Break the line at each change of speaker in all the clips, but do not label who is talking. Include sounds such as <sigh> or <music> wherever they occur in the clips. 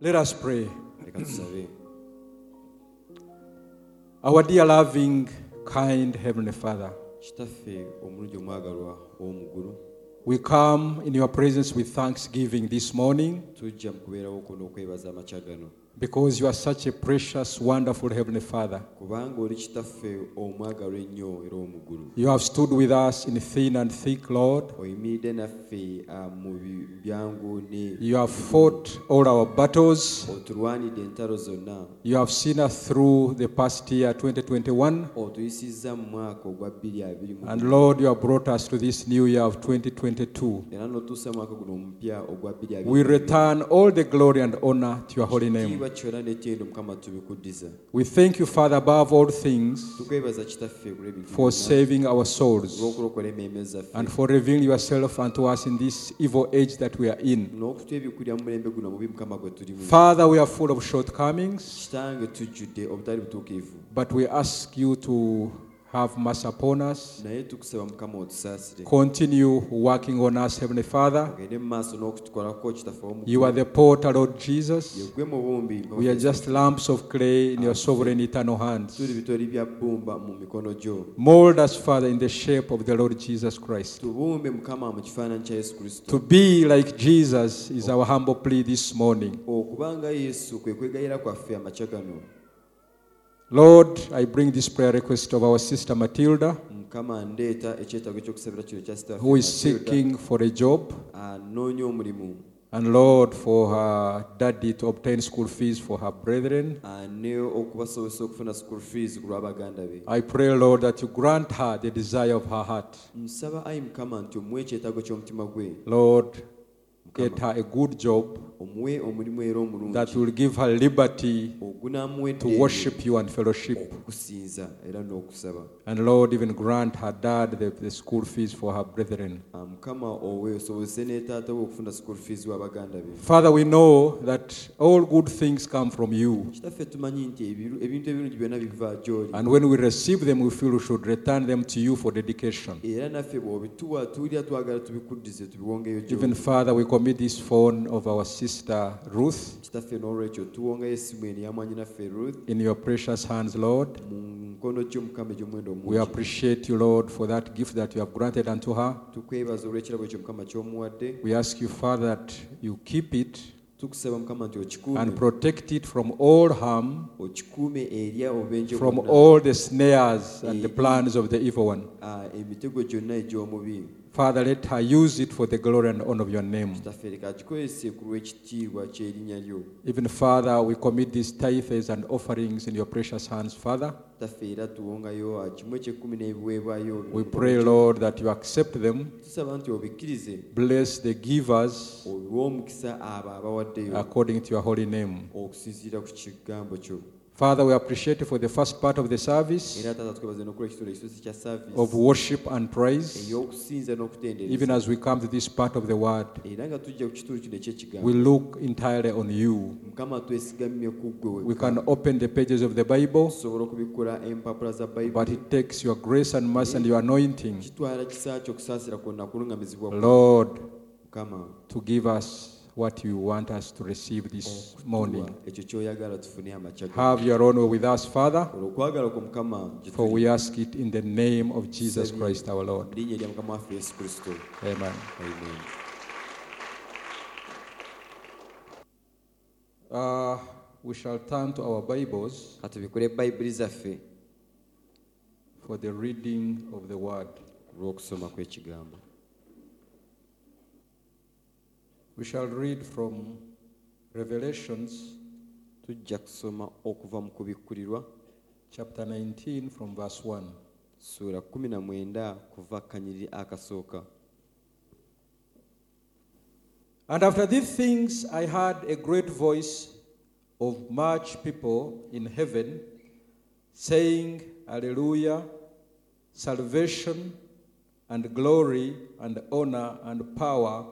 Let us pray.
Leka tusabe.
Our dear, loving, kind Heavenly Father,
Kitaffe omulungi omwagalwa w'omuggulu
we come in your presence with thanksgiving this morning
tujja mu kubeerawo kuno okwebaza amakya gano
because you are such a precious, wonderful Heavenly Father.
kubanga oli kitaffe omwagalwa ennyo era omuggulu
You have stood with us in thin and thick, Lord.
oyimiridde naffe ah, mu bi- byangu ne
You have fought all our battles.
otulwanidde entalo zonna
You have seen us through the past year 2021.
otuyisizza mu mwaka ogwa 2020
And Lord, you have brought us to this new year of 2022.
era n'otuusa mu mwaka guno omupya ogwa
We
2020
return all the glory and honor to your holy name.
kitiibwa kyonna n'ekyendo mukama tubikuddiza
We thank you, Father, above all things,
tukwebaza kitaffe kulwebintu
for saving our souls
olw'okulokola emmeeme zaffe
and for revealing yourself unto us in this evil age that we are in.
n'okutwa ebyokulya mu mulembe guno omubi mukama gwe tulimu
Father, we are full of shortcomings,
kitange tujjudde obutali butuukirivu
but we ask you to have mercy upon us.
naye tukusaba mukama otusaasire
Continue working on us, Heavenly Father.
ogende mu maaso n'okutukolako kitaffe w'omu-
You are the potter, Lord Jesus.
yegwe mubumbi Mukama
We are
Yesu.
just lumps of clay in your sovereign eternal hands.
tuli bitoli bya bbumba mu mikono gyo
Mold us, Father, in the shape of the Lord Jesus Christ.
tubumbe mukama mu kifaananyi kya yesu kristo
To be like Jesus is our humble plea this morning.
okubanga yesu kwe kwegayira kwaffe amakya gano
Lord, I bring this prayer request of our sister Matilda,
mukama ndeeta ekyetaago eky'okusabira kino kya sitaffe
who is
Matilda,
seeking for a job,
anoonya omulimu
and Lord, for her daddy to obtain school fees for her brethren.
ane okubasobozesa okufuna school fees ku lw'abaganda be
I pray, Lord, that you grant her the desire of her heart.
nsaba ayi mukama nti omuwe ekyetaago ky'omutima gwe
Lord, get her a good job
omuwe omulimu era omulungi
that will give her liberty
ogunaamuwa
to
eddembe
worship you and fellowship.
okusinza era n'okusaba
And Lord, even grant her dad the, the school fees for her brethren.
Ah, mukama owe osobozese ne taata we okufuna school fees w'abaganda be
Father, we know that all good things come from you.
kitaffe tumanyi nti ebiru- ebintu ebirungi byonna biva gy'oli
And when we receive them, we feel we should return them to you for dedication.
era naffe bw'obituwa tuwulira twagala tubikuddize tubiwongeyo gy'oli
Even Father, we commit this phone of our sister Ruth
kitaffe n'olwekyo tuwongayo essimu eno yamwanyinaffe ruth
in your precious hands, Lord.
mu nkono gy'omukama egy'omwenda
We
omungi
appreciate you, Lord, for that gift that you have granted unto her.
tukwebaza olw'ekirabo ekyo mukama ky'omuwadde
We ask you, Father, that you keep it
tukusaba mukama nti okikuume
and protect it from all harm,
okikuume erya obenje
from
bwonna.
all the snares and the plans of the evil one.
Ah, emitego gyonna egy'omubi
Father, let her use it for the glory and honor of your name.
kitaffe leka agikozese ku lw'ekitiibwa ky'erinnya lyo
Even Father, we commit these tithes and offerings in your precious hands, Father.
kitaffe era tuwongayo ah, kimu ekyekumi n'ebiweebwayo bino.
We pray, Lord, that you accept them.
tusaba nti obikkirize
Bless the givers
obiwe omukisa abo abawaddeyo
according to your holy name.
okusinziira ku kigambo kyo
Father, we appreciate you for the first part of the service
era taata twebaze n'okukola ekitole ekitosi kya
of
saaviisi
worship and praise.
ey'okusinza
Even
n'okutendereza
as we come to this part of the word,
era nga tujja ku kitundu kino eky'ekigambo
we look entirely on you.
mukama twesigamye ku ggwe
We
wekka.
can open the pages of the Bible,
tusobola okubikola empapula za
but
bayibuli
it takes your grace and mercy and your anointing,
kitwala kisa kyo kusaasira kwonna kuluŋamizibwa kwa
Lord,
mukama
to give us what you want us to receive this
Tuwa
morning.
ekyo kyoyagala tufune amakya go
Have your own way with us, Father,
olwokwagala kwo mukama gye
for
tuli,
we ask it in the name of Jesus Christ our Lord.
mu linnya lya mukama waffe yesu kristo
Amen.
amen
Uh, we shall turn to our Bibles
ka tubikule bayibuli zaffe
for the reading of the Word.
olw'okusoma kw'ekigambo
We shall read from Revelations
tujja kusoma okuva mu kubikkulirwa
chapter 19 from verse 1.
ssuula 19 kuva kanyiriri akasooka
And after these things, I heard a great voice of much people in heaven saying, Alleluia, salvation and glory and honor and power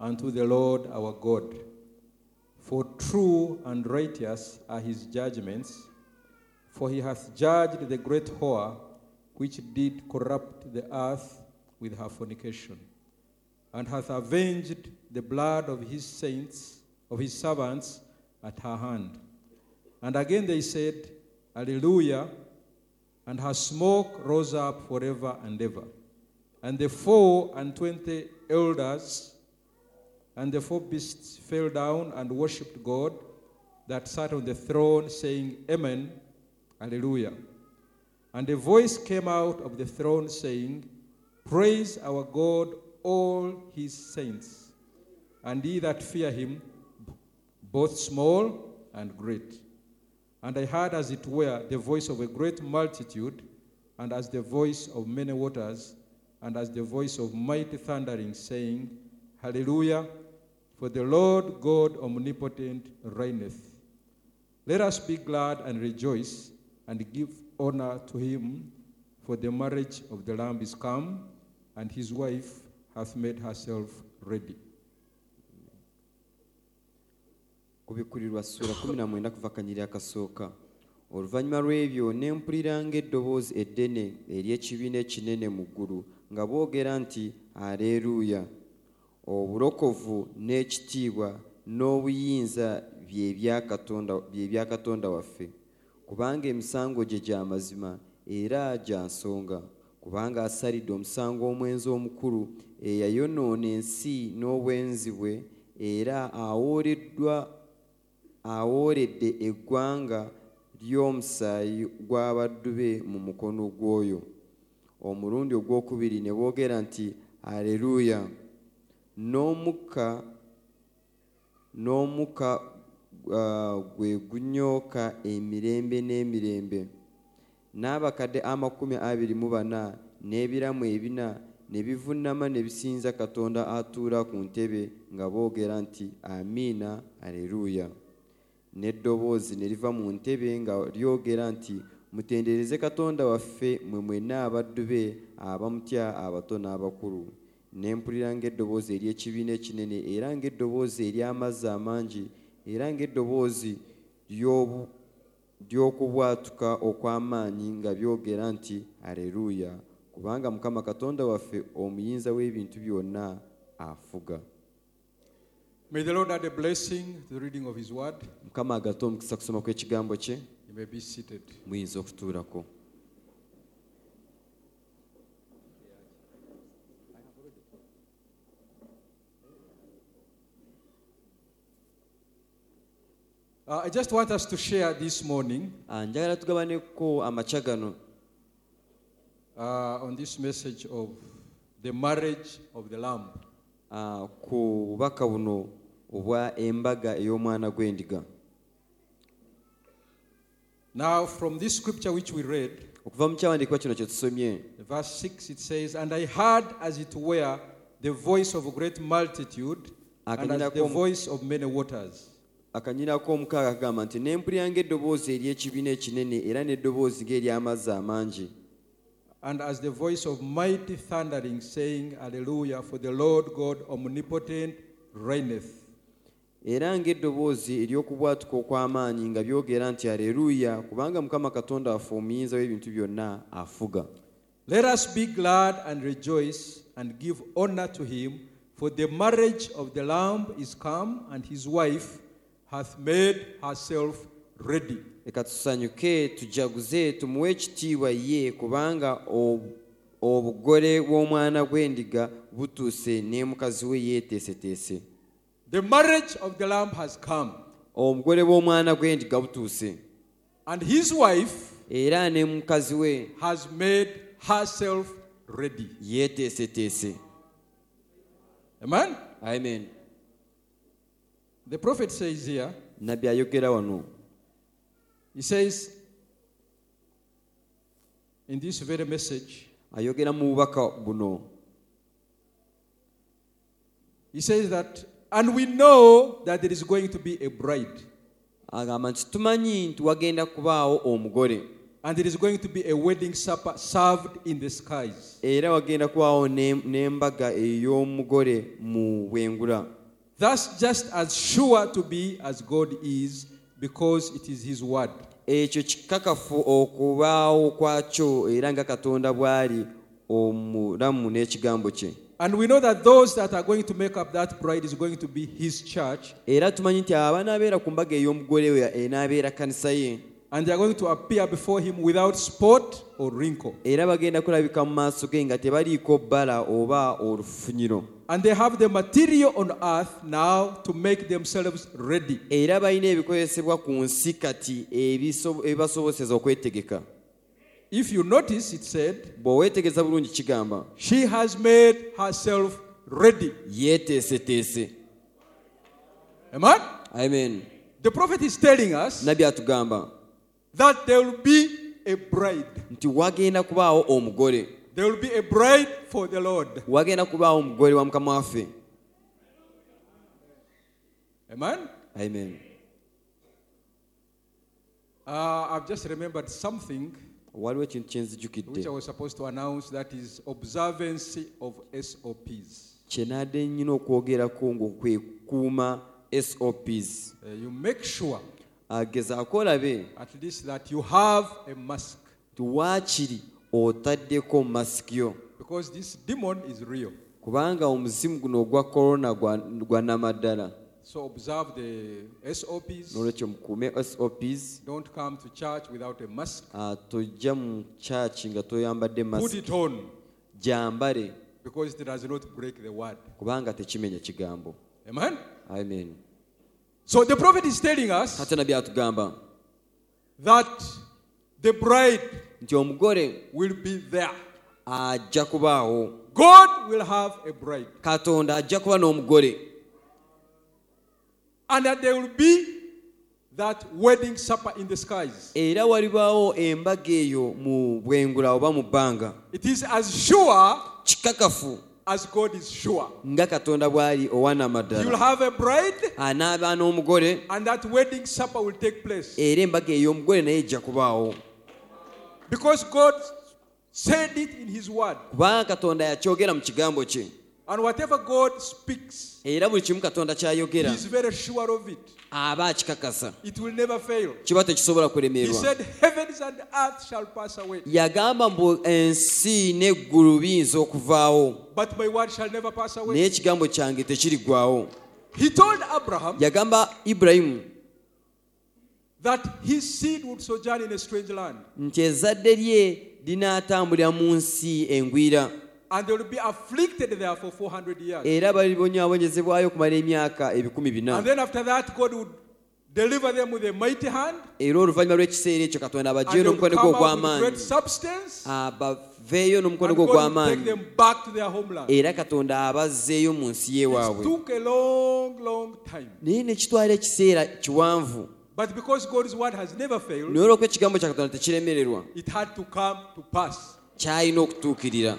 unto the Lord our God. For true and righteous are his judgments, for he hath judged the great whore which did corrupt the earth with her fornication and hath avenged the blood of his saints, of his servants, at her hand. And again they said, Alleluia. And her smoke rose up forever and ever. And the four and twenty elders and the four beasts fell down and worshipped God that sat on the throne, saying, Amen, Alleluia. And a voice came out of the throne saying, Praise our God, all his saints, and ye that fear him, b- both small and great. And I heard, as it were, the voice of a great multitude, and as the voice of many waters, and as the voice of mighty thundering, saying, Hallelujah, for the Lord God omnipotent reigneth. Let us be glad and rejoice and give honor to him, for the marriage of the Lamb is come, and his wife hath made herself ready.
kubikurirwa sura 19 kuva akanyiri akasoka oluvannyuma lw'ebyo ne mpulira ng'eddoboozi eddene ery'ekibiina ekinene mu ggulu nga boogera nti aleeruuya obulokovu n'ekitiibwa n'obuyinza bye bya Katonda- bye bya katonda waffe kubanga emisango gye gya mazima era gya nsonga kubanga asalidde omusango omwenzi omukulu eyayonoona ensi n'obwenzi bwe era awooleddwa awooledde eggwanga ly'omusaayi gw'abaddu be mu mukono gw'oyo omulundi ogwokubiri ne boogera nti aleluuya n'omukka n'omukka ah, gwe gunyooka emirembe n'emirembe n'abakadde amakumi abiri mu bana n'ebiramu ebina ne bivunnama ne bisinza katonda atuula ku ntebe nga boogera nti amiina aleluuya n'eddoboozi ne liva mu ntebe nga lyogera nti mutendereze katonda waffe mwe mwenna abaddu be abamutya abato n'abakulu ne mpulira ng'eddoboozi ery'ekibiina ekinene era ng'eddoboozi ery'amazzi amangi era ng'eddoboozi ly'obu- ly'okubwatuka okw'amaanyi nga byogera nti aleluuya kubanga mukama katonda waffe omuyinza w'ebintu byonna afuga
May the Lord add a blessing to the reading of his word.
mukama agate omukisa kusoma kw'ekigambo kye
You may be seated.
muyinza okutuulako
Uh, I just want us to share this morning
Ah, njagala tugabaneko amaca gano
uh, on this message of the marriage of the Lamb.
ah, ku bubaka buno obwa embaga ey'omwana gw'endiga
Now, from this scripture which we read,
okuva mu kyawandiikibwa kino kye tusomye
verse 6, it says, And I heard, as it were, the voice of a great multitude, and as the
Akanyirakom-
voice of many waters.
akanyira ak'omukaaga kagamba nti nempulira ng'eddoboozi ery'ekibiina ekinene era n'eddoboozi ng'ery'amazzi amangi
And as the voice of mighty thundering, saying, Alleluia, for the Lord God omnipotent reigneth.
era ng'eddoboozi ery'okubwatuka okw'amaanyi nga byogera nti aleluuya kubanga mukama katonda waffe omuyinza w'ebintu byonna afuga
Let us be glad and rejoice and give honor to him, for the marriage of the Lamb is come, and his wife hath made herself ready.
leka tusanyuke tujaguze tumuwe ekitiibwa ye kubanga ob- obugole bw'omwana gw'endiga butuuse ne mukazi we yeeteeseteese
The marriage of the Lamb has come,
obugole bw'omwana gw'endiga butuuse
and his wife
era ne mukazi we
has made herself ready.
yeeteeseteese
Amen?
amen
The prophet says here,
nabbi ayogera wano
he says in this very message,
ayogera mu bubaka buno
He says that, and we know that there is going to be a bride,
agamba nti tumanyi nti wagenda kubaawo omugole
and there is going to be a wedding supper served in the skies.
era wagenda kubaawo ne- n'embaga ey'omugole mu bwengula
That's just as sure to be as God is, because it is His word.
ekyo kikakafu okubaawo kwakyo era nga katonda bw'ali omulamu n'ekigambo kye
And we know that those that are going to make up that bride is going to be his church,
era tumanyi nti abo anaabeera ku mbaga ey'omugole we enaabeera kanisa ye
and they are going to appear before him without spot or wrinkle.
era bagenda kulabika mu maaso ge nga tebaliiko bbala oba olufunyiro
And they have the material on earth now to make themselves ready.
era balina ebikozesebwa ku nsi kati ebiso- ebibasobozesa okwetegeka
If you notice, it said,
bw'oweetegeza bulungi kigamba
She has made herself ready.
yeeteeseteese
Amen?
amen
The prophet is telling us
nabbi atugamba
that there will be a bride.
nti wagenda kubaawo omugole
There will be a bride for the Lord.
wagenda kubaawo omugole wa mukama waffe
Amen?
amen
Uh, I've just remembered something
waliwo ekintu kye
which
nzijjukidde
I was supposed to announce that is observancy of SOPs.
kye nadde nnyina okwogerako ng'okwekuuma sops
Uh, you make sure
Ah, agezaako olabe
at least that you have a mask
nti waakiri otaddeko masikyo
because this demon is real.
kubanga omuzimu guno ogwa korona gwa- gwa namaddala
So observe the SOPs.
nolwekyo mukuume sops
Don't come to church without a mask.
ah, tojja mu kyaki nga toyambadde
Put
masiki
it on
gyambale
because it does not break the word.
kubanga tekimenya kigambo
Amen?
amen
So the prophet is telling us
kate nabyo atugamba
that the bride
nti omugole
will be there.
ajja kubaawo
God will have a bride.
katonda ajja kuba n'omugole
And that there will be that wedding supper in the skies.
era walibaawo embaga eyo mu bwengula oba mu bbanga
It is as sure
kikakafu
as God is sure.
nga katonda bw'ali
You'll
owanamaddala
have a bride,
anaaba n'omugole
and that wedding supper will take place.
era embaga ey'omugole naye ejja kubaawo
Because God said it in His word.
kubanga katonda yakyogera mu kigambo kye
And whatever God speaks,
era buli kimu katonda
He
kyayogera
is very sure of it.
aba akikakasa
It will never fail.
kiba tekisobola
He
kulemerwa
said, Heavens and earth shall pass away,
yagamba mbu ensi n'eggulu biyinza okuvaawo
but my word shall never pass away.
naye ekigambo kyange tekiriggwawo
He told Abraham
yagamba ibulayimu
that his seed would sojourn in a strange land,
nti ezadde lye linaatambulira mu nsi engwira
and they will be afflicted there for 400 years.
era balibonyaabonyezebwayo okumala emyaka ebikumi bina
And then after that, God would deliver them with a mighty hand,
era oluvannyuma lw'ekiseera ekyo katonda abagyera
and they would
omukono gwe
come out with great
ogw'amaanyi
substance,
Ah, abaveeyo n'omukono
and
gwe
God would take
ogw'amaanyi
them back to their homeland.
era katonda abazzeeyo mu nsi
It
yewaabwe
took a long, long time.
naye nekitwala ekiseera kiwanvu
But because God's word has never failed,
naye olw'okuba ekigambo kya katonda tekiremererwa
it had to come to pass.
kyalina okutuukirira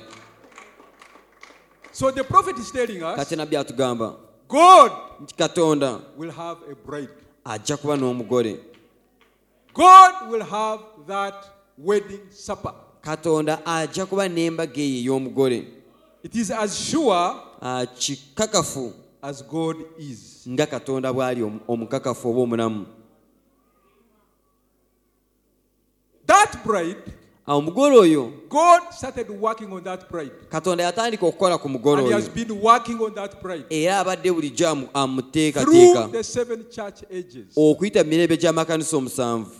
So the prophet is telling us
kate nabbi atugamba
God
nti katonda
will have a bride.
ajja kuba n'omugole
God will have that wedding supper.
katonda ajja kuba n'embaga eyo ey'omugole
It is as sure
Ah, kikakafu
as God is.
nga katonda bw'ali omu- omukakafu oba omulamu
That bride,
awo omugole oyo
God started working on that bride.
katonda yatandika okukola ku mugole
And He
oyo
has been working on that bride
era abadde bulijjo amu-
through
amuteekateeka
the seven church ages.
okuyita mu mirembe gy'amakanisa omusanvu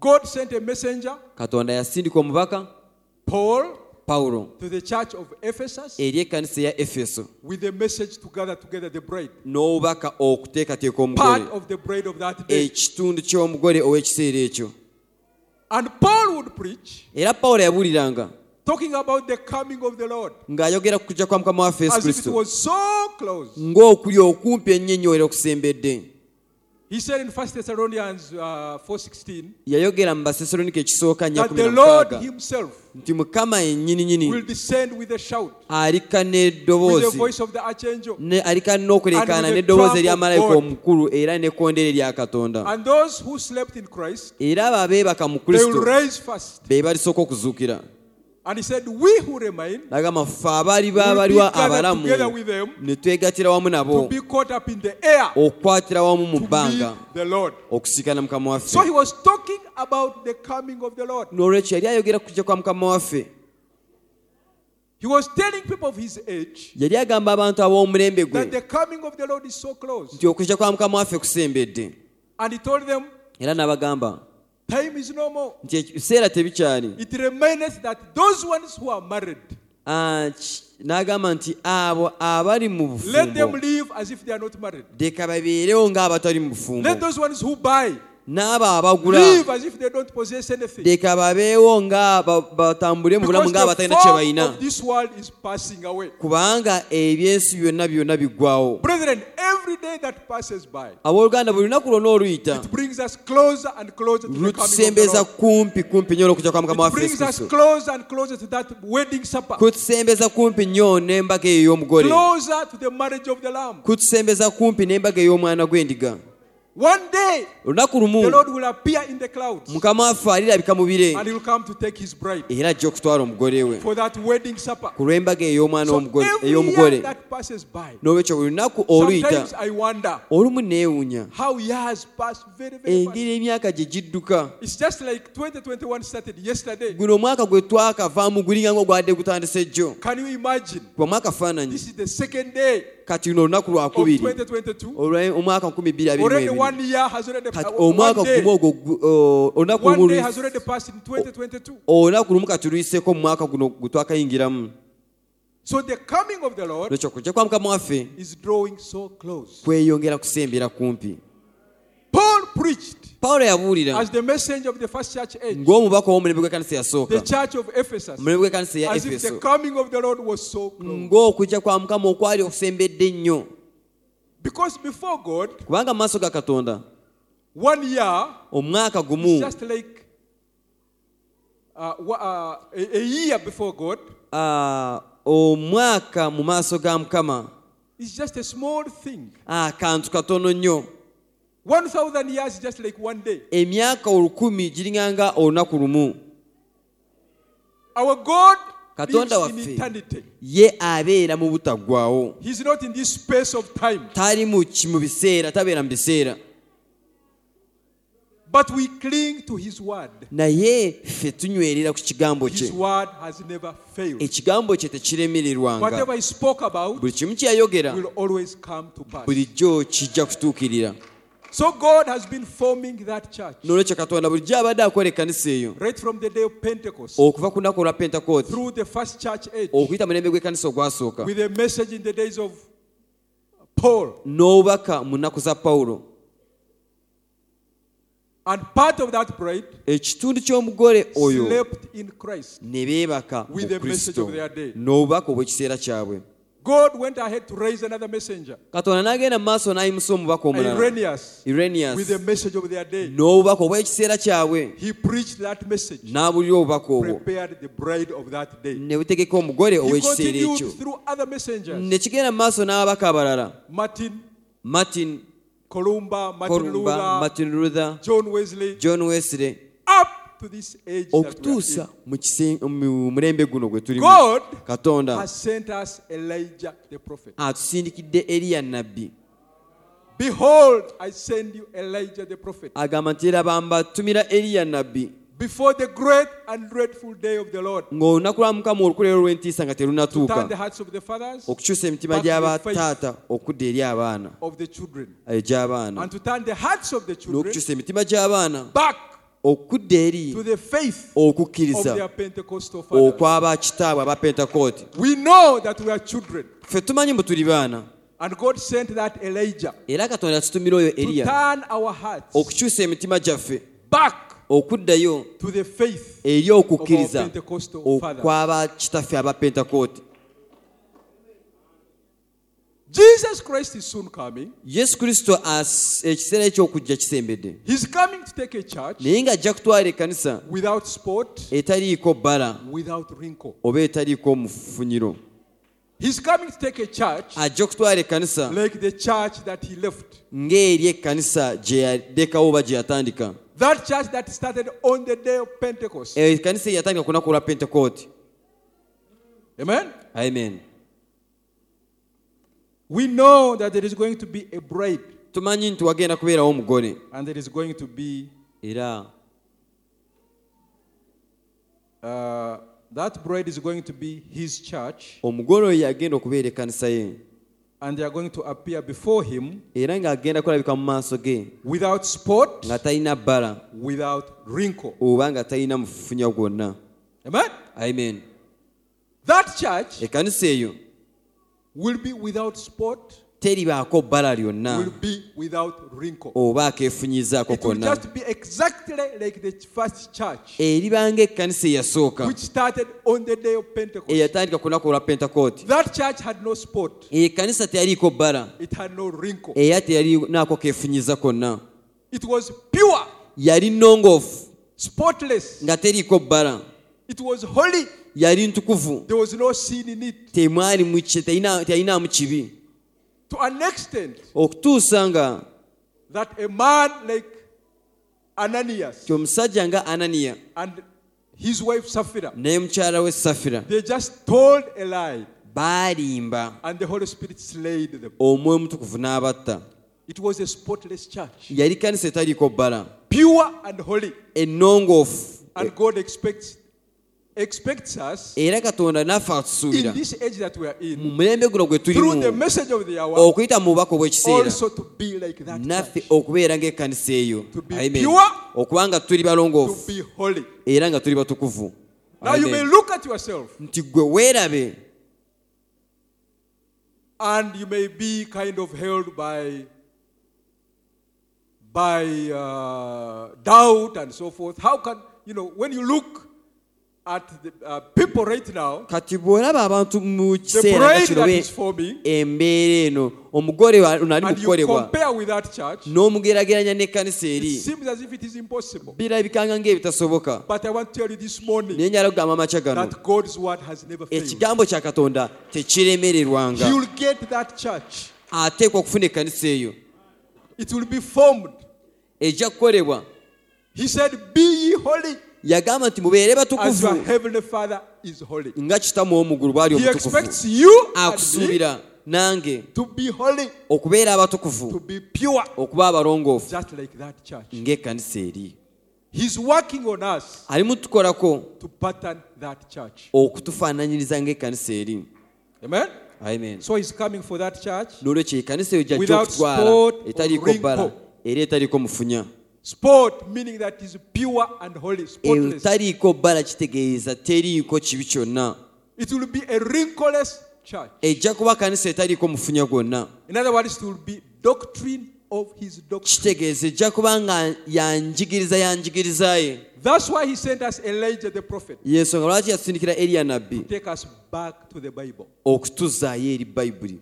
God sent a messenger,
katonda yasindika omubaka
Paul,
pawulo
to the church of Ephesus
eri ekkanisa ya efeso
with a message to gather together the bride.
n'obubaka okuteekateeka
part
omugole
of the bride of that day.
ekitundu ky'omugole ow'ekiseera ekyo
And Paul would preach,
era pawulo yabuuliranga
talking about the coming of the Lord,
ng'ayogera ku kujja kwa mukama waffe yesu
as if it
kristo
was so close.
ng'okuli okumpi ennyenyo era okusembedde
He said in 1 Thessalonians uh, 4.16,
yayogera mu basesalonika ekisooka nnya
that the
kumi na
Lord
mukaaga,
himself
nti mukama yennyininyini
will descend with a shout,
alika
with the
n'eddoboozi
voice of the archangel.
ne alika n'okulekaana
And with the
n'eddoboozi
trump
erya
of
malayika
God.
omukulu era n'ekkondeere lya katonda
And those who slept in Christ,
era abo abeebaka mu
they will
kristo
rise first.
be balisooka okuzuukira
And he said, we who remain
nagamba ffe abaali
will be
baabaliwa
gathered
abalamu
together with them
ne twegatira wamu
to
nabo
be caught up in the air
okukwatira wamu mu
to
bbanga
meet the Lord.
okusiikana mukama waffe
So he was talking about the coming of the Lord.
n'olwekyo yali ayogera kujja kwa mukama waffe
He He was telling people of his age
yali agamba abantu ab'omulembe gwe
that the coming of the Lord is so close.
nti okujja kwa mukama waffe kusembedde
And he told them,
era n'abagamba
Time is no more.
nti ekiseera tebikyali
It remaineth that those ones who are married,
Ah, ki- n'agamba nti abo abali mu
let them
bufumbo
live as if they are not married.
leka babeerewo ng'abatali mu bufumbo
Let those ones who buy
n'abo abagula
live as if they don't possess anything.
leka babeewo nga ba- batambule mu
Because
bulamu
the
ng'abatalina kye
form
balina
of this world is passing away.
kubanga ebyensi byonna byonna biggwawo
Brethren, every day that passes by,
abooluganda buli lunaku lwonna oluyita
it brings us closer and closer to the coming of the
lutusembeza
Lord.
kumpi kumpi nnyo olwokujja kwa mukama
It
waffe yesu
brings us
kristo
closer and closer to that wedding supper,
kutusembeza kumpi nnyo n'embaga eyo ey'omugole
closer to the marriage of the Lamb.
kutusembeza kumpi n'embaga ey'omwana gw'endiga
One day, the
olunaku lumu
Lord will appear in the clouds
mukama waffe alirabika mu bire
and he will come to take his bride
era ajja okutwala omugole we
for that wedding supper.
ku lw'embaga ey'omwana
So
w'omugole-
every
ey'omugole
year that passes by,
n'olwekyo buli lunaku oluyita
sometimes I wonder
olumu neewuunya
how years pass very, very fast.
engeri emyaka gye gidduka
It's just like 2021 started yesterday.
guno omwaka gwe twakavaamu gulinga nga ogwadde gutandise jjo
Can you imagine?
kubamu akafaananyi
This is the second day
kati luno olunaku
of
lwakubiri
2022.
olwa- omwaka 2022.
Already one year has already
kati
uh,
omwaka
one day-
gumu ogwo gu- o- olunaku lumu
One day
luyi-
has already passed in 2022.
olunaku lumu kati luyiseko mu mwaka guno gwe twakayingiramu
So the coming of the Lord
lwekyo kujja kwa mukama waffe
is drawing so close.
kweyongera kusembera kumpi
Paul preached
pawulo yabuulira
as the messenger of the first church age,
ng'omubaka w'omulembe gw'ekkanisa
the
yasooka
church of Ephesus,
omulembe gw'ekkanisa ya
as if the
efeso
coming of the Lord was so
Mm.
close.
ng'okujja kwa mukama okwali okusembedde ennyo
Because before God,
kubanga mu maaso ga katonda
one year
omwaka
is
gumu
just like uh, wa- uh, a, a year before God
ah, omwaka mu maaso ga mukama ah,
is just a small thing.
akantu katono nnyo
1,000 years is just like one day.
emyaka olukumi giringa nga olunaku lumu
Our God lives
Katonda
in
waffe.
eternity.
ye abeera mu butaggwawo
He's not in this space of time.
tali mu ki- mu biseera tabeera mu biseera
But we cling to His word.
naye ffe tunywerera ku kigambo
His
kye
word has never failed.
ekigambo kye tekiremererwanga
Whatever He spoke about
buli kimu kye yayogera
will always come to pass.
bulijjo kijja kutuukirira
So God has been forming that church
n'olwekyo katonda bulijjo abadde akola ekkanisa eyo
right from the day of Pentecost
okuva ku lunaku olwa pentekooti
through the first church age
okuyita mulembe gw'ekkanisa ogwasooka
with a message in the days of Paul.
n'obubaka mu nnaku za pawulo
And part of that bride
ekitundu ky'omugole oyo
slept in Christ.
ne beebaka mu
With the message
kristo
of their day.
n'obubaka obw'ekiseera kyabwe
God went ahead to raise another messenger,
katonda n'agenda mu maaso n'ayimusa omubaka omulala
Irenaeus, with the
irenias
message of their day.
n'obubaka obw'ekiseera kyabwe
He preached that message,
n'abulira obubaka obwo
prepared the bride of that day.
ne butegeka omugole
He
ow'ekiseera ekyo
continued through other messengers.
ne kigenda mu maaso n'ababaka abalala
Martin
martin
Columba, Martin
korumba
Luther,
martin luther
John Wesley,
john wesley
up to this age that we are
okutuusa mu kise- mu mulembe guno gwe
in.
tulimu
God
katonda
has sent us Elijah the prophet.
atusindikidde eriya nnabbi
Behold, I send you Elijah the prophet
agamba nti eraba mbatumira eriya nnabbi
before the great and dreadful day of the Lord
ng'olunaku lwa mukama olukulero olw'entiisa nga
to turn the
terunatuuka
hearts of the fathers
okukyusa emitima
back to the
gy'abataata okudda eri abaana
of the children
eh, gy'abaana
and to turn the hearts of the children
n'okukyusa emitima gy'abaana
back
okudda
to
eri
the faith of
okukkiriza
their Pentecostal fathers.
okwaba kitaabwe aba pentekooti
We know that we are children
ffe tumanyi mbu tuli baana
and God sent that Elijah
era katonda yatutumira oyo
to
eriya
turn our hearts
okukyusa emitima gyaffe
back
okuddayo
to the faith Of
eri
our
okukkiriza
Pentecostal
okwaba kitaffe aba pentekooti
Jesus Christ is soon coming.
yesu kristo as- ekiseera ekyokujja kisembedde
He's coming to take a church
naye ng'ajja kutwala ekkanisa
without spot,
etaliiko bbala
without wrinkle.
oba etaliiko omufunyiro
He's coming to take a church
ajja okutwala ekkanisa
like the church that he left.
ng'eri ekkanisa gye yalekawo oba gye yatandika
That church that started on the day of Pentecost.
Eyo ekkanisa ye yatandika ku lunaku olwa pentekooti
Amen.
amen
We know that there is going to be a bride
tumanyi nti wagenda kubeerawo omugole
and there is going to be
era
uh, That bride is going to be his church,
omugole oyo agenda okubeera ekkanisa ye
and they are going to appear before him
era ng'agenda kulabika mu maaso ge
without spot,
nga talina bbala
without wrinkle.
oba nga talina mufufunya gwonna
Amen?
amen
That church
ekkanisa eyo
will be without spot,
teribaako bbala
will
lyonna
be without wrinkle.
oba akeefunyizaako
It will
konna
just be exactly like the first church,
Eh, eribanga ekkanisa eyasooka
which started on the day of Pentecost.
eyatandika ku lunaku olwa pentekooti
That church had no spot,
eyo ekkanisa teyaliiko bbala
it had no wrinkle.
era teyalinaako keefunyiza konna
It was pure,
yali nnongoofu
spotless,
nga teriiko bbala
it was holy,
yali ntukuvu
there was no sin in it.
temwalimu ki- teyina- teyalinaamu kibi
To an extent,
okutuusa nga
that a man like Ananias
ti omusajja nga ananiya
and his wife Sapphira,
ne mukyala we safira
they just told a lie
baalimba
and the Holy Spirit slayed them.
omwoyo mutukuvu n'abatta
It was a spotless church,
yali kanisa etaliiko bbala
pure and holy.
ennongoofu
And God expects, expects us
era katonda naffe atusuubira
in this age that we are
mu
in,
mulembe guno gwe
through the
tulimu
message of the hour,
okuyita mu bubaka obw'ekiseera
also to be like that
naffe
church,
okubeera ng'ekkanisa eyo
To be
Amen.
pure.
okuba nga tuli
to
balongoofu
be holy.
era nga tuli batukuvu
Now you may
Amen.
look at yourself
nti gwe weerabe
and you may be kind of held by by uh, doubt and so forth. How can you know when you look at the uh, people right now,
kati bw'olaba abantu mu
the
kiseera nga
bride
kino
that is
be-
forming,
embeera eno omugole wa- ono ali mu
and you
kukolebwa
compare with that church,
n'omugerageranya n'ekkanisa
it
eri
seems as if it is impossible.
birabikanga ng'ebitasoboka
But I want to tell you this morning
naye njala kugamba amakya gano
that God's word has never
Eh,
failed.
ekigambo kya katonda tekiremererwanga
He will get that church.
ateekwa okufuna ekkanisa eyo
It will be formed.
ejja kukolebwa
He said, "Be ye holy,
yagamba nti mubeere
as your
batukuvu
heavenly Father is holy."
nga kitamu w'omugulu bw'ali
He
omutukuvu
expects you and me
akusuubira nange
to be holy,
okubeera
to
abatukuvu
be pure,
okuba abalongoofu
just like that church.
ng'ekkanisa eri
He's working on us
alimu tukolako
to pattern that church.
okutufaananyiriza ng'ekkanisa eri
Amen?
amen
So he's coming for that church.
nolwekyo ekkanisa eyo jjajja
Without
okutwala
spot or
etaliiko
wrinkle.
bbala era etaliiko mufunya
Spot, meaning that is pure and holy, spotless.
etaliiko bbala kitegeeza teriiko kibi kyonna
It will be a wrinkleless church.
ejja kuba kanisa etaliiko mufunya gwonna
In other words, it will be doctrine of his doctrine.
kitegeeza ejja kuba nga yanjigiriza yanjigiriza ye
That's why he sent us Elijah the prophet
yensonga lwaki yatusindikira eriya nabbi
to take us back to the Bible,
okutuzaayo eri bayibuli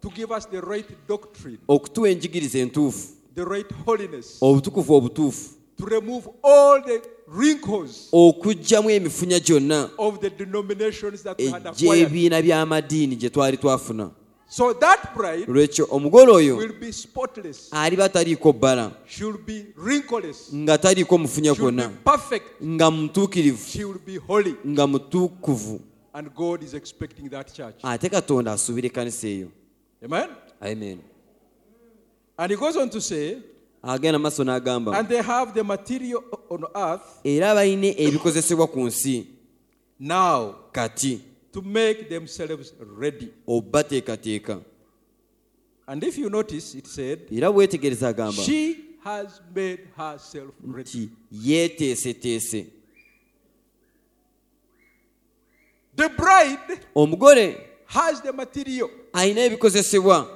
to give us the right doctrine,
okutuwa enjigiriza entuufu
the right holiness,
obutukuvu obutuufu
to remove all the wrinkles
okugyamu emifunya gyonna
of the denominations that we had acquired.
egy'ebiina by'amadiini gye twali twafuna
So that bride
olwekyo omugole oyo
will be spotless,
aliba taliiko bbala
she'll be wrinkleless,
nga taliiko
she'll
mufunya
be
gwonna
perfect,
nga mutuukirivu
she will be holy.
nga mutukuvu
And God is expecting that church.
ate katonda asuubira ekkanisa eyo
Amen?
amen
And he goes on to say,
agenda maaso n'agamba
and they have the material on earth
era balina ebikozesebwa ku nsi
now
kati
to make themselves ready.
obateekateeka
And if you notice, it said,
era bwetegereza agamba
she has made herself ready.
nti yeeteeseteese
The bride
omugole
has the material
alina ebikozesebwa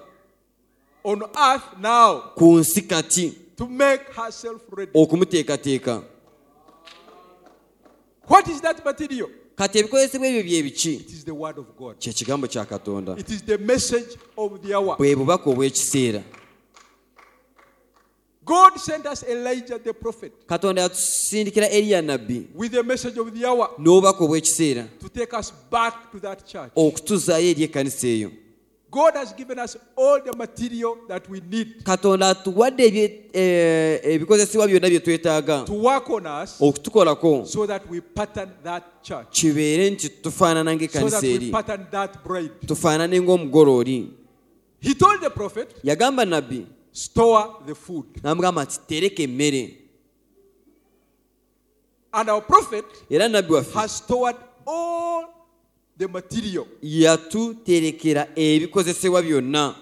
on earth now
ku nsi kati
to make herself ready.
okumuteekateeka
What is that material?
kati ebikozesebwa ebyo byebiki
It is the word of God.
kyekigambo kya katonda
It is the message of the hour.
bwe bubaka obw'ekiseera
God sent us Elijah the prophet
katonda yatusindikira eriya nabbi
with the message of the hour
n'obubaka obw'ekiseera
to take us back to that church.
okutuzaayo eri ekkanisa eyo
God has given us all the material that we need
katonda atuwadde ebye- eh, ebikozesebwa byonna bye twetaaga
to work on us
okutukolako
so that we pattern that church,
kibeere nti tufaanana
so that
ng'ekkanisa
we
eri
pattern that bride.
tufaanane ng'omugole oli
He told the prophet,
yagamba nabbi
store the food.
n'amugamba nti tereka emmere
And our prophet
era nabbi waffe
has stored all the material.
yatuterekera ebikozesebwa byonna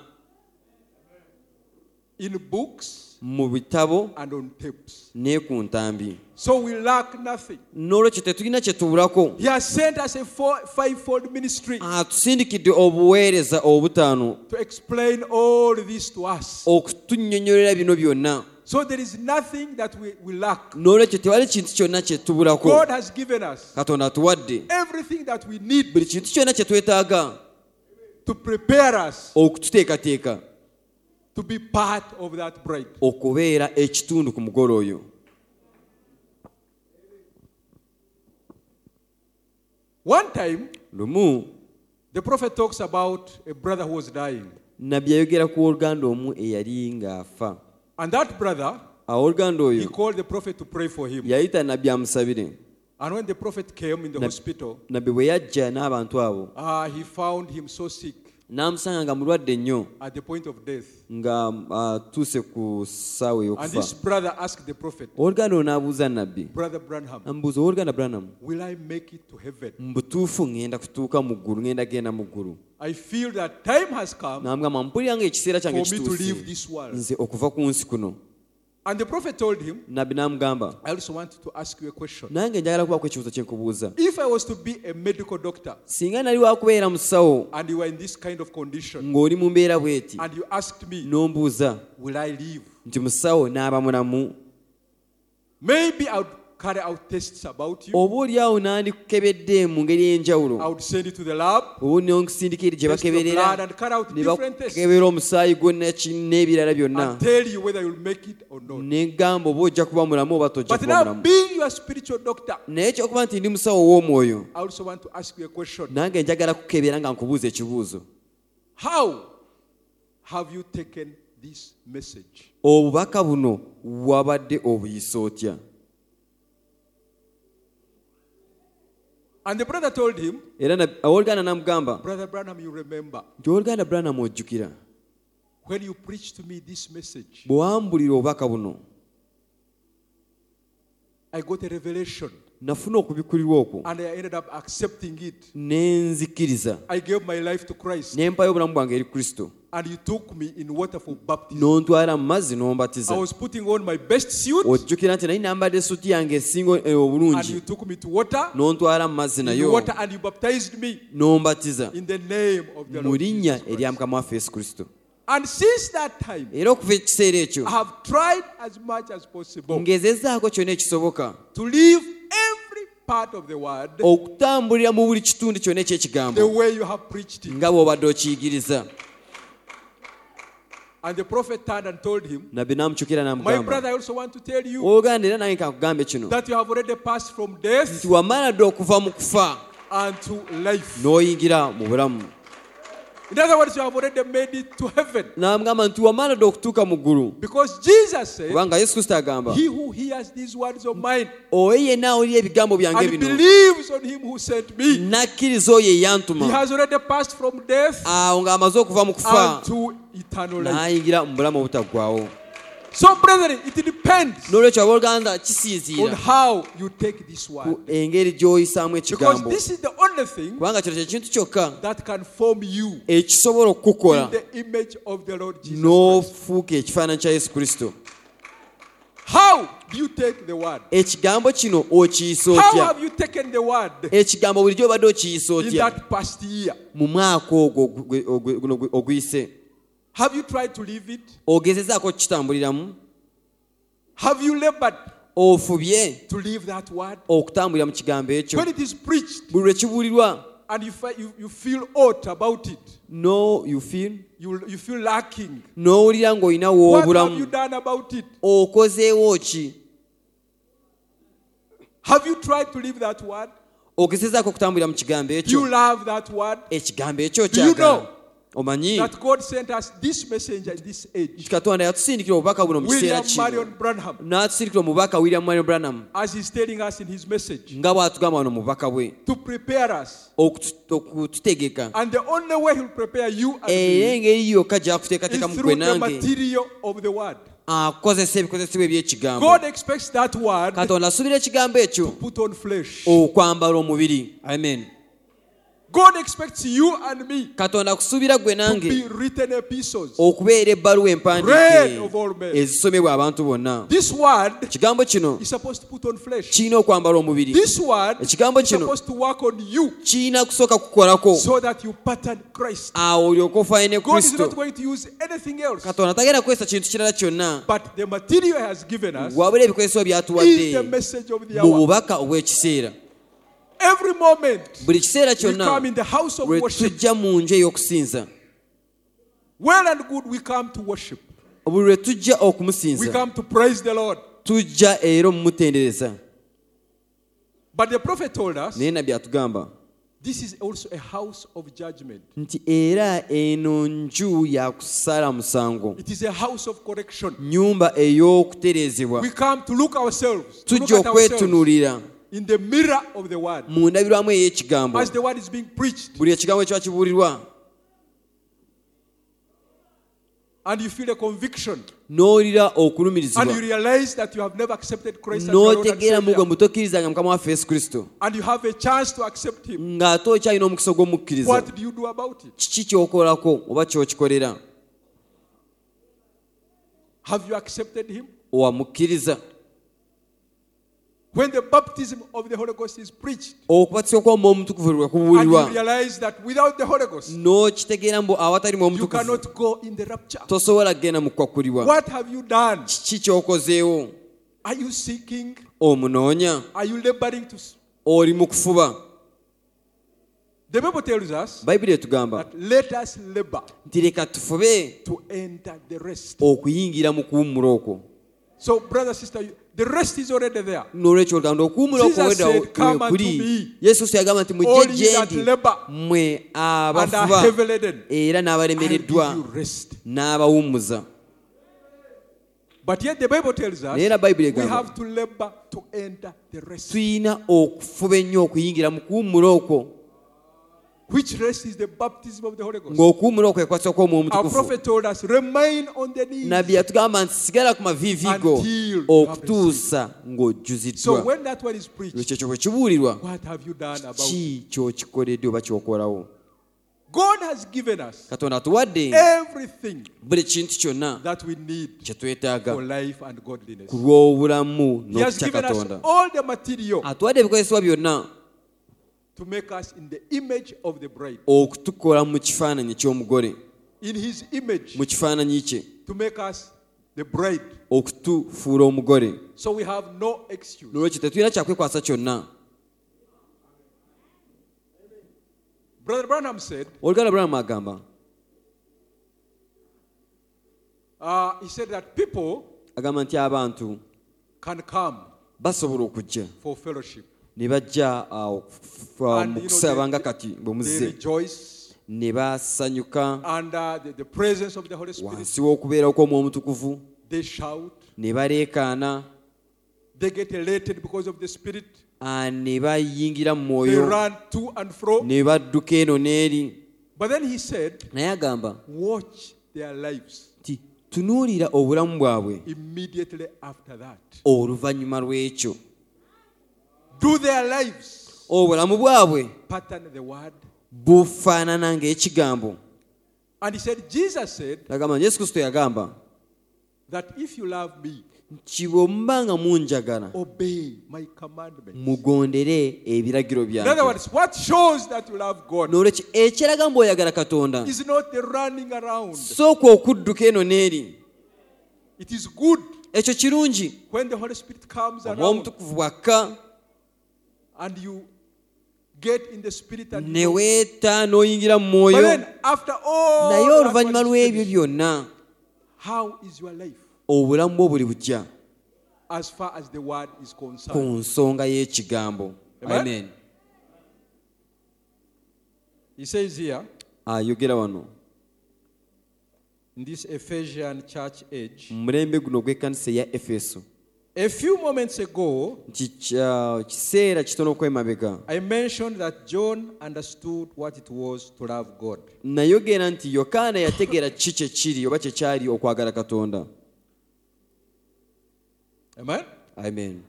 in books
mu bitabo
and on tapes.
ne ku ntambi
So we lack nothing.
n'olwekyo tetulina kye tuwulako
He has sent us a four, fivefold ministry
Ah. atusindikidde obuweereza obutaano
to explain all this to us.
okutunnyonnyolera bino byonna
So there is nothing that we, we lack.
n'olwekyo tewali kintu kyonna kye tubulako
God has given us
katonda atuwadde
everything that we need
buli kintu kyonna kye twetaaga
to prepare us
okututeekateeka
to be part of that bride.
okubeera ekitundu ku mugole oyo
One time,
lumu
the prophet talks about a brother who was dying.
nabbi yayogera ku oluganda omu eyali ng'afa
And that brother,
awo oluganda
he
oyo
called the prophet to pray for him.
yayita nabbi amusabire
And when the prophet came in the
Na-
hospital,
nabbi bwe yajja n'abantu abo
ah, he found him so sick
n'amusanga nga mulwadde nnyo
at the point of death.
nga atuuse ku ssaawa
And
ey'okufa
this brother asked the prophet,
owooluganda oyo n'abuuza nabbi
Brother Branham,
amubuuza owooluganda branam
will I make it to heaven?
mu butuufu ŋŋenda kutuuka mu ggulu ŋŋenda genda mu ggulu
I feel that time has come
n'amugamba mpulira nga ekiseera
for
kyange
me to leave
kituuse
this world.
nze okuva ku nsi kuno
And the prophet told him,
nabbi n'amugamba
I also want to ask you a question.
nange njagala kubaku ekibuuzo kye nkubuuza
If I was to be a medical doctor
singa nali wakubeera musawo
and you were in this kind of condition
ng'oli mu mbeera bw'eti
and you asked me,
Mm. n'ombuuza
will I leave?
nti musawo n'aba mulamu
Maybe I would carry out tests about you.
oba oliawo n'andikukebedde mu ngeri ey'enjawulo
I would send you to the lab,
oba n'okusindika eri gye
test your
bakeberera
blood and carry out
ne
different tests
bakukebera omusaayi gwo neki- n'ebirala byonna
and tell you whether you'll make it or not.
ne ngamba oba ojja kuba mulamu oba tojja
But
kuba
now,
mulamu
being your spiritual doctor,
naye ekyokuba nti ndi musawo w'omwoyo
I also want to ask you a question.
nange njagala kukebera nga nkubuuza ekibuuzo
How have you taken this message?
obubaka buno wabadde obuyisa otya
And the brother told him,
era na- owooluganda n'amugamba
Brother Branham, you remember
nti owooluganda branam ojjukira
when you preached to me this message,
bwe wambulira obubaka buno
I got a revelation
nafuna okubikulirwa okwo
and I ended up accepting it.
ne nzikiriza
I gave my life to Christ
ne mpayo obulamu bwange eri kristo
and you took me in water for baptism.
n'ontwala mu mazzi
I
n'ombatiza
was putting on my best suit
ojjukira nti naye nambadde esuuti yange esinga eh,
and you
obulungi
took me to water,
n'ontwala mu mazzi
in
nayo
water and you baptized me
n'ombatiza
in the name of the
mu
Lord.
linnya
Jesus
erya
Christ.
mukama waffe yesu kristo
And since that time,
era okuva ekiseera ekyo
I have tried as much as possible
ngezezaako kyonna ekisoboka
to live every part of the word
Oh, okutambulira mu buli kitundu kyonna
the
eky'ekigambo
way you have preached it.
nga bw'obadde okiyigiriza
And the prophet turned and told him,
nabbi n'amukyukira
My
n'amugamba
brother, I also want to tell you
owooluganda era nange kakugambe kino
that you have already passed from
nti
death
wamala dde okuva mu kufa
unto life.
n'oyingira mu bulamu
In other words, you have already made it to heaven.
n'amugamba nti wamala dde okutuuka mu ggulu
Because Jesus said,
Eh? kubanga yesu kristo agamba
He who hears these words of mine
oyo yenna awulira ebigambo byange
and
bino
believes on him who sent me,
nakkiriza oyo
he
eyantuma
has already passed from death
awo ng'amaze okuva mu kufa
unto eternal life.
n'ayingira mu bulamu obutaggwawo
So, brethren, it depends
n'olwekyo abooluganda
on
kisinziira
how you take this
ku
word.
engeri gy'oyisaamu
Because
ekigambo
this is the only thing
kubanga kino kye kintu kyokka
that can form you
ekisobola okukukola
in the image of the Lord Jesus Christ.
n'ofuuka ekifaananyi kya yesu kristo
How do you take the word?
ekigambo kino okiyisa
How
otya
have you taken the word
ekigambo bulijjo obadde okiyisa
in
otya
that past year?
mu mwaka ogwo ogu- gwe- ogu- guno gwe- oguyise
Have you tried to live it?
ogezezaako okukitambuliramu
Have you labored
ofubye
to live that word?
okutambulira mu kigambo ekyo
When it is preached
buli lwe kibuulirwa
and you, fi- you, you feel ought about it,
no you feel
you, you feel lacking.
n'owulira ng'olina
What have you
w'obulamu
done about it?
okozeewo ki
Have you tried to live that word?
ogezezaako okutambulira mu kigambo
Do
ekyo
you love that word?
ekigambo ekyo
Do you
kyagala
know
omanyi
That God sent us this messenger in this
nti
age.
katonda yatusindikira obubaka buno mu kiseera
William
kino
Marion Branham,
n'atusindikira omubaka william mario branam
as he's telling us in his message,
nga bw'atugamba wano mubaka bwe
to prepare us.
okutu- okututegeka
And the only way he'll prepare you and
era
me
engeri yokka
is
gyakuteekateekamu
through
gwe
the
nange
material of the word.
akozesa ebikozesebwa eby'ekigambo
God expects that word to
katonda asuubira ekigambo ekyo
put on flesh.
okwambala omubiri amen
God expects you and me
katonda akusuubira gwe
to
nange
be written epistles.
okubeera ebbaluwa
Read
empandiike
of all men.
ezisomebwa abantu bonna
This word
ekigambo kino
is supposed to put on flesh.
kirina okwambala omubiri
This word is
Ekigambo kino.
supposed to work on you
kirina kusooka kukolako
so that you pattern Christ.
awo olyoka ofaane ne
God is not
kristo
going to use anything else.
katonda tagenda kukozesa kintu kirala kyonna
But the material he has given us
wabula ebikozesebwa
is the
byatuwadde
message of the
mu
hour.
bubaka obw'ekiseera
Every moment
buli kiseera
we
kyonna
come in the house of
lwe
worship.
tujja mu nju ey'okusinza
Well and good we come to worship.
buli lwe tujja
We
okumusinza
come to praise the Lord.
tujja era omumutendereza
But the prophet told us
naye nabbi atugamba
this is also a house of judgment.
nti era eno nju yakusala musango
It is a house of correction.
nyumba ey'okutereezebwa
We come to look ourselves, to look
tujja
at ourselves
okwetunuulira
in the mirror of the word.
mu ndabirwamu ey'ekigambo
As the word is being preached,
buli ekigambo ekiba kibuulirwa
and you feel a conviction,
n'owulira
and
okulumirizibwa
you realize that you have never accepted Christ as your Lord and
n'otegeera mugwe
Savior,
mutokkirizanga mukama waffe yesu kristo
and you have a chance to accept Him,
ng'ate okyalina omukisa ogw'omukkiriza
what do you do about it?
kiki ky'okolako oba ky'okikolera
Have you accepted Him?
wamukkiriza
When the baptism of the Holy Ghost is preached,
okubatisa okwomba omutukuvu lwe
and
kubuulirwa
you realize that without the Holy Ghost,
n'okitegeera mbu awatali mu
you
omutukuvu
cannot go in the rapture.
tosobola kgenda mu kukwakulibwa
What have you done?
kiki ky'okozeewo
Are you seeking?
omunoonya
Are you laboring to? s-
oli mu kufuba
The Bible tells us
bayibuli etugamba
that let us labor
nti leka tufube
to enter the rest.
okuyingira mu kuwummula okwo
So, brother, sister, you- the rest is already there.
n'olwekyo oluganda okuwummula
Jesus
okuwedda
said, "Come unto
kuli
me,
yesu kristo yagamba nti
all ye
mujje
that
gyendi
labor
mmwe
And are
abafuba
heavy laden.
era
I'll give
n'abalemereddwa
you rest.
n'abawummuza
But yet the Bible tells us
naye era bayibuli
we
egamba
have to labor to enter the rest.
tulina okufuba ennyo okuyingira mu kuwummula okwo
Which rest is the baptism of the Holy Ghost?
ng'okuwummula okwo ekwasisa kw'omwoyo
Our
omutukuvu
prophet told us, remain on the knees.
nabbi yatugamba nti sigala ku maviivi go
Until you
okutuusa ng'ojjuziddwa
So when that one is preached,
lwekyo kyo bwe kibuulirwa
what have you done about
ki
it?
ky'okikoledde oba ky'okolawo
God has given us
katonda atuwadde
Eh! everything
buli kintu kyonna
that we need
kye twetaaga
for life and godliness.
ku lw'obulamu
He has
n'okutya
given us
katonda
all the material
atuwadde ebikozesebwa byonna
to make us in the image of the bride,
okutukola mu kifaananyi ky'omugore
in his image,
mu kifaananyi kye
to make us the bride.
okutufuula omugore
So we have no excuse.
nolwekyo tetulina kyakwekwasa kyonna
Brother Branham said,
oluganda buramu agamba
uh, he said that people
agamba nti abantu
can come
basobola okujja
for fellowship.
ne bajja awo kufa- mu kusaaba nga kati bwe
they
muze
rejoice
ne basanyuka
Ah! under the, the presence of the Holy Spirit.
wansi w'okubeerawo kw'omwoyo omutukuvu
They shout.
ne baleekaana
They get elated because of the Spirit.
ah, ne bayingira mu
They
mwoyo
run to and fro.
ne badduka eno n'eri
But then he said,
naye agamba
watch their lives
nti tunuulira obulamu bwabwe
immediately after that.
oluvannyuma lw'ekyo
Do their lives
obulamu bwabwe
pattern the word.
bufaanana ng'ekigambo
And he said, Jesus said
agamba yesu kristo yagamba
that if you love me,
nti bwe muba nga munjagala
obey my commandment.
mugondere ebiragiro
In other
byange
words, what shows that you love God
nolwekyo ekiraga mbu oyagala katonda
is not the running around.
sooka okudduka eno n'eri
It is good
ekyo kirungi
when the Holy Spirit comes
omwoyo
around
omutukuvu bwakka
and you get in the Spirit and you
ne
know.
weeta n'oyingira mu
But
mwoyo
then, after all,
naye
that
oluvannyuma
one is
lw'ebyo
finished,
byonna
how is your life
obulamu bwo buli bujja
as far as the word is concerned?
ku nsonga y'ekigambo
Amen.
amen
He says here
ayogera wano
in this Ephesian church age.
mu mulembe guno gw'ekkanisa eya efeso
A few moments ago,
nti kya- kiseera kitono okwemabega
I mentioned that John understood what it was to love God.
nayogera nti yokaana yategeera ki kyekiri oba kyekyali okwagala katonda
Amen?
amen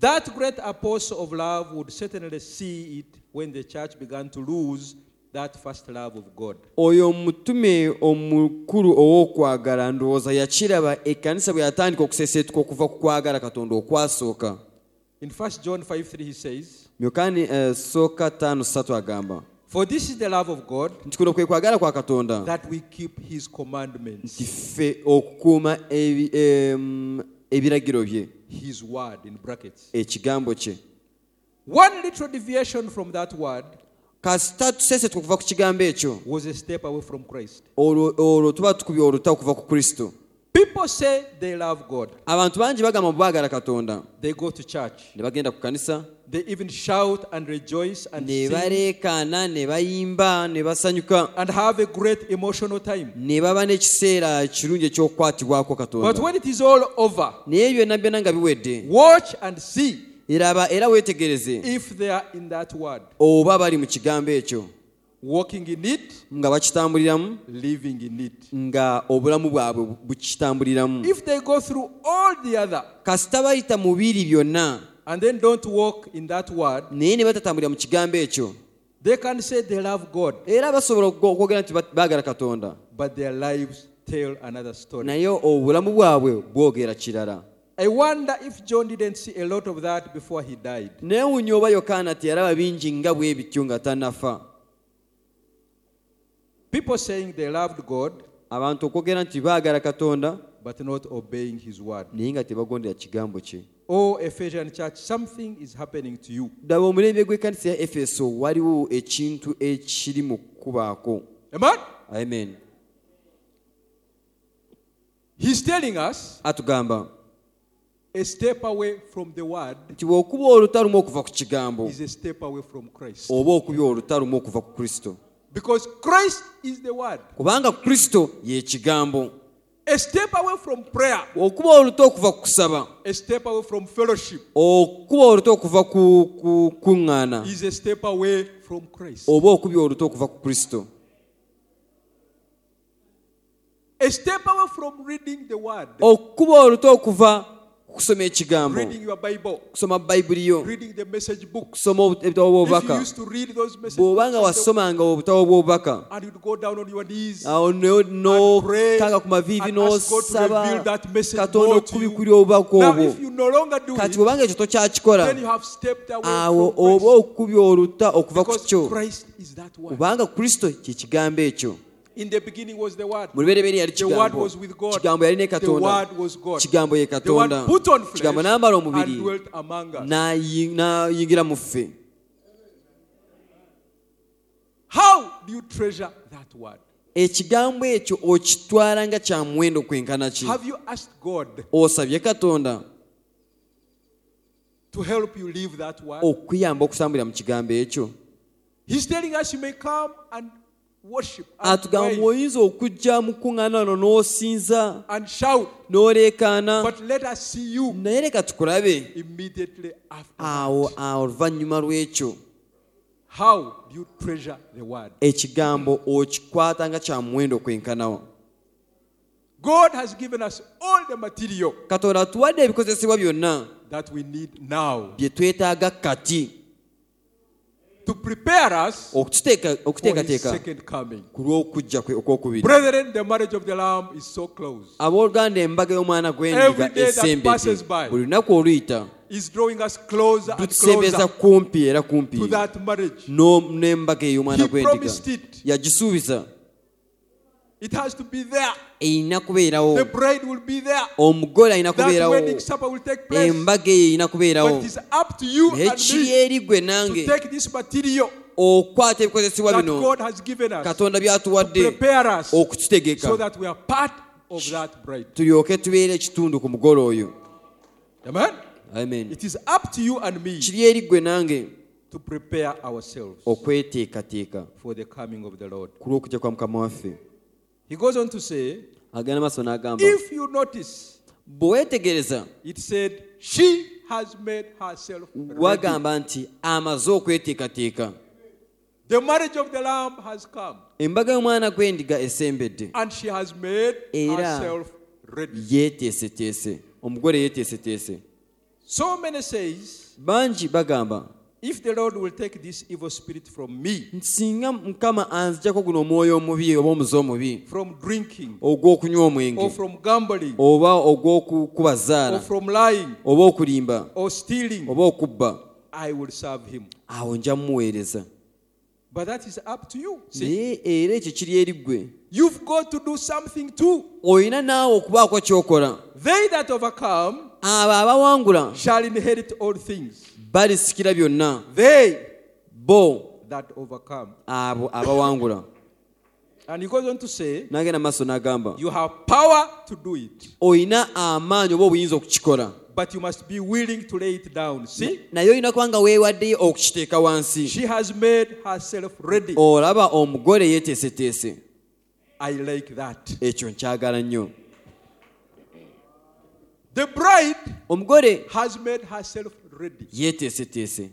That great apostle of love would certainly see it when the church began to lose that first love of God.
oyo omutume omukulu ow'okwagala ndowooza yakiraba ekkanisa e bwe yatandika okuseeseetuka okuva ku kwagala katonda okwasooka
In 1 John 5 3, he says,
myokaani eh, sooka 53 agamba
For this is the love of God,
nti kuno kwe kwagala kwa katonda
that we keep his commandments,
nti ffe okukuuma ebi- em, ebiragiro bye
his word, in brackets.
ekigambo kye
One little deviation from that word
kasita tuseesetuka okuva ku kigambo ekyo
was a step away from Christ.
olwo olwo tuba tukubye oluta okuva ku kristo
People say they love God.
abantu bangi bagamba mu baagala katonda
They go to church.
ne bagenda ku kanisa
They even shout and rejoice and
ne
sing
baleekaana ne bayimba ne basanyuka
and have a great emotional time.
ne baba n'ekiseera kirungi eky'okukwatibwako
But
katonda
when it is all over,
naye byonna byonna nga biwedde
watch and see
eraba era weetegereze
if they are in that word,
oba bali mu kigambo ekyo
walking in it,
nga bakitambuliramu
living in it.
nga obulamu bwabwe bukitambuliramu
If they go through all the other
kasita bayita mu biri byonna
and then don't walk in that word,
naye ne batatambulira mu kigambo ekyo
they can say they love God,
era basobola okwo- okwogera nti ba- baagala katonda
but their lives tell another story.
naye obulamu bwabwe bwogera kirala
I wonder if John didn't see a lot of that before he died.
neewunya oba yokaana teyalaba bingi nga bwe bityo nga tannafa
People saying they loved God,
abantu okwogera nti baagala katonda
but not obeying his word.
naye nga tebagondera kigambo kye
Oh, Ephesian church, something is happening to you.
ddaba omulembe gw'ekkanisa ya efeso waliwo ekintu ekiri mu kukubaako
Amen?
amen
He's telling us
atugamba
a step away from the word
nti bw'okuba olutalumu okuva ku kigambo
is a step away from Christ.
oba okubya olutalumu okuva ku kristo
Because Christ is the word.
kubanga kristo ye kigambo
A step away from prayer,
okuba oluta okuva ku kusaba
a step away from fellowship
okuba oluta okuva ku ku- kuŋŋaana
is a step away from Christ.
oba okubya oluta okuva ku kristo
A step away from reading the word,
okuba oluta okuva ku kusoma ekigambo
reading your Bible,
kusoma bayibuli yo
reading the message book.
kusoma obu- ebitabo
If you
bw'obubaka
used to read those
bw'oba nga
messages
wasomanga obutabo bw'obubaka
and you'd go down on your knees,
awo
And pray
nokanga ku maviivi
and ask God to reveal
n'osaba
that message
katonda
more to you.
okubikulya obubaka
Now,
obwo
if you no longer do
kati Ah,
it,
bwobanga ekyo
then
tokyakikola
you have stepped away
awo
from
oba
Christ.
okubya oluta okuva ku
Because
kyo
Christ is that word.
kubanga kristo kye kigambo ekyo
In the beginning was the word.
mu lubereberye yali
The word
kigambo
was with God.
kigambo yali ne
The
katonda
word was God.
kigambo ye
The word
katonda
put on flesh
kigambo n'amala
and
omubiri
dwelt among us.
n'ayi- n'ayingira mu ffe
How do you treasure that word?
ekigambo ekyo okitwala nga kya muwendo kwenkana ki
Have you asked God
osabye katonda
to help you live that
Oh.
word?
okuyamba okusambulira mu kigambo ekyo
He's telling us you may come and worship and,
atugamba
pray
oyinza okujja mu kuŋŋaanano n'osinza
and shout,
n'oleekaana
but let us see you
naye leka tukulabe
immediately after.
awo awo oluvannyuma lw'ekyo
How do you treasure the word?
ekigambo okikwata nga kya muwendo kwenkanawo
God has given us all the material
katonda atuwadde ebikozesebwa byonna
that we need now
bye twetaaga kati
to prepare
Oh,
us
okututeeka-
for his
okuteekateeka
second coming.
ku lw'okujja kwe okwokubiri
Brethren, the marriage of the Lamb is so close.
abooluganda embaga y'omwana gw'endiga
Every day that
esembedde
passes by.
buli lunaku oluyita
It's drawing us closer and
tutusembeza
closer
kumpi era kumpi
to that marriage.
n'o- n'embaga ey'omwana
He
gw'endiga
promised it.
yagisuubiza
It has to be there.
erina kubeerawo
The bride will be there.
omugole alina
That
kubeerawo
wedding supper will take place.
embaga eyo erina
But
kubeerawo
it is up to you
naye
and
kiri
me
eri gwe
to
nange
take this material
okwata ebikozesebwa
that
bino
God has given us.
katonda byatuwadde
Prepare us so
okututegeka
that we are part of that bride.
tulyoke tubeere ekitundu ku mugole oyo
Amen.
amen
It is up to you and me
kiri eri gwe nange
to prepare ourselves
okweteekateeka
for the coming of the Lord.
ku lw'okujja kwa mukama waffe
He goes on to say,
agana maaso n'agamba
if you notice,
bwe weetegereza
it said, she has made herself ready.
wagamba nti amaze okweteekateeka
The marriage of the Lamb has come,
embaga y'omwana gw'endiga esembedde
and she has made
Era-
herself ready.
yeeteeseteese omugole yeeteeseteese
So many says,
bangi bagamba
if the Lord will take this evil spirit from me,
nti singa mukama anzigyako guno omwoyo omubi oba omuze omubi
from drinking,
ogw'okunywa omwenge
or from gambling,
oba ogw'okukuba zaala
or from lying,
oba okulimba
or stealing,
oba okubba
I will serve him.
awo nja mumuweereza
But that is up to you. See,
naye era ekyo kiri eri ggwe
you've got to do something too.
olina naawe okubaako kyokola
They that overcome
abo abawangula
shall inherit all things.
balisikira byonna
They
bo
that overcome.
abo abawangula
And he goes on to say,
nagenda mu maaso n'agamba
you have power to do it,
olina amaanyi oba obuyinza okukikola
but you must be willing to lay it down. See,
naye olina kuba nga weewaddeyo okukiteeka wansi
she has made herself ready.
olaba omugole yeeteeseteese
I like that.
ekyo nkyagala nnyo
The bride
omugole
has made herself ready.
yeeteeseteese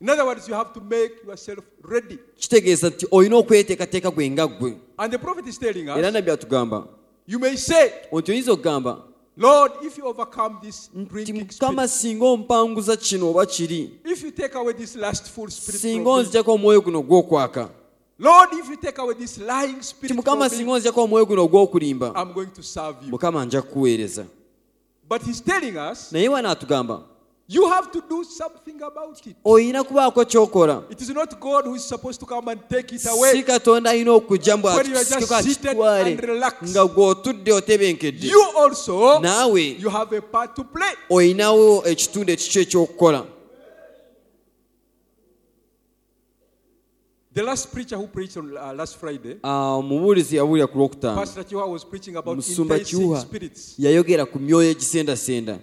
In other words, you have to make yourself ready.
kitegeeza nti olina okweteekateeka gwe nga ggwe
And the prophet is telling
era
us,
nabbi atugamba
you may say,
nti oyinza okugamba
Lord, if you overcome this
nti
drinking spirit,
mukama singa ompanguza kino oba kiri
if you take away this lustful spirit,
singa
from me,
onzijako omwoyo guno ogw'okwaka
Lord, if you take away this lying
ti
spirit,
mukama
from me,
singa onzijako omwoyo guno ogw'okulimba
I'm going to serve you.
mukama nja kukuweereza
But he's telling us,
naye wano atugamba
you have to do something about it.
olina kubaako kyokola
It is not God who is supposed to come and take it
si
away.
katonda alina okujja mbw
When you are just
akusikeko
seated
akitwale
and relaxed.
nga gw'otudde otebenkedde
You also,
naawe
you have a part to play.
olinawo ekitundu ekikyo ekyokukola
The last preacher who preached on uh, last Friday,
Ah, omubuulizi yabuulira ku lwokutaano
Pastor Chiwa was preaching about
omusumba
enticing
kiwa
spirits.
yayogera ku myoyo egisendasenda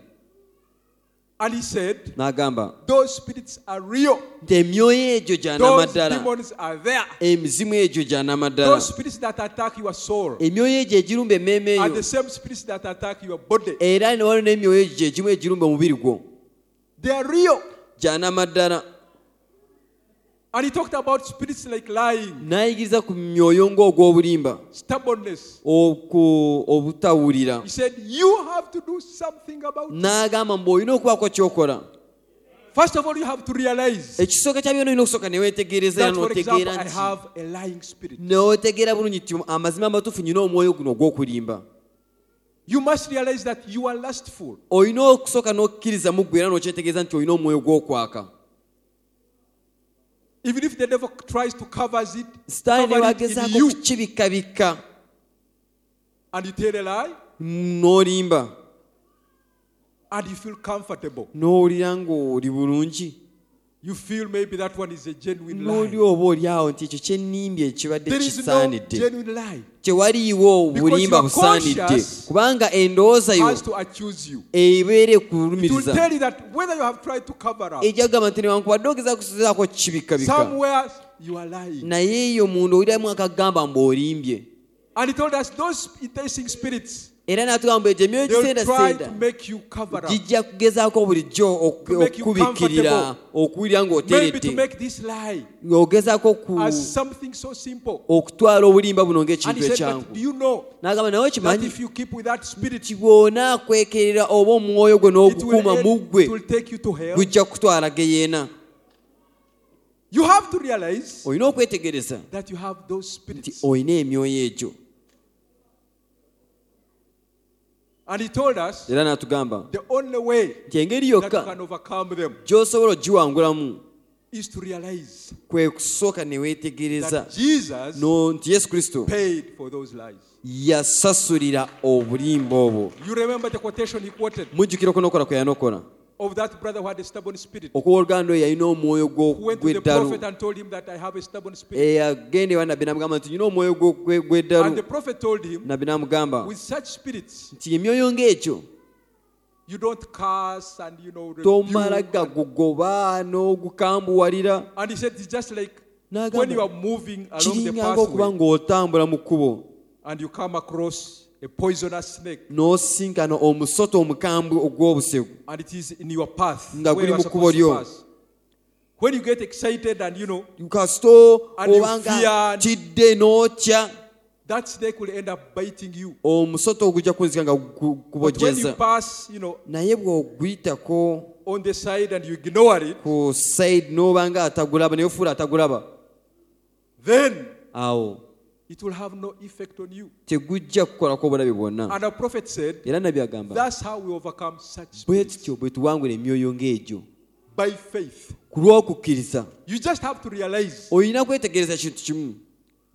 And he said,
n'agamba
those spirits are real.
nti emyoyo egyo gyanama
Those
ddala
demons are there.
emizimu egyo gyanama ddala
Those spirits that attack your soul
emyoyo egyo egirumba emmeeme
are
eyo
the same spirits that attack your body.
era newaliwo n'emyoyo egyo egimu egirumba omubiri gwo
They are real.
gyanama ddala
And he talked about spirits like lying,
n'ayigiriza ku myoyo ng'ogw'obulimba
stubbornness.
oku- obutawulira
He said, You have to do something about it.
n'agamba mbu olina okubaako kyokola
First of all, you have to realize
ekisooka kya byona olina okusooka ne weetegereza era
that, for example,
n'otegeera
I
nti
have a lying spirit.
n'otegeera bulungi nti amazima amatuufu nyina omwoyo guno ogw'okulimba
You must realize that you are lustful.
olina okusooka n'okukkiriza mu ggwe era n'okyetegeeza nti olina omwoyo gw'okwaka
Even if the devil tries to cover it,
sitaani
cover
ne
it in
wagezaako
you,
okukibikkabikka
and you tell a lie,
n'olimba
and you feel comfortable.
n'owulira ng'oli bulungi
You feel maybe that one is a genuine
n'oli
lie.
oba oli awo nti ekyo kyennimbye ekibadde
There is no
kisaanidde
genuine lie
tewaliiwo bulimba
your
busaanidde
conscience
kubanga endowooza yo
has to accuse you.
ebeera
It will
ekulumiriza
tell you that whether you have tried to cover up,
egyagamba nti newankubadde ogeza kusaako kibikkabikka
somewhere you are lying.
naye eyo munda owuliramu akagamba mbu olimbye
And he told us those enticing spirits,
era n'atugamba egyo emyoyo
they will try
gisendasenda
to make you cover up.
gijja kugezaako bulijjo ok-
To make you
okukubikirira
comfortable.
okuwulira
Maybe to
ng'oteredde
make this lie
ogezaako oku-
as something so simple.
okutwala obulimba buno
And he
ng'ekintu
said,
ekyangu
But do you know
n'agamba nawe
that
okimanyi
if you keep with that spirit,
ti bw'onaakwekerera oba omwoyo gwe
it will,
n'ogukuuma
end,
mu ggwe
it will take you to hell?
gujja kutwala geyeena
You have to realize
olina okwetegereza
that you have those
nti
spirits.
olina emyoyo egyo
And he told us
era n'atugamba
the only way Oh,
nti engeri
that you
yokka
can overcome them
gy'osobola ogiwangulamu
is to realize
kwe kusooka ne weetegereza
that Jesus
no nti yesu kristo
paid for those lies.
yasasulira obulimba obwo
You remember the quotation he quoted
mujjukira okunokola kwe yanokola
of that brother who had a stubborn spirit,
okuba oluganda oyo yalina omwoyo
who went to the prophet
gw'eddalu
and told him that I have a stubborn spirit.
eyagenda Eh, ewa nabbi n'amugamba nti nyina omwoyo gwo- gwe-
And the
gw'eddalu
prophet told him,
nabbi n'amugamba
with such spirits,
nti emyoyo ng'ekyo
you don't curse and you know
tomala
rebuke.
gagugoba n'ogukambuwalira
And he said it's just like
N'agamba,
when you are moving along the
kiringa ng'okuba
pathway
ng'otambula mu kkubo
and you come across a poisonous snake
n'osinkana omusota omukambwe ogw'obusegu
and it is in your path
Nga
where you
guli
are
mu kkubo
supposed to
lyo.
pass. When you get excited and you know
kasito
And you
oba nga
feared.
tidde n'otya
that snake will end up biting you.
omusota ogujja kunzika nga guku-
But when you
kubojeza
pass, you know,
naye bw'oguyitako
on the side and you ignore it,
ku side n'oba nga atagulaba naye ofuula atagulaba
then
awo
it will have no effect on you.
tegujja kukolako obulabe bwonna
And our prophet said,
era nabbi agamba
that's how we overcome such
bwe
spirits
tutyo bwe tuwangula emyoyo ng'egyo
by faith.
ku lw'okukkiriza
You just have to realize
olina kwetegereza kintu kimu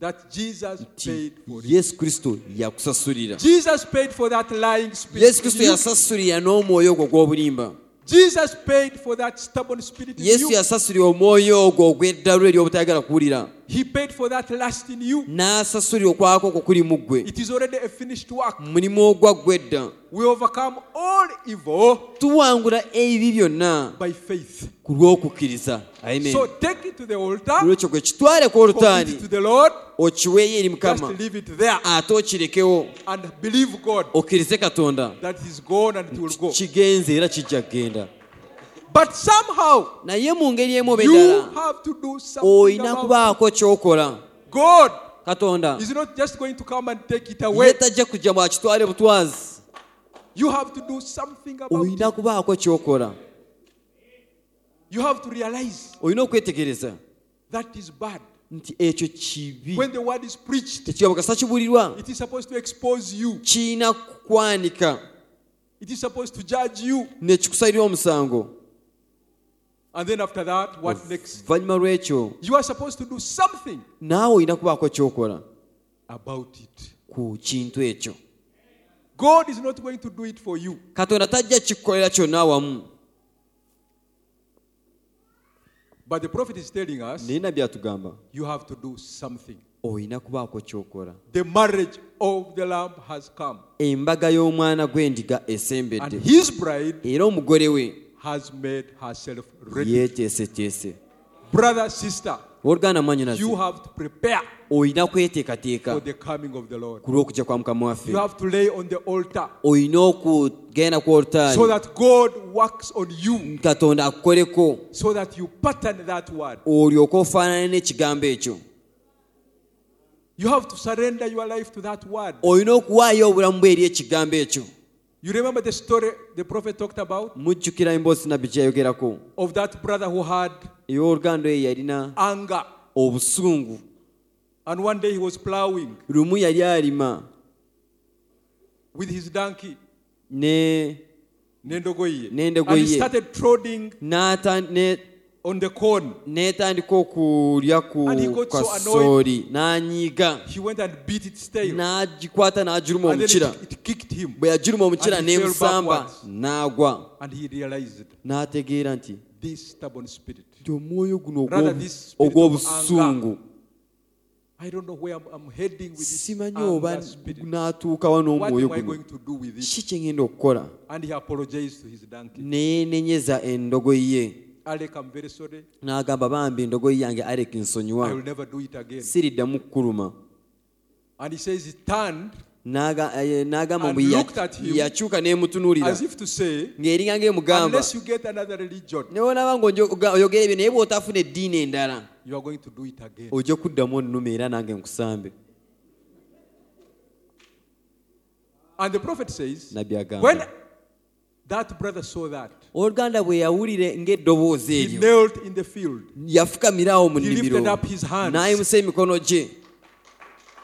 that Jesus
ti
paid for it.
yesu kristo yakusasulira
Jesus paid for that lying spirit.
yesu kristo
in you.
yasasulira n'omwoyo ogwo ogw'obulimba
Jesus paid for that stubborn spirit in
yesu
you.
yasasulira omwoyo ogwo ogw'eddalu ery'obutayagala kuwulira
He paid for that lust in
Mm.
you.
n'asasulira okwako okwo kuli mu ggwe
It is already a finished work.
mulimu ogwaggwe edda
We overcome all evil
tuwangula ebibi byonna
by faith.
ku lw'okukkiriza amen
So take it to the altar,
olwekyo gwe kitwaleko
commit
olutaani
it to the Lord,
okiweeyo eri
just
mukama
leave it there
ate okirekewo
and believe God
okkirize katonda
that He's gone and it will go.
kigenze era kijja kgenda
But somehow,
naye mu ngeri emu oba
you
endala
have to do something
olina
about it.
kubaako kyokola
God
katonda
is not just going to come and take it away.
ye tajja kujja bwakitwale butwazi
You have to do something about it.
olina kubaako kyokola
You have to realize
olina okwetegereza
that is bad.
nti ekyo kibi
When the word is preached,
ekigambo kasa kibuulirwa
it is supposed to expose you.
kiina kukwanika
It is supposed to judge you.
nekikusalira omusango
And then after that, what next?
oluvannyuma lw'ekyo
You are supposed to do something
naawe olina kubaako kyokola
about it.
ku kintu ekyo
God is not going to do it for you.
katonda tajja kikukolera kyonna wamu
But the prophet is telling us
naye nabbi atugamba
you have to do something.
olina kubaako kyokola
The marriage of the Lamb has come,
embaga y'omwana gw'endiga esembedde
and his bride
era omugole we
has made herself ready.
yeeteeseteese
Brother, sister,
oluganda mwanyinaze
you have to prepare
olina
for
kweteekateeka
the coming of the Lord.
ku lw'okujja kwa mukama waffe
You have to lay on the altar
olina okugenda ku
so
olutaali
that God works on you,
katonda akukoleko
so that you pattern that word.
olyoke ofaanane n'ekigambo ekyo
You have to surrender your life to that word.
olina okuwaayo obulamu bwe eri ekigambo ekyo
You remember the story the prophet talked about
mujjukira emboozi nabbi gye yayogerako
of that brother who had
ey'oluganda oyo yalina
anger,
obusungu
and one day he was plowing
lumu yali alima
with his donkey.
ne
Nendogoye. And
Nendogoye.
he started trotting
n'ata- ne-
on the corn.
n'etandika okulya ku
And he got so
kasooli n'anyiiga
He went and beat its tail.
n'agikwata n'agiruma
and then
omukira
it, it kicked him.
bwe yagiruma omukira
And he fell
n'emusamba
backwards.
n'agwa
And he realized
n'ategeera nti
this stubborn spirit.
nti omwoyo guno ogw'obu-
Rather this spirit
ogw'obusungu
I don't know where I'm, I'm heading with this
simanyi
anger
oba
spirit.
n'atuuka wa
What
n'omwoyo
am I
guno
going to do with it?
ki kye ngenda okukola
And he apologized to his donkey.
neenenyeza endogoyi ye
Alec, I'm very sorry.
n'agamba bambi endogoyi yange alek nsonyiwa
I will never do it again.
siriddamu kukuluma
And he says he turned
N'aga- eh, n'agamba
And
mbu ya-
looked at him
yakyuka nemutunuulira
as if to say,
ng'eringa ng'emugamba
unless you get another religion,
naye onaaba ng'oyogera ebyo naye bw'otafuna eddiini endala
you are going to do it again.
ojja kuddamu onnuma era nange nkusambe
And the prophet says,
nabbi
when
agamba
that brother saw that,
oluganda bwe yawulire ng'eddoboozi
he
eryo
knelt in the field
yafukamiraawo mu
He
nnimiro
lifted up his hands.
n'ayimusa emikono gye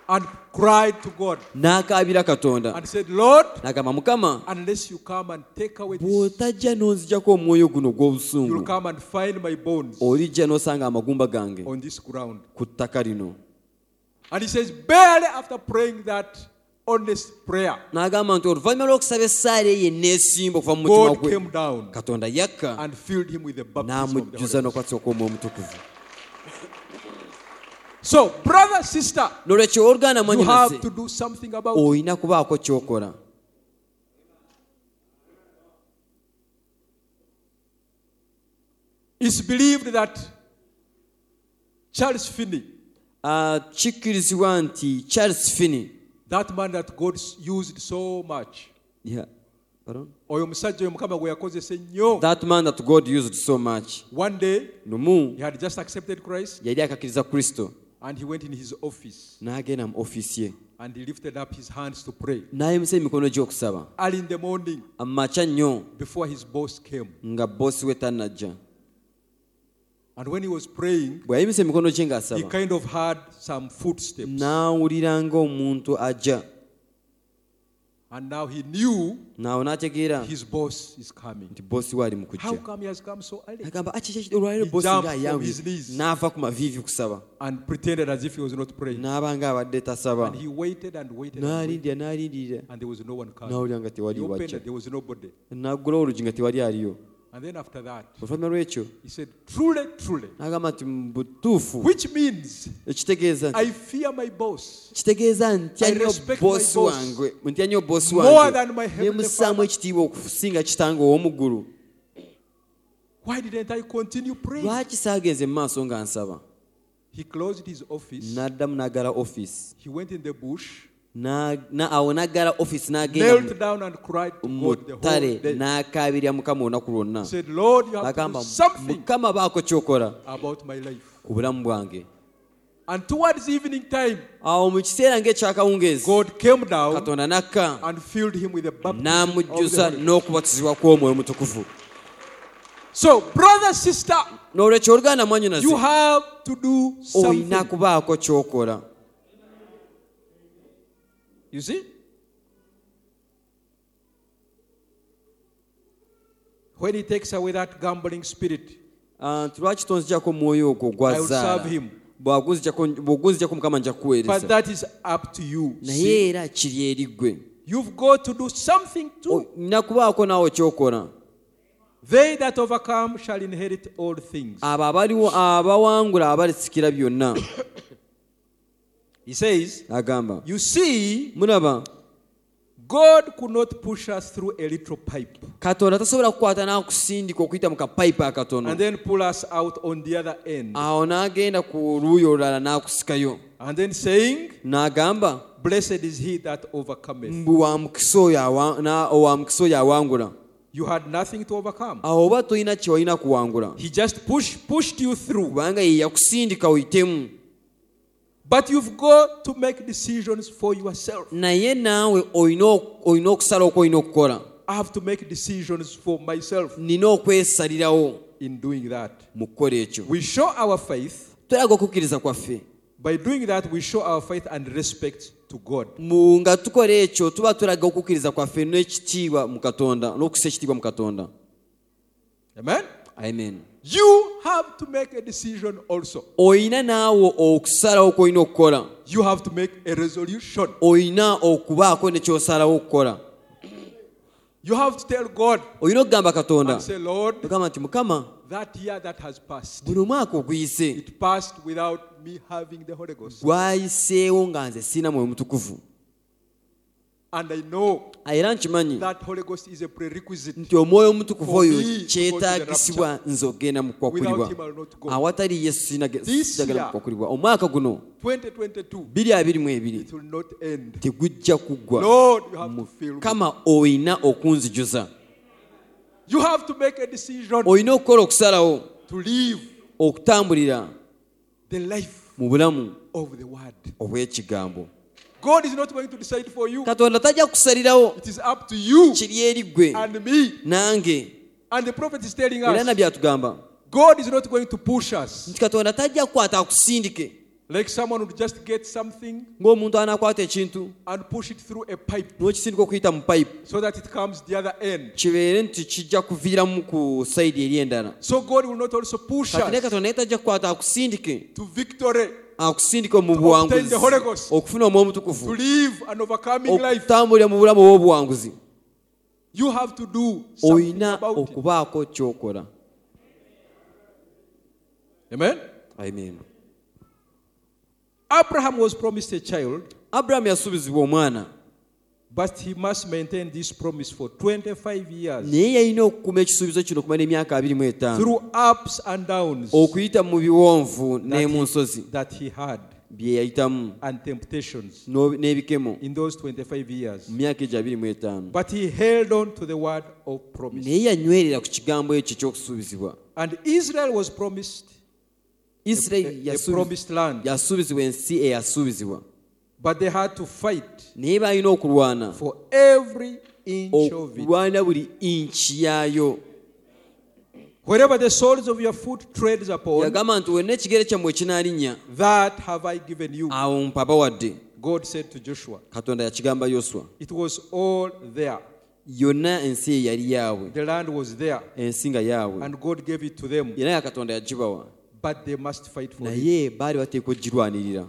and cried to God
n'akaabira katonda
and said, Lord,
n'agamba mukama
unless you come and take away this,
bw'otajja n'onzijjako omwoyo guno
you'll
ogw'obusungu
come Oh. and find my bones
olijja n'osanga amagumba gange
on this ground.
ku ttaka lino
And he says, barely after praying that honest prayer,
n'agamba nti oluvannyuma lw'okusaba essaala eyo enneesimba okuva mu mutima
God
gwe
came down
katonda yakka
and filled him with the baptism of the Holy
n'amujjuza
Spirit.
n'okwatisa okw'omwoyo omutukuvu
So, brother, sister,
nolwekyo oluganda
you
mwanyinaze
have to do something about it.
olina kubaako kyokola
It's believed that Charles Finney,
Ah, kikkirizibwa nti charles fini
that man that God s- used so much,
Yeah. Pardon?
oyo omusajja oyo mukama gwe yakozesa ennyo
that man that god used so much
one day
lumu
he had just accepted christ
yali akakkiriza kristo
and he went in his office
n'agenda mu ofiisi ye
and he lifted up his hands to pray.
n'ayimusa emikono gye okusaba
Early in the morning,
amakya nnyo
before his boss came,
nga boosi we tannajja
and when he was praying,
bwe yayimusa emikono gye
he
ng'asaba
kind of heard some footsteps.
n'awulira ng'omuntu ajja
And now he knew
naawe n'ategeera
his boss is coming.
nti boosi we ali mu kujja
How come he has come so early?
agamba akiki olwaliro
He
boosi
jumped
nga
from
ayanguye
his knees.
n'ava ku maviivi kusaba
And pretended as if he was not praying.
n'aba ng'abadde tasaba
And he waited and waited and waited,
n'alindirira n'alindirira
and there was no one coming.
n'awulira nga
He
tewali
opened
wajja
it, there was nobody.
n'aggulawo oluggi nga tewali aliyo
And then after that,
oluvannyuma lw'ekyo
he said, Truly, truly.
n'agamba nti mu butuufu
Which means
ekitegeeza nti
I fear my boss
kitegeeza ntya
I
nnyo
respect my
boosi
boss
wange ntya nnyo boosi
more
wange
than my heavenly
nemussaamu
father.
ekitiibwa okusinga kitange ow'omu ggulu
Why didn't I continue praying?
lwaki saagenze mu maaso nga nsaba
He closed his office.
n'addamu n'aggala office
He went in the bush,
Na- na- awo n'aggala office n'agenda
knelt down and cried to
mu
God the whole
ttale
day.
n'akaabirya mukama olunaku lwonna
Said, Lord, you have to
agamba
do something
mukama baako kyokola
about my life.
ku bulamu bwange
And towards evening time,
awo mu kiseera ng'ekyakawungeezi
God came down
katonda n'akka
and filled him with a baptism. Of the
n'amujjuza
Holy Ghost.
n'okubatizibwa kw'omwoyo mutukuvu
So, brother, sister,
n'olwekyo oluganda mwanyonaze
you have to do
olina
something.
kubaako kyokola
You see? When he takes away that gambling spirit,
Ah, nti lwaki tonzijako omwoyo ogwo
I will
gwazaala
serve him.
bw'ogunzijako mukama nja
but
kukuweereza
that is up to you. See?
naye era kiri eri ggwe
You've got to do something too.
olina kubaako naawe kyokola
They that overcome shall inherit all things.
abo abaliwo abawangula abalisikira byonna
He says,
agamba
You see,
mulaba
God could not push us through a little pipe
katonda tasobola kukwata n'akusindika okuyita mu kapayipe
and
akatono
then pull us out on the other end.
awo n'agenda ku luuyi olulala n'akusikayo
And then saying,
n'agamba
Blessed is he that overcometh.
mbu wa mukisa oyo awa- na- owa mukisa oyo awangula
You had nothing to overcome.
awo oba tolina kye walina kuwangula
He just push, pushed you through.
kubanga ye yakusindika oyitemu
But you've got to make decisions for yourself.
naye naawe olina ok- olina okusala okwo olina okukola
I have to make decisions for myself
nina okwesalirawo
in doing that.
mu kukola ekyo
We show our faith.
tweraga okukkiriza kwaffe
By doing that, we show our faith and respect to God.
mu nga tukola ekyo tuba tulaga okukkiriza kwaffe n'ekitiibwa mu katonda n'okusa ekitiibwa mu katonda
Amen?
amen
You have to make a decision also.
olina naawe okusalawo kwolina okukola
You have to make a resolution.
olina okubaako ne kyosalawo okukola
You have to tell God
olina okugamba katonda
and say, Lord,
ogamba nti mukama
that year that has passed,
buli omwaka oguyise
it passed without me having the Holy Ghost.
gwayiseewo nga nze siina mwoyo mutukuvu
And I know
era nkimanyi
that Holy Ghost is a prerequisite.
nti omwoyo omutukuvu
For
oyo
me,
kyetaagisibwa nze okgenda mu kwakulibwa
Without him I will not go.
awatali yesu sinage-
This
sinagenda mu
year.
kwakulibwa omwaka guno
2022,
222
it will not end.
tegujja kuggwa
Lord, you have to fill me.
kama olina okunzijuza
You have to make a decision
olina okukola okusalawo
to live
okutambulira
the life
mu bulamu
of the Word.
obw'ekigambo
God is not going to decide for you.
katonda tajja kusalirawo
It is up to you
kiri eri ggwe
and me.
nange
And the prophet is telling
era
us
nabyo atugamba
God is not going to push us
nti katonda tajja kukwata akusindike
like someone would just get something
ng'omuntu anaakwata ekintu
and push it through a pipe
n'okisindika okuyita mu payipu
so that it comes the other end.
kibeere nti kijja kuviiramu ku sayidi eri endala
So God will not also push
kati ne
us
katonda naye tajja kukwata akusindike
to victory,
akusindike mu
obtain
buwanguzi
the Holy Ghost.
okufuna omwoyo
to
omutukuvu
live an
Oh.
overcoming life.
okutambulira mu bulamu obw'obuwanguzi
You have to do something
olina
about it.
okubaako kyokola
Amen.
amen
Abraham was promised a child,
aburahamu yasuubizibwa omwana
but he must maintain this promise for 25 years
naye yalina okukuuma ekisuubizo kino okumala emyaka 25
through ups and downs
okuyita mu biwonvu
that
ne mu nsozi
he, that he had
bye yayitamu
and temptations
n'o- n'ebikemo
in those 25 years.
mu myaka egyo 25
But he held on to the word of promise.
naye yanywerera ku kigambo ekyo ky'okusuubizibwa
And Israel was promised a,
isirayiri
a- a promised land,
yasuubizibwa ensi eyasuubizibwa
But they had to fight
naye baalina okulwana
for every inch
Oh,
of it.
okulwana buli inki yaayo
Wherever the soles of your foot treads upon,
yagamba nti wenna ekigere kyammwe ekinaalinya
that have I given you.
awo mpaba wadde
God said to Joshua.
katonda yakigamba yoswa
It was all there.
yonna ensi ye yali yaabwe
The land was there,
ensi nga yaabwe
and God gave it to them.
era nga katonda yagibawa
But they must fight for it.
naye baali bateekwa ogirwanirira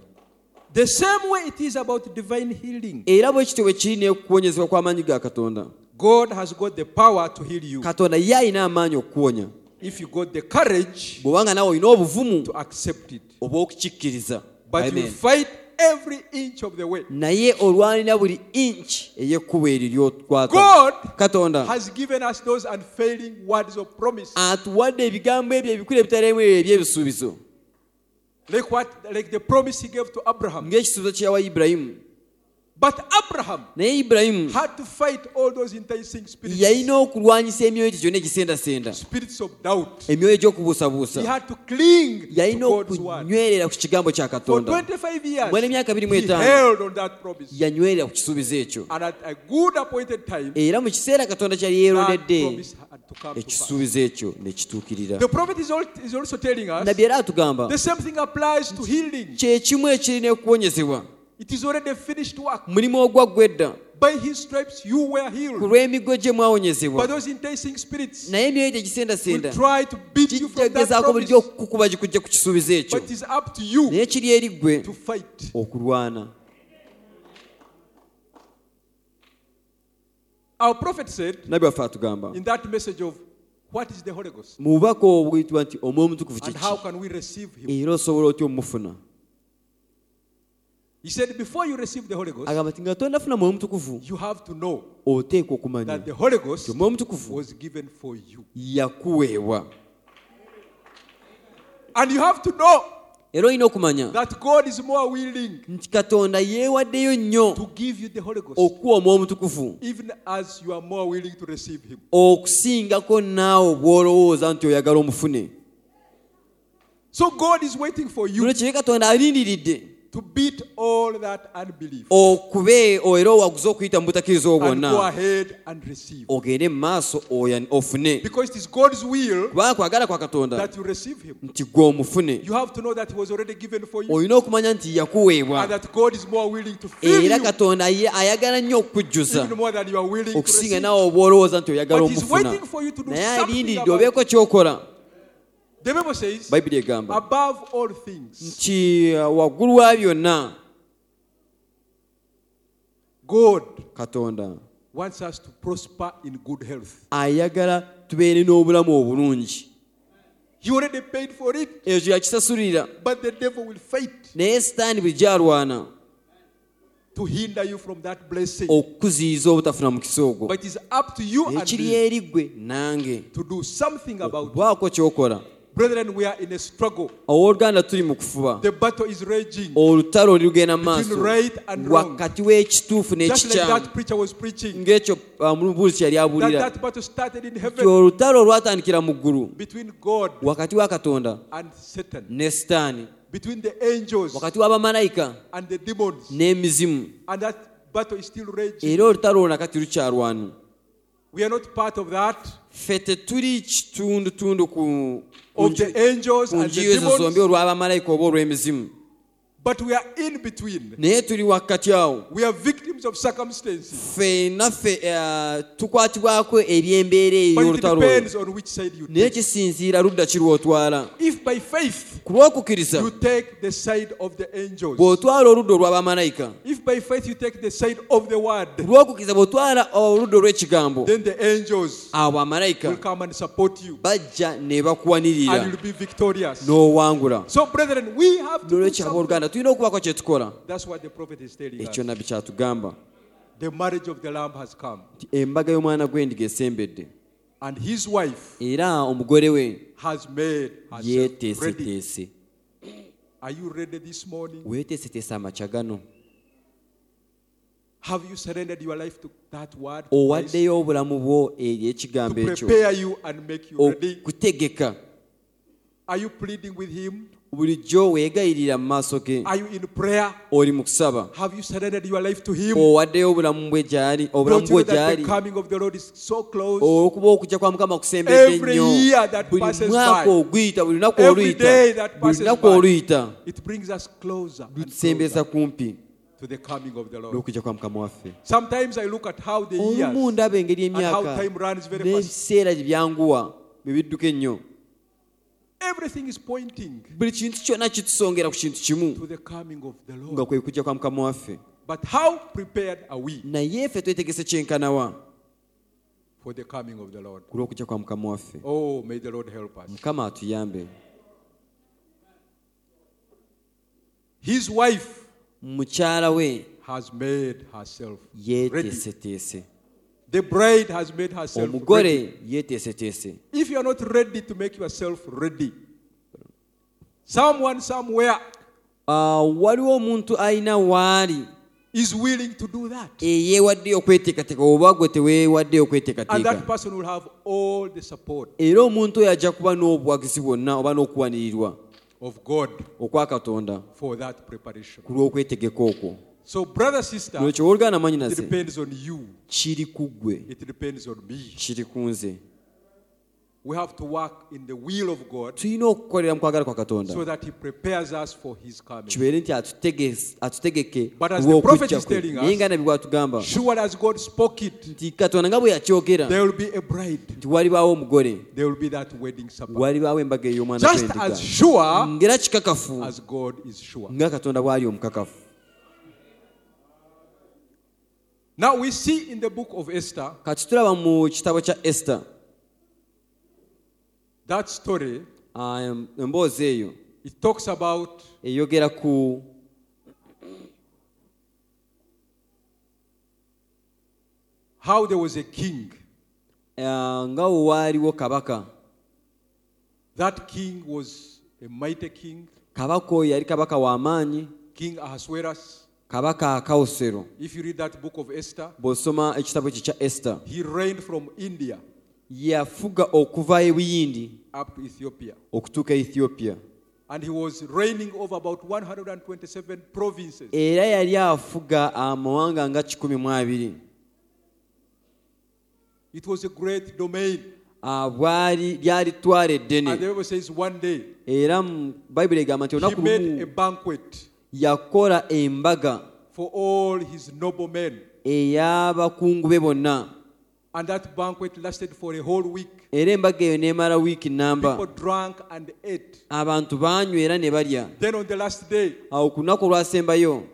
The same way it is about divine healing.
era bwe kityo bwe kiri n'ekuwonyezebwa kw'amaanyi ga katonda
God has got the power to heal you
katonda ye alina amaanyi okukuwonya
if you got the courage
bw'obanga naawe olina obuvumu
to accept it.
oba okukikkiriza
But you
Amen.
fight every inch of the way.
naye olwanira buli inki ey'ekkuba eri lyotwata
God
katonda
Has given us those unfailing words of promise,
atuwadde ebigambo ebyo ebikulu ebitalimu ebyo eby'ebisuubizo
like what, like the promise He gave to Abraham.
ng'ekisuubizo kye yawa ibulayimu
But Abraham
naye ibulayimu
had to fight all those enticing spirits,
yalina okulwanyisa emyoyo egyo gyonna egisendasenda
spirits of doubt.
emyoyo
He
egy'okubuusabuusa
had to cling to
yalina
God's word.
okunywerera ku kigambo kya
For
katonda
25 years,
Bwana emyaka abiri mu
he
etaano.
held on that promise.
yanywerera ku kisuubizo ekyo
And at a good appointed time,
era mu kiseera katonda kyali
that
yeerondedde
promise had to come to pass.
ekisuubizo ekyo ne kituukirira
The prophet is, al- is also telling us
nabbi era atugamba
the same thing applies to healing.
kyekimu ekirina okuwonyezebwa
It is already a finished work.
mulimu ogwaggwa edda
By his stripes, you were
ku
healed.
lw'emigo gye
But
mwawonyezebwa
those enticing spirits
naye emyoyo
will
tegisendasenda
try to beat you from that
kijjagezaako
promise.
bulijjo okukukuba gikujja ku kisuubizo ekyo
But it is up to you
naye kiri eri ggwe
to fight.
okulwana
Our prophet said
nabbi waffe atugamba
in that message of what is the Holy Ghost
mu bubaka obwo buyitibwa nti omwoyo omutukuvu
and
kiki
how can we receive him?
era osobola otya omufuna
He said, before you receive the Holy Ghost,
agamba ti nga tonnafuna mwoyo omutukuvu
you have to know
oteekwa okumanya
that the Holy
nti
Ghost
omwoyo omutukuvu
was given for you.
yakuweebwa
And you have to know
era olina okumanya
that God is more willing
nti katonda yeewaddeyo nnyo
to give you the Holy Ghost,
okuwa omwoyo omutukuvu
even as you are more willing to receive Him.
okusingako naawe bw'olowooza nti oyagala omufune
So God is waiting for you
kino kiri katonda alindiridde
to beat all that unbelief
okube o- era owaguze okuyita mu butakiriza obwo
and go
bwonna
ahead and receive.
ogende mu maaso oya- ofune
Because it is God's will
kubanga kwagala kwa katonda
that you receive Him.
nti gwe omufune
You have to know that He was already given for you
olina okumanya nti
and
yakuweebwa
that God is more willing to fill
era
you
katonda ye ayagala nnyo okukujjuza
even more than you are willing to
okusinga
receive.
naawe oba olowooza nti oyagala
But He's
omufuna
waiting for you to do
naye
something
alindiridde
about it.
obeeko kyokola
The Bible says,
bayibuli egamba
above all things,
nti uh, waggulu wa byonna
God
katonda
wants us to prosper in good health.
ayagala tubeere n'obulamu obulungi
He already paid for it,
ekyo yakisasulira
but the devil will fight
naye sitaani bulijjo alwana
to hinder you from that blessing.
Oh. okukuziyiza obutafuna mukisa ogwo
But it is up to you and
ekiri
me
eri ggwe nange
to do something about it.
baako kyokola
Brethren, we are in a struggle.
owooluganda tuli mu kufuba
The battle is raging.
Oh, olutalo olugenda mu maaso
Between right and wrong.
wakati w'ekituufu
Just like
n'ekikyamu
that preacher was preaching,
ng'ekyo uh, mulubuuzi kyali
that
abuulira
that battle started in
ti
heaven
olutalo olwatandikira mu ggulu
between God
wakati wa katonda
and Satan,
ne sitaani
between the angels
wakati w'abamalayika
and the demons.
n'emizimu
And that battle is still raging.
era olutalo olwo nakati lukyalwana
We are not part of that,
ffe tetuli kitundutundu ku ku
of the
nju-
angels
ku
and
nju
the
ezo zombi
demons,
olw'abamalayika oba olw'emizimu
but we are in between.
naye tuli wakati awo
We are victims of circumstances.
ffe naffe eh, tukwatibwako ebyembeera
But it
ey'olutalo olwo
depends on which side you
naye
take.
kisinziira ludda kirwotwala
If by faith
ku lw'okukkiriza
you take the side of the angels,
bw'otwala oludda olw'abamalayika
if by faith you take the side of the
ku
word,
lw'okukkiriza bw'otwala oludda olw'ekigambo
then the angels
abo
will
bamalayika
come and support you
bajja ne
and
bakuwanirira
you'll be victorious.
n'owangula
So, brethren, we have to do
nolwekyo
something.
abooluganda tulina okubako kye tukola
That's what the prophet is telling us.
ekyo nabbi kyatugamba
The marriage of the Lamb has come,
nti embaga y'omwana gw'endiga esembedde
and his wife
era omugole we
has made herself ready.
yeeteeseteese
Are you ready this morning?
weeteeseteese amakya gano
Have you surrendered your life to that word?
Oh,
to Christ,
owaddeyo obulamu bwo eri ekigambo
To
ekyo Oh.
prepare you and make you ready.
okutegeka
Are you pleading with him?
bulijjo weegayirira mu maaso ge
Are you in prayer?
oli mu kusaba
Have you surrendered your life to Him?
owaddeyo obulamu bwe gyali
Don't
obulamu
you know
bwe
that
gyali
the coming of the Lord is so close?
olwokuba okujja kwa mukama kusembedde
Every
nnyo
year that
buli
passes
mwaka
by.
oguyita buli lunaku
Every
oluyita
day that
buli
passes
lunaku
by.
oluyita
It brings us closer and
lutusembeza
closer
kumpi
to the coming of the Lord.
n'okujja kwa mukama waffe
Sometimes I look at how the
olumu
years
ndaba engeri
and how
emyaka
time runs very fast.
n'ebiseera gye byanguwa bwe bidduka ennyo
Everything is pointing
buli kintu kyonna kitusongera ku kintu kimu
to the coming of the
nga
Lord.
kwe kujja kwa mukama waffe
But how prepared are we
naye ffe twetegese kyenkanawa
for the coming of the Lord?
ku lw'okujja kwa mukama waffe
Oh, may the Lord help us.
mukama atuyambe
His wife
mukyala we
has made herself ready.
yeteeseteese
The bride has made herself ready.
omugole yeteeseteese
If you are not ready to make yourself ready, someone somewhere
Ah, waliwo omuntu alina waali
is willing to do that.
eyeewaddeyo okweteekateeka oba gwe teweewaddeyo
And that
okweteekateeka
person will have all the support
era omuntu oyo ajja kuba n'obuwagizi bwonna oba n'okuwanirirwa
of God
okwa katonda
for that preparation.
ku lw'okwetegeka okwo
So, brother, sister,
nolwekyo wooluganda mwanyi
it
naze
depends on you.
kiri ku ggwe
It depends on me.
kiri ku nze
We have to work in the will of God
tulina okukolera mu kwagala kwa katonda
so that He prepares us for His coming.
kibeere nti atutegese- atutegeke
Mm. But as
ku lw'okujja
the prophet is
kwe.
telling us,
naye nga nabbi bw'atugamba
Sure as God spoke it,
nti katonda nga bwe yakyogera
there will be a bride,
nti walibaawo omugole
there will be that wedding supper.
walibaawo embaga ey'omwana
Just
gw'endiga.
as sure
ngera kikakafu
as God is sure.
nga katonda bw'ali omukakafu
Now we see in the book of Esther
kati tulaba mu kitabo kya esita
that story.
um, emboozi eyo
It talks about
eyogera ku
how there was a king.
ah, nga wewaaliwo kabaka
That king was a mighty king,
kabaka oyo yali kabaka w'amaanyi
King Ahasuerus.
kabaka akawusero
If you read that book of Esther,
bw'osoma ekitabo kye kya esita
he reigned from India
yafuga okuva ebuyindi
up to Ethiopia.
okutuuka e ethiopia
And he was reigning over about 127 provinces.
era yali afuga amawanga nga kikumi mu abiri
It was a great domain.
Ah, bwali lyali ttwala
And the
eddene
Bible says one day
era mu bayibuli egamba nti
he
olunaku
made a
lumu
banquet
yakola embaga
for all his noblemen.
ey'abakungu be bonna
And that banquet lasted for a whole week.
era embaga eyo n'emala wiiki
People
namba
drank and ate.
abantu banywera ne balya
Then on the last day,
awo ku lunaku olwasembayo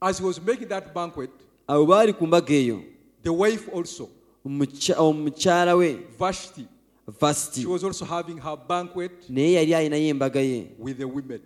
as he was making that banquet,
abo baali ku mbaga eyo
the wife also,
omukya- omukyala we
Vashti,
vasiti
she was also having her banquet
naye yali ayinayo embaga ye
with the women.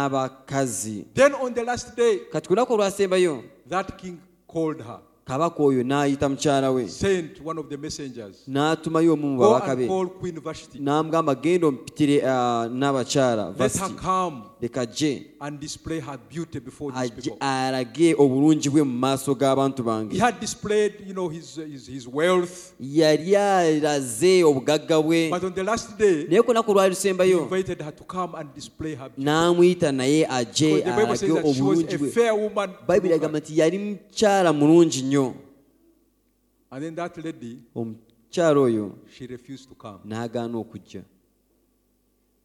n'abakazi
Then on the last day,
kati ku lunaku olwasembayo
that king called her,
kabaka oyo n'ayita mukyala we
sent one of the messengers,
n'atumayo omu mu
Go
babaka
and
be
call Queen Vashti.
n'amugamba genda omupitire ah, n'abakyala
Let her
vasiti
come
leka jje
and display her beauty before these
ajje
people.
alage obulungi bwe mu maaso g'abantu bange
He had displayed, you know, his, his, his wealth.
yali alaze obugagga bwe
But on the last day,
naye ku lunaku lwali
he
lusembayo
invited her to come and display her beauty.
n'amuyita naye ajje
Because the Bible
alage
says that she was
obulungi
a
bwe
fair woman. to
bayibuli
look
agamba
at.
nti yali mukyala mulungi nnyo
And then that lady,
omukyala oyo
she refused to come.
n'agaana okujja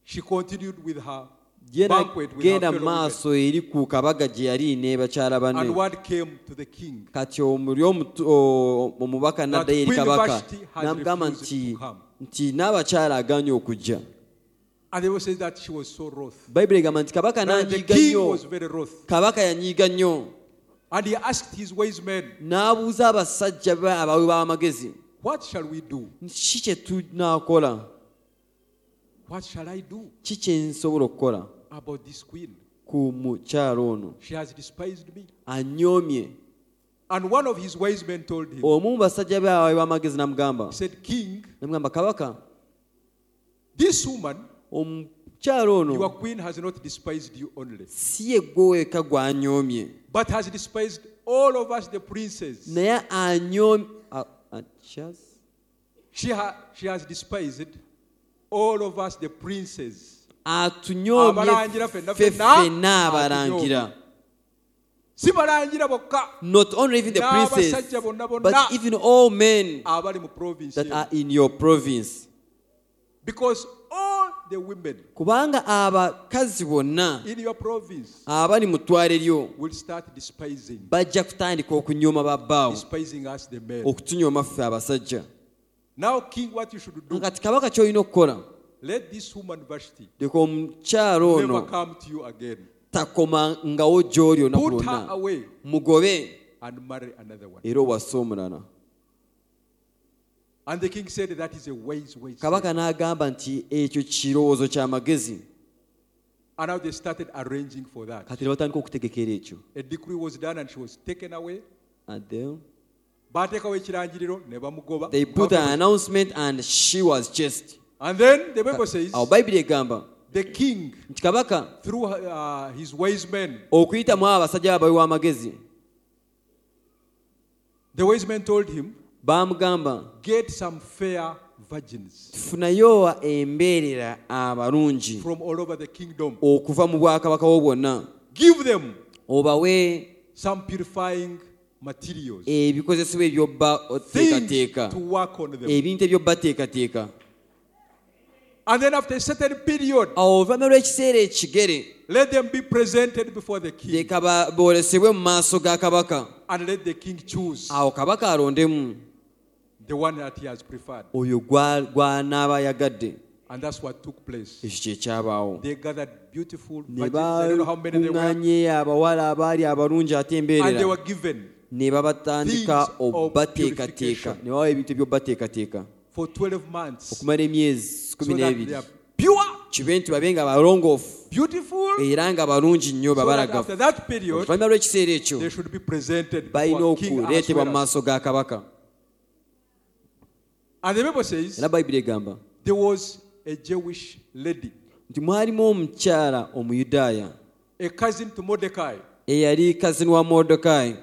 She continued with her
ye
banquet with her
nagenda
fellow
mu
women.
maaso eri ku kabaga gye yali n'ebakyala banne
And word came to the king
kati omuli omutu- o- omubaka n'addayo eri
Queen
kabaka
Vashti has
n'amugamba
refused
nti
to come.
nti n'abakyala agaanye okujja
And they will say that she was so wroth.
bayibuli egamba nti kabaka
And the
nanyiiga
king
nnyo
was very wroth.
kabaka yanyiiga nnyo
And he asked his wise men,
n'abuuza abasajja be abawi b'amagezi
What shall we do?
ki kye tunaakola
What shall I do
ki kye nsobola okukola
about this queen?
ku mukyala ono
She has despised me.
anyoomye
And one of his wise men told him,
omu mu basajja be abawi b'amagezi n'amugamba
He said, King,
namugamba kabaka
this woman,
omukyala
your
ono
queen, has not despised you only,
si ye gwe weka gwanyoomye
but has despised all of us, the princes.
naye anyoomye a- a- kyas-
She, ha- she has despised all of us, the princes, Abalangira Ah,
atunyoomye
ffenna,
ffe
ffenna,
ffenna abalangira
si balangira bokka
not only even the princes
n'abasajja bonna bonna
but even all men
abali mu province
that are
eno.
in your province
because all the women
kubanga abakazi bonna
in your province
abali mu ttwale lyo
will start despising
bajja kutandika okunyooma babbaawo
despising us the men
okutunyooma ffe abasajja
now king what you should do
kati kabaka ky'olina okukola
let this woman vashti
leka omukyala ono
never come to you again
takomangawo gy'oli olunaku
put her
lwonna
away
mugobe
and marry another one
era owase omulala
and the king said that is a wise way
kabaka n'agamba nti ekyo kirowoozo ky'amagezi
and now they started arranging for that
kati ne batandika okutegekera ekyo
a decree was done and she was taken away
And then
bateekawo ekirangiriro ne bamugoba
they put an announcement and she was just
and then the bible says
awo bayibuli egamba
the king
nti kabaka
through uh, his wise men
okuyitamu abo abasajja ababi w'amagezi
the wise men told him
bamugamba
get some fair virgins
tufunayo embeerera abalungi
from all over the kingdom
okuva mu bwakabaka wo bwonna
give them
obawe
some purifying materials
ebikozesebwa ebyobba
things
oteekateeka
to work on them
ebintu ebyobba teekateeka
and then after a certain period
awo oluvannyuma lw'ekiseera ekigere
let them be presented before the king
leka ba- boolesebwe mu maaso ga kabaka
and let the king choose
awo kabaka alondemu
the one that he has preferred
oyo gwa- gw'anaaba yagadde
and that's what took place
ekyo ky'ekyabaawo
they gathered beautiful
ne
virgins i don't know how many they were
bakuŋŋanye abawala abaali abalungi ate
and they
embeerera
were given
ne babatandika
Things of
obateekateeka
purification.
ne bawa ebintu ebyobateekateeka
for 12 months
okumala emyezi
so
kumi
that
n'ebiri
they are pure
kibe nti babe nga balongoofu
beautiful
era nga balungi nnyo
so that
babalagavu
after that period
oluvannyuma lw'ekiseera ekyo
they should be presented
balina
before King
okuleetebwa mu
Ahasuerus.
maaso ga kabaka
and the bible says
era bayibuli egamba
there was a jewish lady
nti mwalimu omukyala omuyudaaya
a cousin to mordecai
eyali kazini wa mordekayi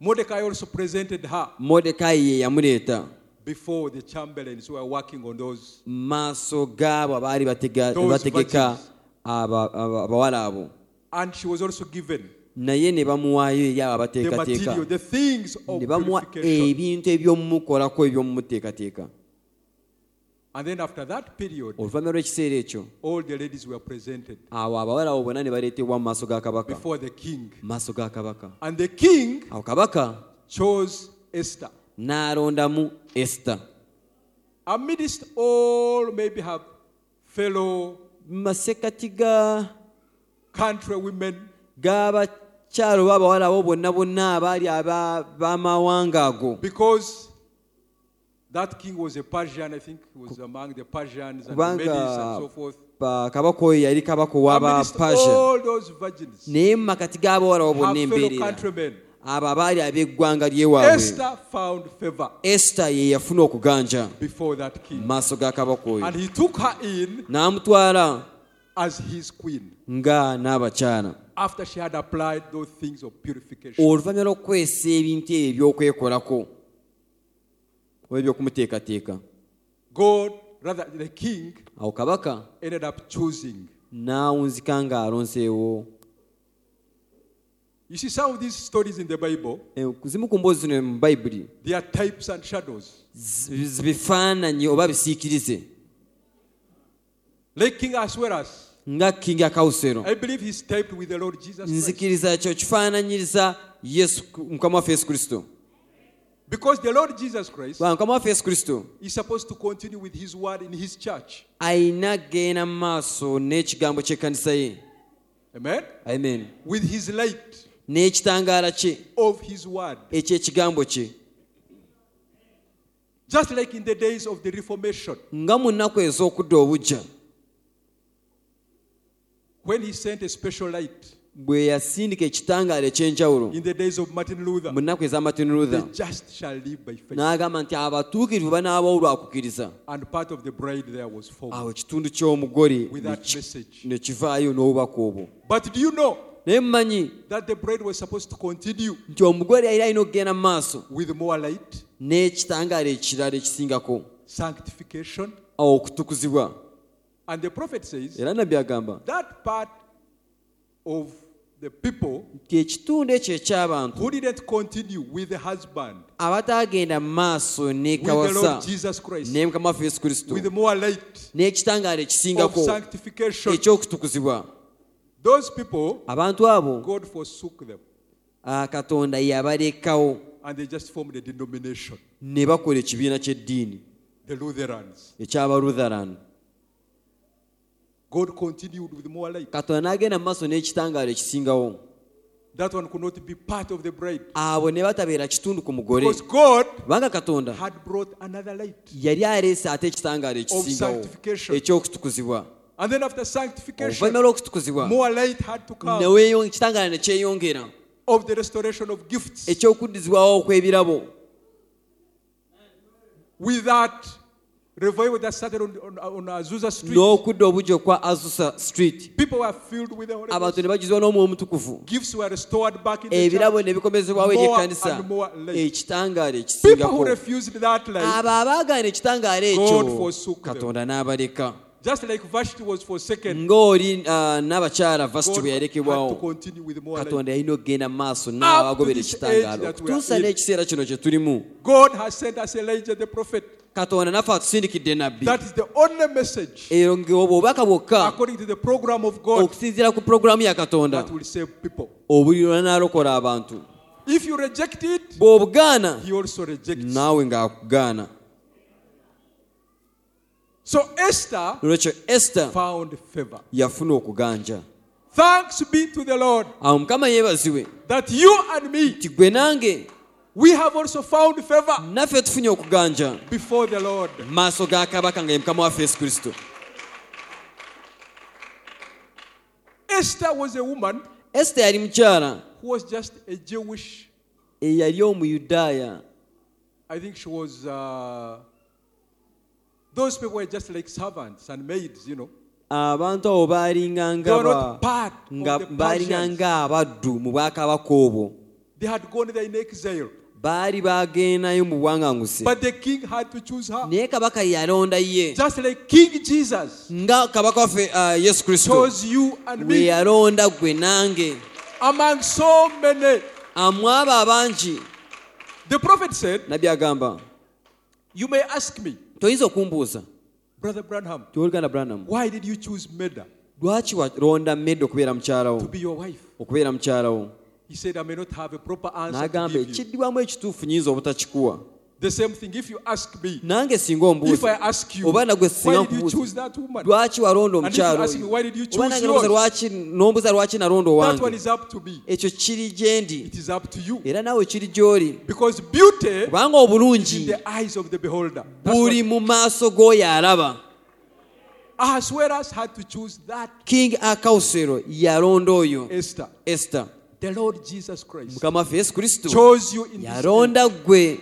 mordecai also presented her
mordekayi ye yamuleeta
before the chamberlains who were working on those
mu maaso gaabo abaali batega-
Those
bategeka
virgins.
aba- aba- abawala abo
and she was also given
naye ne bamuwaayo eri abo
the
abateekateeka
material the things of
ne bamuwa
purification
ebintu eby'omumukolako eby'omumuteekateeka
and then after that period
oluvannyuma lw'ekiseera ekyo
all the ladies were presented
awo abawala abo bonna ne baleetebwa mu maaso ga kabaka
before the king
mu maaso ga kabaka
and the king
awo kabaka
chose esther
n'alondamu esita
amidst all maybe her fellow
mu masekati ga
country women
g'abakyalo oba abawala abo bonna bonna abaali aba- b'amawanga ago
because that king was a Persian, I think he was among the Persians and the Medes and so
kubanga
forth.
ba- kabaka oyo yali kabaka
Amidst
ow'abapersia
all those virgins,
naye mu makati g'abawala abo
her
bonna
Oh. fellow
embeerera
countrymen,
abo abaali ab'eggwanga lyewaabwe
Esther found favor
esita ye yafuna okuganja
before that
mu
king.
maaso ga kabaka oyo
And he took her in
n'amutwala
as his queen
nga n'abakyala
after she had applied those things of purification.
oluvannyuma lw'okukwesa ebintu ebyo ebyokwekolako oba ebyokumuteekateeka
God, rather, the king
awo kabaka
ended up choosing.
n'awunzika ng'alonseewo
You see, some of these stories in the Bible,
Eh, zimu ku mboozi zino mu bayibuli
they are types and shadows.
zi- zi- bifaananyi oba bisiikirize
Like King Asuerus,
nga kingi akawusero
I believe he's typed with the Lord Jesus Christ.
nzikiriza kyo kifaananyiriza yesu mukama waffe yesu kristo
Because the Lord Jesus Christ
Ba, mukama waffe yesu kristo
is supposed to continue with his word in his church.
ayina genda mu maaso n'ekigambo ky'ekkanisa ye
Amen?
amen
With his light
n'ekitangaala kye
of his word.
eky'ekigambo kye
Just like in the days of the Reformation,
nga mu nnaku ez'okudda obujja
when he sent a special light,
bwe yasindika ekitangaala eky'enjawulo
in the days of Martin Luther,
mu nnaku eza martin luther
the just shall live by faith.
n'agamba nti abatuukirivu banaabawo lwakukkiriza
And part of the bride there was formed
awo ekitundu ky'omugole
with that message.
ne kivaayo n'obubaka obwo
But do you know
naye mumanyi
that the bride was supposed to continue
nti omugole yali alina okugenda mu maaso
with more light,
n'ekitangaala ekirala ekisingako
sanctification,
awo okutukuzibwa
And the prophet says
era nabbi agamba
that part of the people
kyekitundu ekyo eky'abantu
who didn't continue with the husband,
abataagenda mu maaso
with the
n'ekawasa
Lord Jesus Christ,
ne mukama waffe yesu kristo
with more light
n'ekitangaala
of
ekisingako
sanctification,
eky'okutukuzibwa
those people,
abantu abo
God forsook them
ah, katonda yabalekawo
and they just formed a denomination,
ne bakola ekibiina ky'eddiini
the Lutherans.
ekyabalutharan
God continued with more light.
katonda n'agenda mu maaso n'ekitangaala ekisingawo
That one could not be part of the bride
abo ne batabeera kitundu ku mugole
because God
kubanga katonda
had brought another light.
yali aleese ate ekitangaala ekisingawo
sanctification.
eky'okutukuzibwa
And then after sanctification,
oluvannyuma lw'okutukuzibwa
more light had to come
neweeyo ekitangaala ne kyeyongera
of the restoration of gifts.
eky'okuddizibwawo okw'ebirabo
With that revival that started on, on, on Azusa Street,
n'okudda obujjo kwa azusa street
people were filled with the Holy
abantu
Ghost.
ne bajuzibwa n'omwoyo omutukufu
Gifts were restored back in the
ebirabo
church.
ne bikomezebwawo eri
More
ekkanisa
and more light.
ekitangaala
People who
ekisingako
refused that light,
abo abaagaana ekitangaala ekyo
God forsook them.
katonda n'abaleka
just like Vashti was
Mm,
forsaken,
ng'oli ah, n'abakyala vasiti
God
bwe
had
yalekebwawo
to continue with more light.
katonda yalina okugenda mu maaso n'abagobera
this
ekitangaala
age that we are
okutuusa
in.
n'ekiseera kino kye tulimu
God has sent us Elijah the prophet.
katonda naffe atusindikidde nabbi
That is the only message,
ero ng'obwobubaka bwokka
according to the program of God,
okusinziira ku pulogulaamu ya katonda
that will save people.
obulirwa n'alokola abantu
If you reject it,
bw'obugaana
He also rejects.
naawe ng'akugaana
So Esther
nolwekyo esita
found favor.
yafuna okuganja
Thanks be to the Lord
awo mukama yeebazibwe
that you and me,
nti gwe nange
we have also found favor
naffe tufunye okuganja
before the Lord.
mu maaso ga kabaka nga ye mukama waffe yesu kristo
Esther was a woman
esita yali mukyala e
who was just a Jewish,
eyali omuyudaaya
I think she was, uh, those people were just like servants and maids, you know.
abantu abo baalinga
They were not
ngaba
part of
nga
the
baalinga
Persians.
ng'abaddu mu bwakabaka obwo
They had gone there in exile.
baali baagendayo mu buwanganguse
But the king had to choose her.
naye kabaka yalonda ye
Just like King Jesus
nga kabaka waffe ah, yesu kristo
chose you and
bwe
me
yalonda gwe nange
among so many.
amu abo abangi
The prophet said,
nabbi agamba
You may ask me,
toyinza okumbuuza
Brother Branham,
nti oluganda branam
why did you choose Meda
lwaki walonda medde okubeera
to
mukyalawo
be your wife?
okubeera mukyalawo
He said, I may not have a proper answer. To
n'agamba
give you.
ekiddibwamu ekituufu nyinza obutakikuwa
The same thing if you ask me,
nange singa
if I
ombuuza
ask you,
oba
why
nagwe singa
did you choose
nkubuuza
that woman?
lwaki walonda
And if you
omukyalo
ask me, why did you choose yours?
n'ombuuza lwaki nalonda
That one
owange
is up to me.
ekyo kiri gye ndi
It is up to you.
era naawe kiri gy'oli
Because beauty
kubanga
is in
obulungi
the eyes of the beholder. That's
buli mu maaso g'oyo alaba
what Ahasuerus had to choose that
king akausero yalonda oyo
Esther.
esita
The Lord Jesus Christ
mukama waffe yesu kristo
chose you in this age.
yalonda ggwe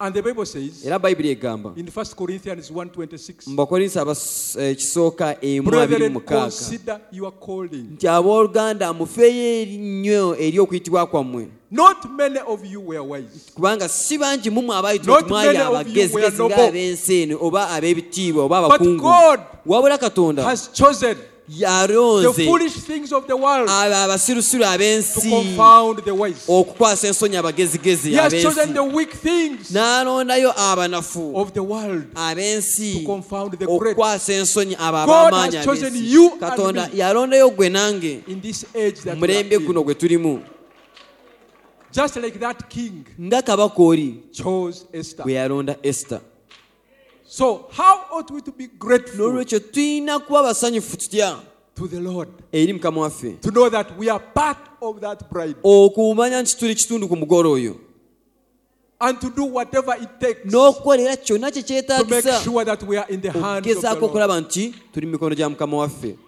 And the Bible says
era bayibuli egamba
in 1 Corinthians 1.26,
mu bakolinsi abas- ekisooka emu abiri
Brethren,
mukaaga
consider your calling.
nti abooluganda mufeeyo ennyo eri okuyitibwa kwammwe
Not many of you were wise.
kubanga si bangi mumwe abayitibwa
Not
nti mwali
many of you were
abagezigezi
noble.
ng'ab'ensi eno oba ab'ebitiibwa oba
But
abakungu
God
wabula katonda
Has chosen the
yalonze
foolish things of the world
abo abasirusiru
to
ab'ensi
confound the wise.
okukwasa ensonyi
He
abagezigezi
has chosen
ab'ensi
the weak things
n'alondayo abanafu
of the world.
ab'ensi
to confound the great.
okukwasa ensonyi abo
God
ab'amaanyi
has chosen
ab'ensi.
you and
katonda
me.
yalondayo gwe nange
In this age that we
mulembe
are
guno
in.
gwe tulimu
just like that king
nga kabaka oli
chose Esther.
gwe yalonda esita
So how ought we to be grateful
n'olwekyo tulina kuba basanyufu tutya
to the Lord
eri mukama waffe
to know that we are part of that bride
okumanya nti tuli kitundu ku mugole oyo
and to do whatever it takes to
n'okukola era kyonna kye
make
kyetaagisa
sure that we are in the hands of the
okugezaako
Lord.
okulaba nti tuli mu mikono gya mukama waffe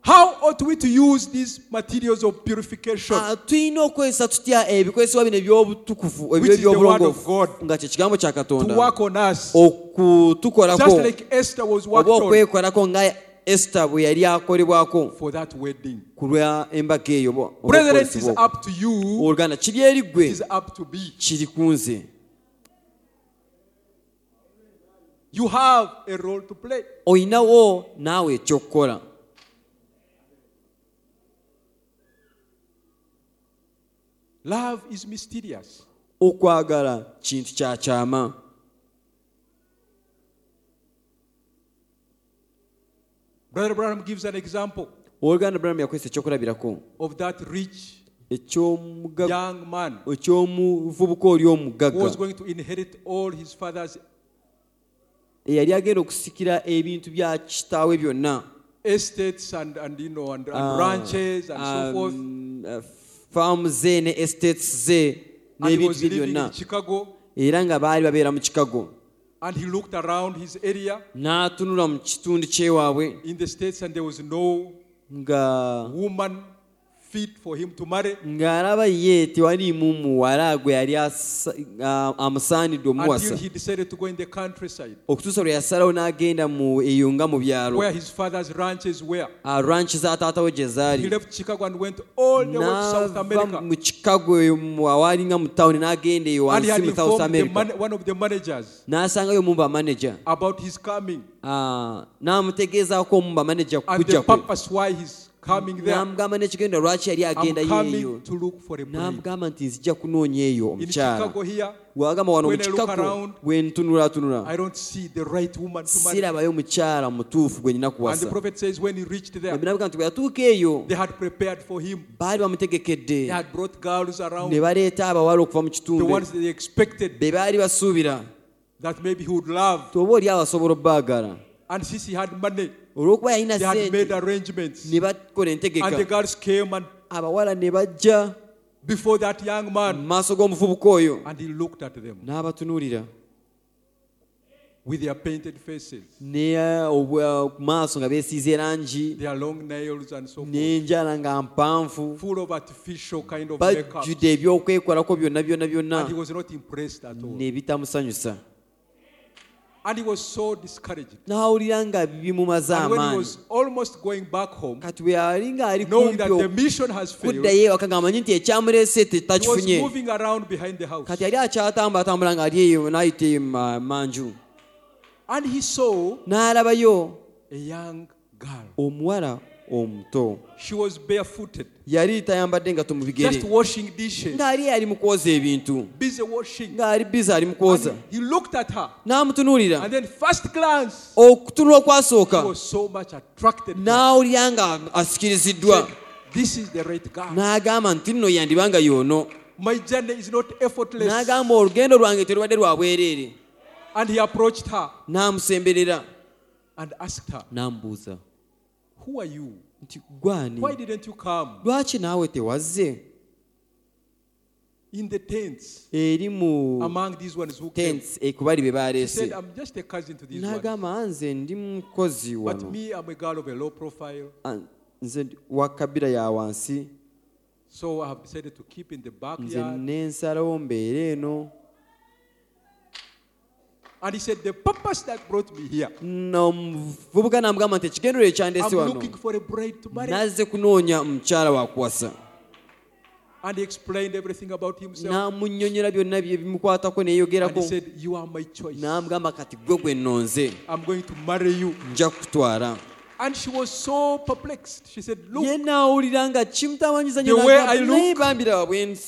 How ought we to use these materials of purification?
Ah, tulina okukozesa tutya ebikozesebwa bino eby'obutukufu
Which is the word of
ebyobulongoofu
God
nga kye kigambo kya
to
katonda
work on us.
Oh,
Just
okutukolako
like Esther was worked
oba
on
okwekolako nga esita bwe yali akolebwako
for that wedding.
ku lwa embaga eyo oba- oba
Brethren, it is
okukozesebwa okwo.
up to
Oh,
you.
oluganda kiri eri
It
ggwe
is up to me.
kiri ku nze
You have a role to play.
olinawo naawe ekyokukola
Love is mysterious.
okwagala kintu kya kyama
Brother Branham gives an example
owooluganda buramu yakozesa ekyokulabirako
of that rich
Ekyomuga-
young man
ekyomuvubuka oli
who was
omugagga
going to inherit all his father's
eyali agenda okusikira ebintu bya kitaawe byonna
estates and, and you know and, and
Ah,
ranches and so
um,
forth.
uh, faamu ze ne estates ze
And he
n'ebintu
was
bye
living
byonna
in Chicago
era nga baali babeera mu chicago
and he looked around his area
n'atunula mu kitundu kyewaabwe
in the states and there was no
nga
woman fit for him to marry.
ng'alaba ye tewaliimu muwala gwe yali asa- a- amusaanidde
until
omuwasa
he decided to go in the countryside
okutuusa lwe yasalawo n'agenda mu eyo nga mu byalo
where his father's ranches were.
Ah, ranch za taata we gye
He
zaali
left Chicago and went all the way to South
n'ava
America.
mu chicago eyo mu- awali nga mu tawuni n'agenda eyo
And he
wansi
had
mu south
informed the
america
man, one of the managers
n'asangayo mu bamaneja
about his coming
Ah, n'amutegeezaako omu bamaneja
and the
kujja kwe
purpose why he's coming there.
n'amugamba n'ekigenda lwaki yali
I'm
agenda yeeyo
coming to look for a bride.
n'amugamba nti nzija kunoonya eyo
In
omukyala
Chicago here,
bwagamba wano mu
when I look
chicago
around,
bwe ntunulatunula
I don't see the right woman to marry.
sirabayo mukyala mutuufu gwe nina
And the
kuwasa
prophet says when he reached there,
ebinabuga nti bwe yatuuka eyo
they had prepared for him.
baali bamutegekedde
They had brought girls
ne
around,
baleeta abawala okuva mu
the
kitundu
ones they expected
be baali basuubira
that maybe he would love.
toba oli abasobola obbaagala
And since he had money,
olw'okuba yalina
they had made
sente
arrangements.
ne bakola
And the
entegeka
girls came and
abawala ne bajja
before that young
mu
man,
maaso g'omuvubuka oyo
and he looked at them
n'abatunuulira
with their painted faces,
ne ah, obwa- ku maaso nga beesiize langi
their long nails and so forth,
n'enjala nga mpanvu
full of artificial kind of makeup.
bajjudde ebyokwekolako byonna byonna byonna
And he was not impressed at all.
ne bitamusanyusa
And he was so discouraged.
n'awulira nga bimumaze
And when he
amaanyi
was almost going back home,
kati bwe yali ng'ali
knowing that
kumpi
the mission has failed,
okuddayo ewaka ng'amanyi nti ekyamuleese
he was
tetakifunye
moving around behind the house.
kati yali akyatambulatambula ng'ali eyo n'ayita eyo mu ma- manju
And he saw
n'alabayo
a young girl.
omuwala omuto
She was barefooted,
yali tayambadde nga tumubigere
just washing dishes,
ng'ali ali mu kwoza ebintu
busy washing.
ng'ali biza ali mu kwoza
He looked at her,
n'amutunuulira
and then first glance,
okutunula
he
okwasooka
was so much attracted. to her.
n'awulira nga asikiriziddwa
Said, This is the right guy.
n'agamba nti nno yandibanga yoono
My journey is not effortless.
n'agamba olugendo lwange terubadde lwa bwereere
And he approached her
n'amusemberera
and asked her,
n'amubuuza
Who are you?
nti gwani
Why didn't you come
lwaki naawe tewazze
in the tents
eri mu
among these ones who came?
Oh. tents ekubali be
She
baleese
said, I'm just a cousin to these ones.
n'agamba "Ah, nze ndi mukozi
But
wano
me, I'm a girl of a low profile,
Ah, nze ndi- wa kabira ya wansi
so I have decided to keep in the
nze
backyard.
nensalawo mbeere eno
And he said, The purpose that brought me here,
nomuvubuka n'amugamba nti ekigendero ekyandese
I'm
wano
looking for a bride to marry.
nazze kunoonya omukyala wakuwasa
And he explained everything about himself.
n'amunyonnyola byonna bye bimukwatako
And
neyeyogerako
he said, You are my choice.
n'amugamba kati gwe gwe nnonze
I'm going to marry you.
nja kukutwara
And she was so perplexed. She said, Look,
ye naawulira nga kimutawanyiza
The way I look,
bambira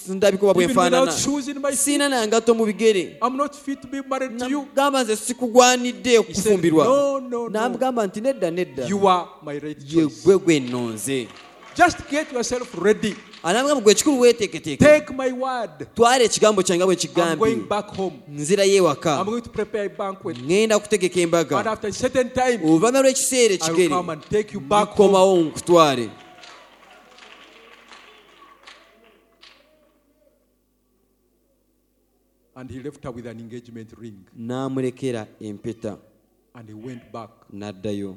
ndabikobwa bwe
even without
nfaanana
shoes in my feet,
siina nangatto mu bigere
I'm not fit to be married to you.
namugamba nze sikugwanidde okufumbirwa
no, no, no.
namugamba nti nedda nedda
You are my right
ye
choice.
gwe gwe nnonze
Just get yourself ready.
anamugamba gwe ekikulu weeteeketeeke
Take my word.
twala ekigambo kyange bwe
I'm going
kigambye
back home.
nzira y'ewaka
I'm going to prepare a banquet.
ŋŋenda kutegeka
And
embaga
after a certain time,
oluvannyuma lw'ekiseera
I will
ekigere
come and take you back home.
nkomawo nkutwale
And he left her with an engagement ring.
n'amulekera empeta
And he went back.
n'addayo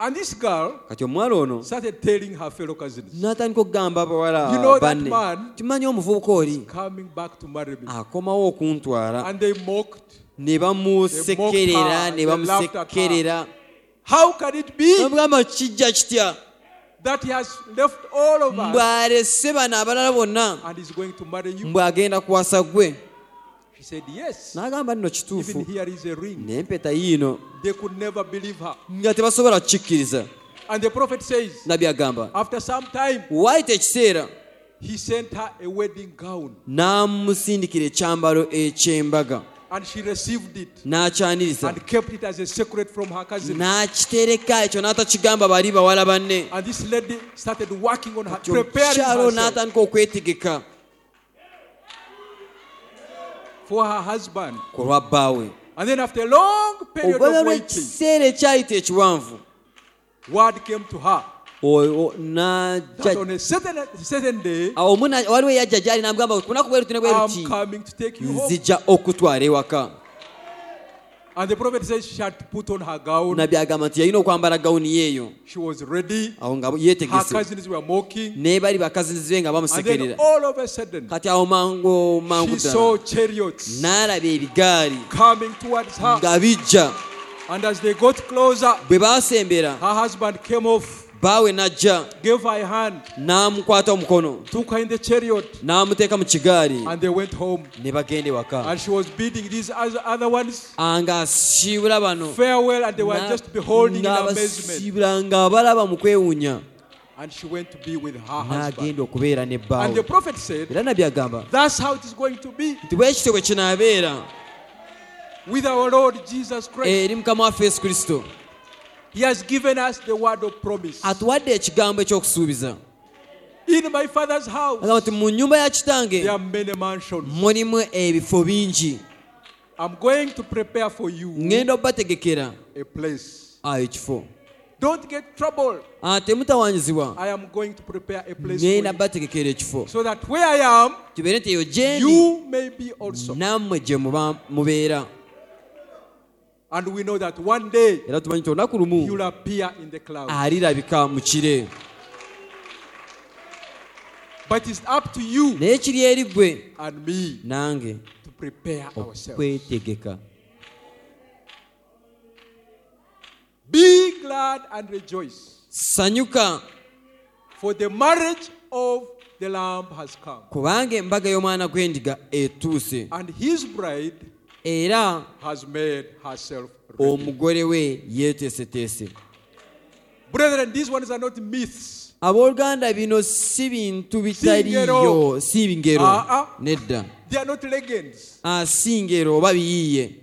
And this girl
kati omuwala ono
started telling her fellow cousins,
n'atandika okugamba abawala
You know that
banne
man?
timanyi omuvubuka oli
coming back to marry me.
akomawo okuntwala
And they mocked.
ne bamusekerera
her,
ne
they laughed at her.
bamusekerera
How can it be
n'amugamba kijja kitya
that he has left all of us
Ah. mbwalese bano abalala bonna
and is going to marry you?
mbwagenda kuwasa gwe
She She said, Yes.
n'agamba nno
Even
kituufu
here is a ring.
n'empeta yiino
They could never believe her.
nga tebasobola kukikkiriza
And the prophet says,
nabbi agamba
After some time,
waayita ekiseera
he sent her a wedding gown
n'amusindikira ekyambalo ekyembaga
and she received it
n'akyaniriza
and kept it as a secret from her cousin.
Ah. n'akitereka ekyo n'atakigamba bali bawala banne
And this lady started working on her,
Kati
preparing
omukyala ono
herself
n'atandika okwetegeka
for her husband.
ku lwa bbaawe
And then after a long period
oluvannyuma
of waiting,
lw'ekiseera ekyayita ekiwanvu
word came to her
oyo n'ajja
that on a certain, certain day,
awo omu na- waliwo eyajja gyali n'amugamba ku lunaku bwe luti ne bwe luti
I'm coming to take you home.
nzija okutwala ewaka
And the prophet says she had put on her gown.
nabbi agamba nti yalina okwambala gawuni yeeyo
She was ready.
awo nga
Her
yeetegese
cousins were mocking.
ne bali bakazinizi be nga
And
bamusekerera
then all of a sudden,
kati awo mangu mangu
oh. she saw chariots
n'alaba ebigaali
coming towards her.
nga bijja
And as they got closer,
bwe baasembera
her husband came off,
baawe n'ajja
gave her a hand,
n'amukwata omukono
took her in the chariot,
n'amuteeka mu kigaali
and they went home.
ne bagenda ewaka
And she was bidding these oth- other ones
Ah, ng'asiibula bano
farewell, and they were
Na-
just beholding in amazement.
ng'abasiibula ng'abalaba mu kwewuunya
And she went to be with her husband.
n'agenda okubeera ne
And the
bbaawe
prophet said,
era nabbi agamba
That's how it is going to be
nti bwe kityo bwe kinaabeera
with our Lord Jesus Christ.
eri mukama waffe yesu kristo
He has given us the word of promise.
atuwadde ekigambo eky'okusuubiza
In my father's house,
agamba nti mu nnyumba ya kitange
there are many mansions.
mulimu ebifo bingi
I'm going to prepare for you
ŋŋenda obategekera
a place.
awo ekifo
Don't get troubled.
Ah, temutawanyizibwa
I am going to prepare a place for
ŋŋenda
you.
bategekera ekifo
So that where I am,
kibeere nti eyo gyendi
you may be also.
<laughs> nammwe gye muba- mubeera
And we know that one day
era tumanyi nti olunaku
he will
lumu
appear in the
Ah.
cloud.
alirabika mu kire
But it's up to you
naye kiri eri ggwe
and me
nange
to prepare
Oh,
ourselves.
okwetegeka
Be glad and rejoice,
sanyuka
for the marriage of the Lamb has come,
kubanga embaga y'omwana gw'endiga etuuse
and his bride
era
has made herself ready.
omugole we yeeteeseteese
Brethren, these ones are not myths.
abooluganda bino si bintu bitaliyo si bingero
Ah, ah.
nedda
They are not legends.
Ah, si ngero oba biyiiye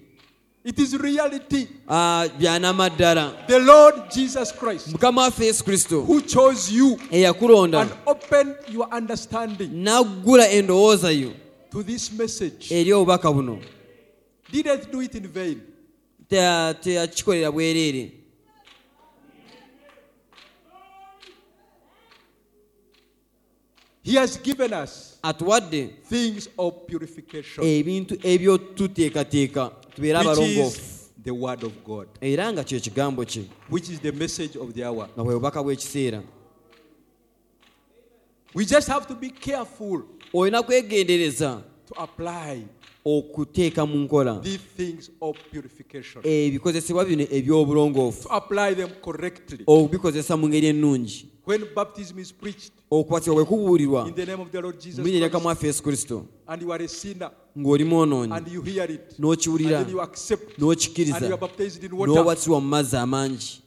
It is reality.
Ah, byanamaddala
The Lord Jesus Christ,
mukama waffe yesu kristo
who chose you and
eyakulonda
opened your understanding
n'aggula endowooza yo
to this message,
eri obubaka buno
didn't do it in vain.
Te- teyakikolera bwereere
He has given us
atuwadde
things of purification,
ebintu ebyotuteekateeka tubeere
which
abalongoofu
is the Word of God,
era nga kye kigambo kye
which is the message of the hour.
nga bwe bubaka bw'ekiseera
We just have to be careful
olina kwegendereza
to apply
okuteeka mu nkola
these things of purification,
ebikozesebwa Eh, bino eby'obulongoofu
to apply them correctly.
Oh. obikozesa mu ngeri ennungi
When baptism is preached
okukwatibwa bwe kubuulirwa
in the name of the Lord Jesus
mu linnya lya
Christ,
mukama waffe yesu kristo
and you are a sinner,
ng'oli
and
mwonoonyi
you hear it, and
n'okiwulira
then you accept, and
n'okikkiriza
you are baptized in water,
n'obatibwa mu mazzi amangi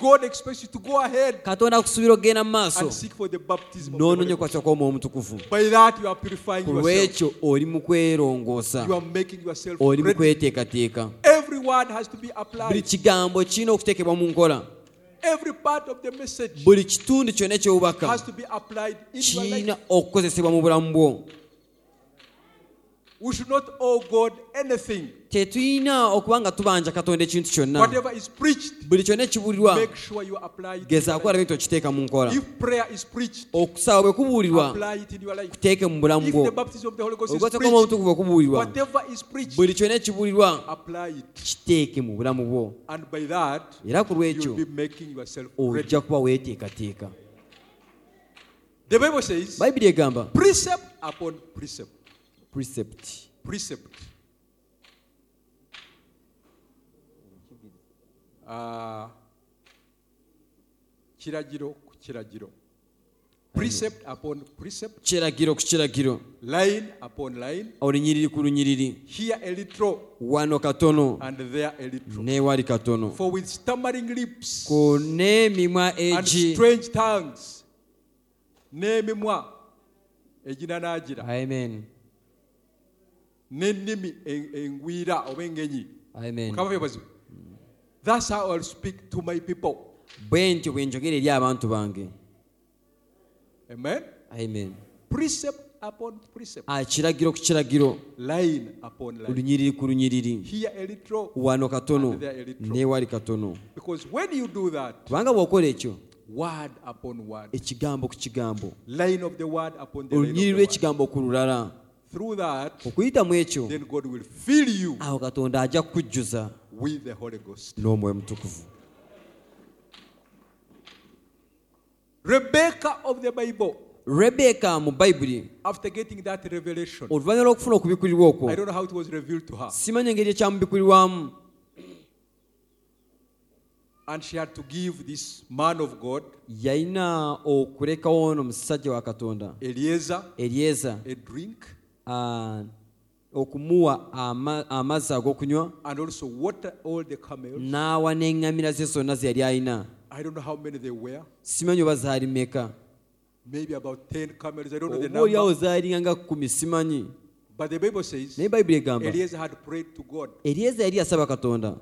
God expects you to go ahead
katonda akusubira okugenda mu maaso
and seek for the baptism of the
n'onoonya
Holy Ghost.
okukwatibwa kw'omwoyo omutukuvu
By that, you are purifying
ku
yourself.
lwekyo oli mu kwerongoosa
You are making yourself
oli mu
ready.
kweteekateeka
Every word has to be
buli
applied.
kigambo kirina okuteekebwa mu nkola
Every part of the message
buli kitundu kyonna ekyobubaka
has to be applied in your life.
kirina okukozesebwa mu bulamu bwo
We should not owe God anything.
tetulina okuba nga tubanja katonda ekintu kyonna
Whatever is preached,
buli kyonna ekibuulirwa
make sure you apply it. in your
gezaako
life.
alabe nti okiteeka mu nkola
If prayer is preached,
okusaba bwe kubuulirwa
apply it in your life.
kuteeke mu bulamu
If
bwo
the baptism of the Holy Ghost is
okukozesa kw'omwoyo
preached,
omutukuvu bwe kubuulirwa
whatever is preached,
buli kyonna ekibuulirwa
apply it.
kiteeke mu bulamu bwo
And by that,
era ku lwekyo
you'll be making yourself ready.
ojja kuba weeteekateeka
The Bible says,
bayibuli egamba
precept upon precept.
precept
precept. Ah, kiragiro ku kiragiro precept upon precept,
kiragiro ku kiragiro
line upon line,
olunyiriri ku lunyiriri
here a little
wano katono
and there a little.
n'ewali katono
For with stammering lips
ku n'emimwa
and
egi
strange tongues, n'emimwa eginanaagira
amen
n'ennimi en- engwira oba engenyi
amen
mukama bebazi thats how ill speak to my people
bwe ntyo bwe njogera eri abantu bange
amen
amen
precept upon precept
Ah, kiragiro ku kiragiro
line upon line
olunyiriri ku lunyiriri
here a little
wano katono
And there a little.
n'ewali katono
because when you do that
kubanga bw'okola ekyo
word upon word
ekigambo ku kigambo
line of the word upon the line of
olunyiriri
the word.
lw'ekigambo ku lulala
through that
okuyitamu ekyo
then god will fill you
awo katonda ajja kukujjuza
with the holy ghost
n'omwoyo mutukuvu
rebecca of the bible
rebeka mu bayibuli
after getting that revelation
oluvannyuma lw'okufuna okubikurirwa okwo
i don't know how it was revealed to her
simanyi engeri ekyamubikulirwamu
and she had to give this man of god
yalina okulekawo ono omusajja wa katonda
eliezer
eryeza
a drink
ah, okumuwa ama- amazzi ag'okunywa
and also water all the camels.
n'awa n'eŋŋamira ze zonna ze yali alina
I don't know how many there were.
simanyi oba zaali meka
Maybe about 10 camels. I don't
Oh,
know the
obaoliawo
number.
zaalinga nga kkumi simanyi
But the Bible says
naye bayibuli egamba
Eliezer had prayed to God
eryeza yali yasaba katonda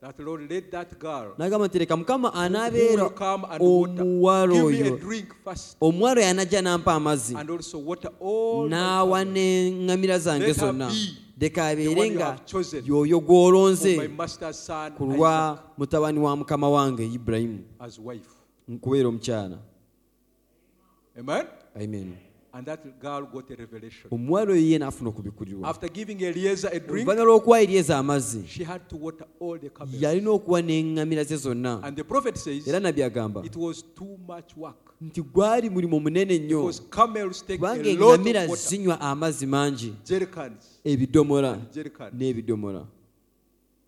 that Lord, let that girl
n'agamba nti leka mukama
who
anaabeera
will come and water,
omuwala
give me a
oyo
drink first
omuwala oyo anajja n'ampa amazzi
and also water all my
n'awa n'eŋŋamira zange
Let her
zonna
be
leka
the
abeere
one you
nga
have chosen
y'oyo
camels
gw'olonze
for my master's son
ku lwa
Isaac
mutabani wa mukama wange ibulayimu
as wife.
nkubeera omukyala
Amen?
amen
And that girl got a revelation.
omuwala oyo ye n'afuna okubikulirwa
After giving Eliezer a drink,
oluvannyuma lw'okuwa eryeza amazzi
she had to water all the camels.
yalina okuwa n'eŋŋamira ze zonna
And the prophet says
era nabbi agamba
it was too much work.
nti gwali mulimu munene nnyo
Because camels take a
kubanga
lot
eŋŋamira
of water.
zinywa amazzi mangi
Jerrycans.
ebidomola
Jerrycans.
n'ebidomola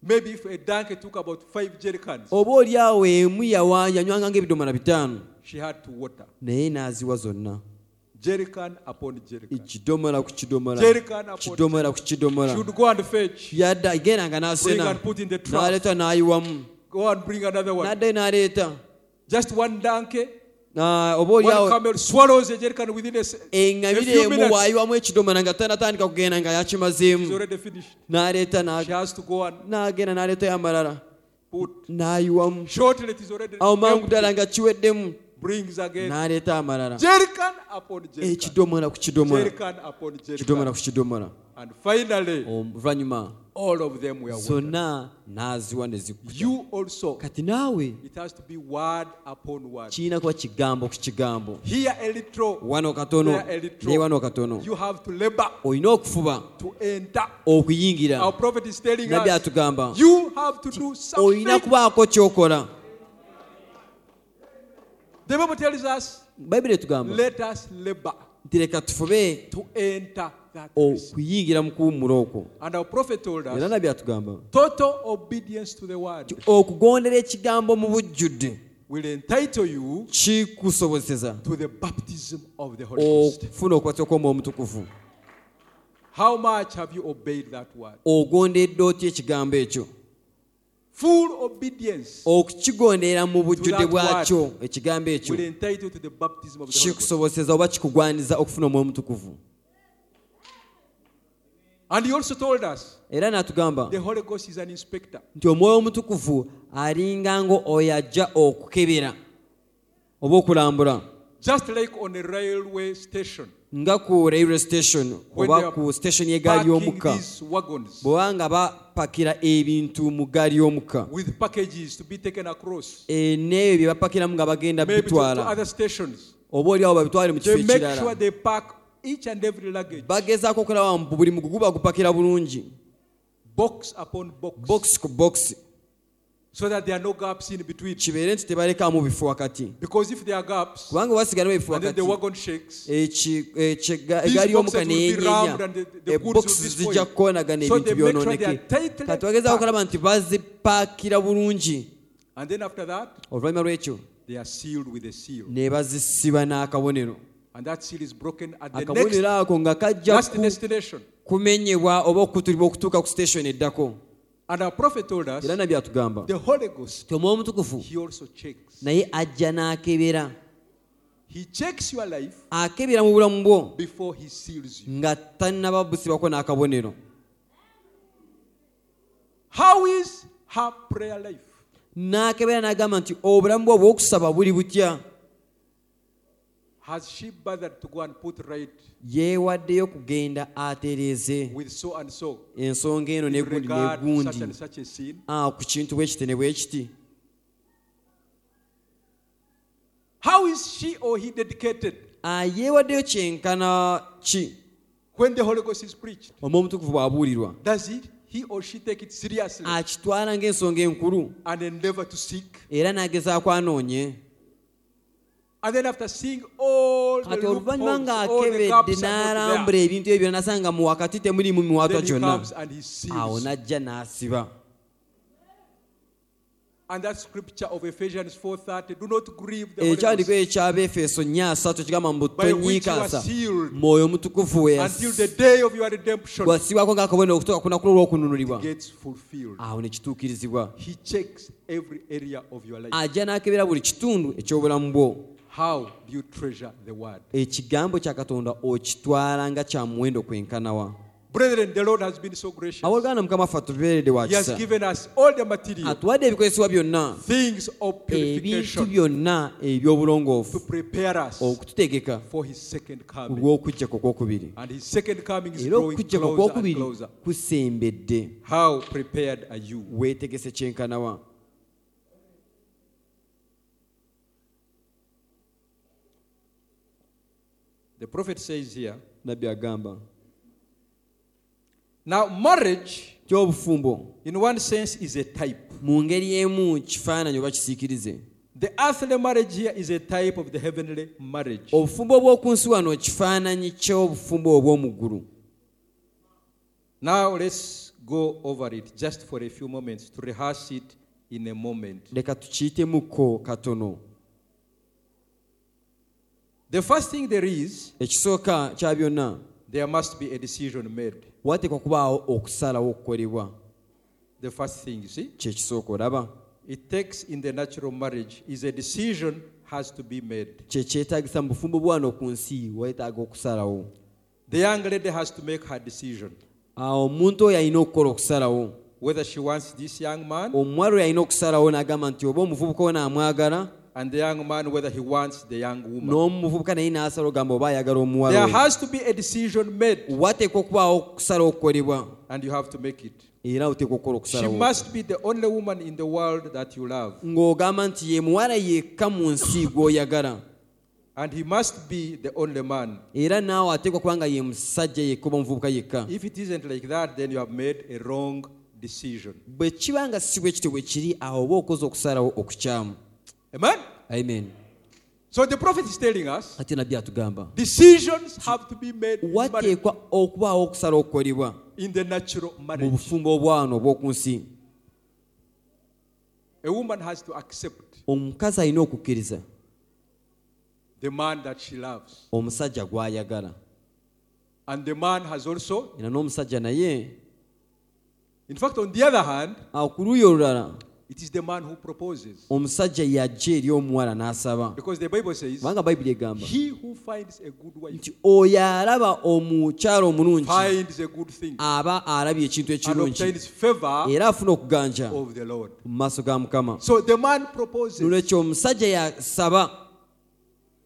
Maybe if a donkey took about five jerrycans,
oba oliawo emu yawa- yanywanga ng'ebidomola bitaano
she had to water.
naye n'aziwa zonna
Jerrycan upon jerrycan.
ekidomola ku kidomola
Jerrycan upon
kidomola ku kidomola
Should go and fetch.
yadda agendanga
Bring
n'asena
and put in the trunk.
n'aleeta n'ayiwamu
Go and bring another one.
n'addayo n'aleeta
Just one donkey,
Na- oba
one
oliawo
camel swallows a jerrycan within a, s- a
eŋŋamira
few
emu
minutes.
waayiwamu ekidomola nga tanatandika kugenda nga
It's
yakimazeemu
already finished.
n'aleeta
She
n'a-
has to go and
n'agenda n'aleetayo amalala
put.
n'ayiwamu
Shortly, it is already
awo mangu
empty.
ddala nga kiweddemu
Brings again.
n'aleeta amalala
Jerrycan upon jerrycan.
ekidomola ku kidomola
Jerrycan upon jerrycan.
kidomola ku kidomola
And finally,
oluvannyuma
all of them were watered.
zonna n'aziwa ne zikkuta
You also,
kati naawe
it has to be word upon word.
kirina kuba kigambo ku kigambo
Here a little,
wano katono
there a little.
ne wano katono
You have to labor
olina okufuba
to enter. Our
okuyingira
prophet is telling
nabbi
us,
atugamba
you have to do something.
olina
The
kubaako kyokola
Bible tells us,
bayibuli etugamba
let us labor
nti leka tufube
to enter that
Oh,
place.
okuyingira mu kuwummula okwo
And our prophet told
era
us,
nabbi atugamba
total obedience to the word
nti okugondera ekigambo mu bujjudde
will entitle you
kikusobozesa
to the baptism of the Holy Ghost.
okufuna okubatisa okw'omwoyo omutukuvu
How much have you obeyed that word?
ogondedde otya ekigambo ekyo
Full obedience
okukigondera mu bujjudde bwakyo ekigambo ekyo
will entitle you to the baptism of the Holy Ghost.
kikusobozesa oba kikugwaniza okufuna omwoyo omutukuvu
And he also told us
era n'atugamba
the Holy Ghost is an inspector.
nti omwoyo omutukuvu alinga ngo oyo ajja okukebera oba okulambula
Just like on a railway station,
nga ku railway station
when
oba
they are
ku station y'eggaali
parking
y'omukka
these wagons
bweba nga bapakira ebintu mu ggaali y'omukka
with packages to be taken across,
E, n'ebyo bye bapakiramu nga bagenda
maybe to, to
bitwala
other stations,
oba oliawo babitwale mu kifo
they make sure
ekirala
they pack each and every luggage,
bagezaako okulaba mbu buli mugugu bagupakira bulungi
box upon box,
box ku box
so that there are no gaps in between.
kibeere nti tebalekaamu bifo wakati
Because if there are gaps,
kubanga wasigalamu ebifo
and then
wakati
the wagon shakes.
Eki- ekigga-
These
egaali y'omuka
boxes will be round
neyenyenya
and the- the goods will
ebokisi
be
zijja
spoiled.
kukoonagana
So
ebintu
they make sure they
byonooneke
are tightly
kati wagezaako
packed.
okulaba nti bazipaakira bulungi
And then after that,
oluvannyuma lw'ekyo
they are sealed with a seal.
ne bazisiba n'akabonero
And that seal is broken at the next
akabonero ako nga kajja
last
ku-
destination.
kumenyebwa oba okutulibwa okutuuka ku station eddako
And our prophet told us
era nabyatugamba
the Holy Ghost,
ti omwoyo omutukuvu
he also checks.
naye ajja n'akebera
He checks your life
akebera mu bulamu bwo
before he seals you.
nga tannaba busibako n'akabonero
How is her prayer life?
n'akebera n'agamba nti obulamu bwe obw'okusaba buli butya
Has she bothered to go and put right
yeewaddeyo kugenda atereeze
with so and so?
ensonga eno
with
negundi
regard to such
negundi
and such a sin?
Ah, ku kintu bwekiti ne bwekiti
How is she or he dedicated
Ah, yeewaddeyo kyenkana ki
when the Holy Ghost is preached?
omwoyo omutukuvu bw'abuulirwa
Does he, he or she take it seriously
Ah. akitwala ng'ensonga enkulu
and endeavor to seek?
era n'agezaako anoonye
And then after seeing all the
kati oluvannyuma
loopholes, all the
ng'akebedde
gaps are not
n'alambula
there,
ebintu ebyo byonasanga mu wakati temulimu miwaatwa
then he
gyonna
comes and he
awo
sees.
n'ajja n'asiba
And that scripture of Ephesians 4.30, do not grieve the Holy
ekyandiko
Ghost
ekyabaefeso 4:3 kigamba
By
mu
which you are
butonyiikaasa
sealed
mwoyo omutukuvu we
until the day of your redemption
wasibwako ng'akabonero okutuuka ku lunaku olw'okununulibwa
gets fulfilled.
awo ne kituukirizibwa
He checks every area of your life.
ajja n'akebera buli kitundu eky'obulamu bwo
How do you treasure the word?
ekigambo kya katonda okitwala nga kya muwendo kwenkanawa
Brethren, the Lord has been so gracious.
abooluganda mukama ffe atubeeredde wa
He has
kisa
given us all the material,
atuwadde ebikozesebwa byonna
things
Eh,
of
ebintu
purification
byonna
to
eby'obulongoofu
prepare us
Oh, okututegeka
for his second
ku
coming.
lw'okujja kw'okwokubiri
And his second coming is
era
drawing
okujja
closer and
kw'okwokubiri
closer.
kusembedde
How prepared are you?
weetegese kyenkanawa
The prophet says here
nabbi agamba
now, marriage,
ti obufumbo
in one sense, is a type.
mu ngeri emu kifaananyi oba kisiikirize
The earthly marriage here is a type of the heavenly marriage.
obufumbo obw'oku nsi wano kifaananyi ky'obufumbo obw'omu ggulu
Now, let's go over it just for a few moments to rehearse it in a moment.
leka tukiyitemukko katono
The first thing there is,
ekisooka kya byonna
there must be a decision made.
wateekwa kubaawo okusalawo okukolebwa
The first thing, you see,
kyekisooka olaba
it takes in the natural marriage is a decision has to be made.
kyekyetaagisa mu bufumbo bwano ku nsi weetaaga okusalawo
The young lady has to make her decision
awo omuntu oyo alina okukola okusalawo
whether she wants this young man
omuwala oyo alina okusalawo n'agamba nti oba omuvubuka we naamwagala
and the young man whether he wants the young woman.
n'omuvubuka naye n'asala ogamba oba ayagala omuwala
There
oyo.
has to be a decision made
wateekwa okubaawo okusalawo okukolebwa
and you have to make it.
era oteekwa okukola
She
okusalawo
must be the only woman in the world that you love
ng'ogamba nti ye muwala yekka mu nsi gw'oyagala
and he must be the only man.
era naawe ateekwa kubanga ye musajja yekka oba omuvubuka yekka
If it isn't like that, then you have made a wrong decision.
bwe kiba nga si bwe kityo bwe kiri awo oba okoze okusalawo okukyamu
Amen?
amen
So the prophet is telling us
ate nabbi atugamba
decisions have to be made in marriage,
wateekwa okubaawo okusalawo okukolebwa
in the natural
mu
marriage.
bufumbo obwano obw'oku nsi
A woman has to accept
omukazi alina okukkiriza
the man that she loves.
omusajja gw'ayagala
And the man has also,
era n'omusajja naye
in fact, on the other hand,
awo ku luuyi olulala
it is the man who proposes.
omusajja yajja eri omuwala n'asaba
Because the Bible says,
kubanga bayibuli egamba
he who finds a good wife
nti oyo alaba omukyala omulungi
finds a good thing
aba alabye ekintu
and
ekirungi
obtains favor
era afuna okuganja
of the Lord.
mu maaso ga mukama
So the man proposes
nolwekyo omusajja yasaba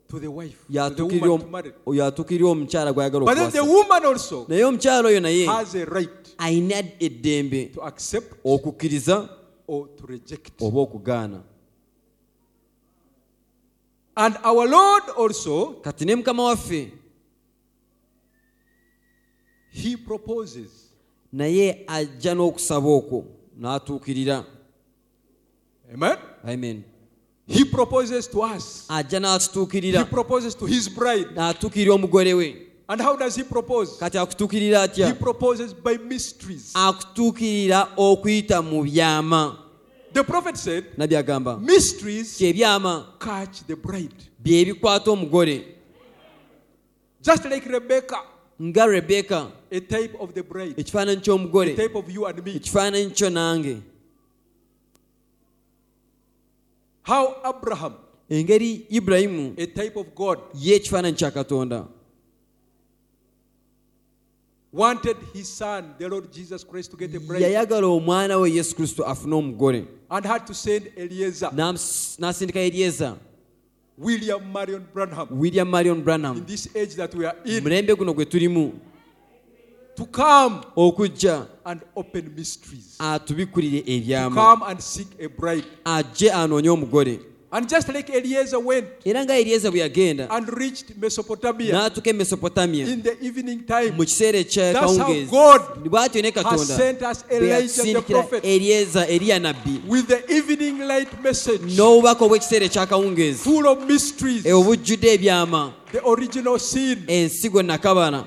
to the wife, to the
yatuukirira
woman
om- oh,
to marry.
yatuukirira omukyala gw'ayagala
But then the
okuwasa
woman also
naye omukyala oyo naye
has a right
alina eddembe
to accept
okukkiriza
or to reject.
oba okugaana
And our Lord also,
kati ne mukama waffe
he proposes.
naye ajja n'okusaba okwo n'atuukirira
Amen?
amen
He proposes to us.
ajja
He
n'atutuukirira
proposes to his bride.
n'atuukirira omugole we
And how does he propose?
kati akutuukirira atya
He proposes by mysteries.
akutuukirira okuyita mu byama
The prophet said,
nabbi agamba
Mysteries
kyebyama
catch the bride.
bye bikwata omugole
Just like Rebecca,
nga rebeka
a type of the bride,
ekifaananyi
a
ky'omugole
type of you and me.
ekifaananyi kyo nange
How Abraham,
engeri ibulayimu
a type of God,
ye ekifaananyi kya katonda
wanted his son, the Lord Jesus Christ, to get a bride
yayagala omwana we yesu kristo afune omugole
and had to send Eliezer,
N'amus- n'asindika eryeza
William Marion Branham,
william marion
in
branham
this age that we are
mu
in,
mulembe guno gwe tulimu
to come
okujja
and open mysteries,
atubikulire
to
ebyama
come and seek a bride.
ajje anoonye omugole
And just like Eliezer went
era nga eryeza bwe yagenda
and reached Mesopotamia
n'atuuka e mesopotamiya
in the evening time,
mu kiseera
that's how
ekyakawungeezi
God
bwatyo ne
has
katonda
sent us
bwe
Elijah the
yatusindikira
prophet
eryeza eriya nabbi
with the evening light message
n'obubaka obw'ekiseera ekyakawungeezi
full of mysteries,
e obujjudde ebyama
the original sin,
ensigo nakabana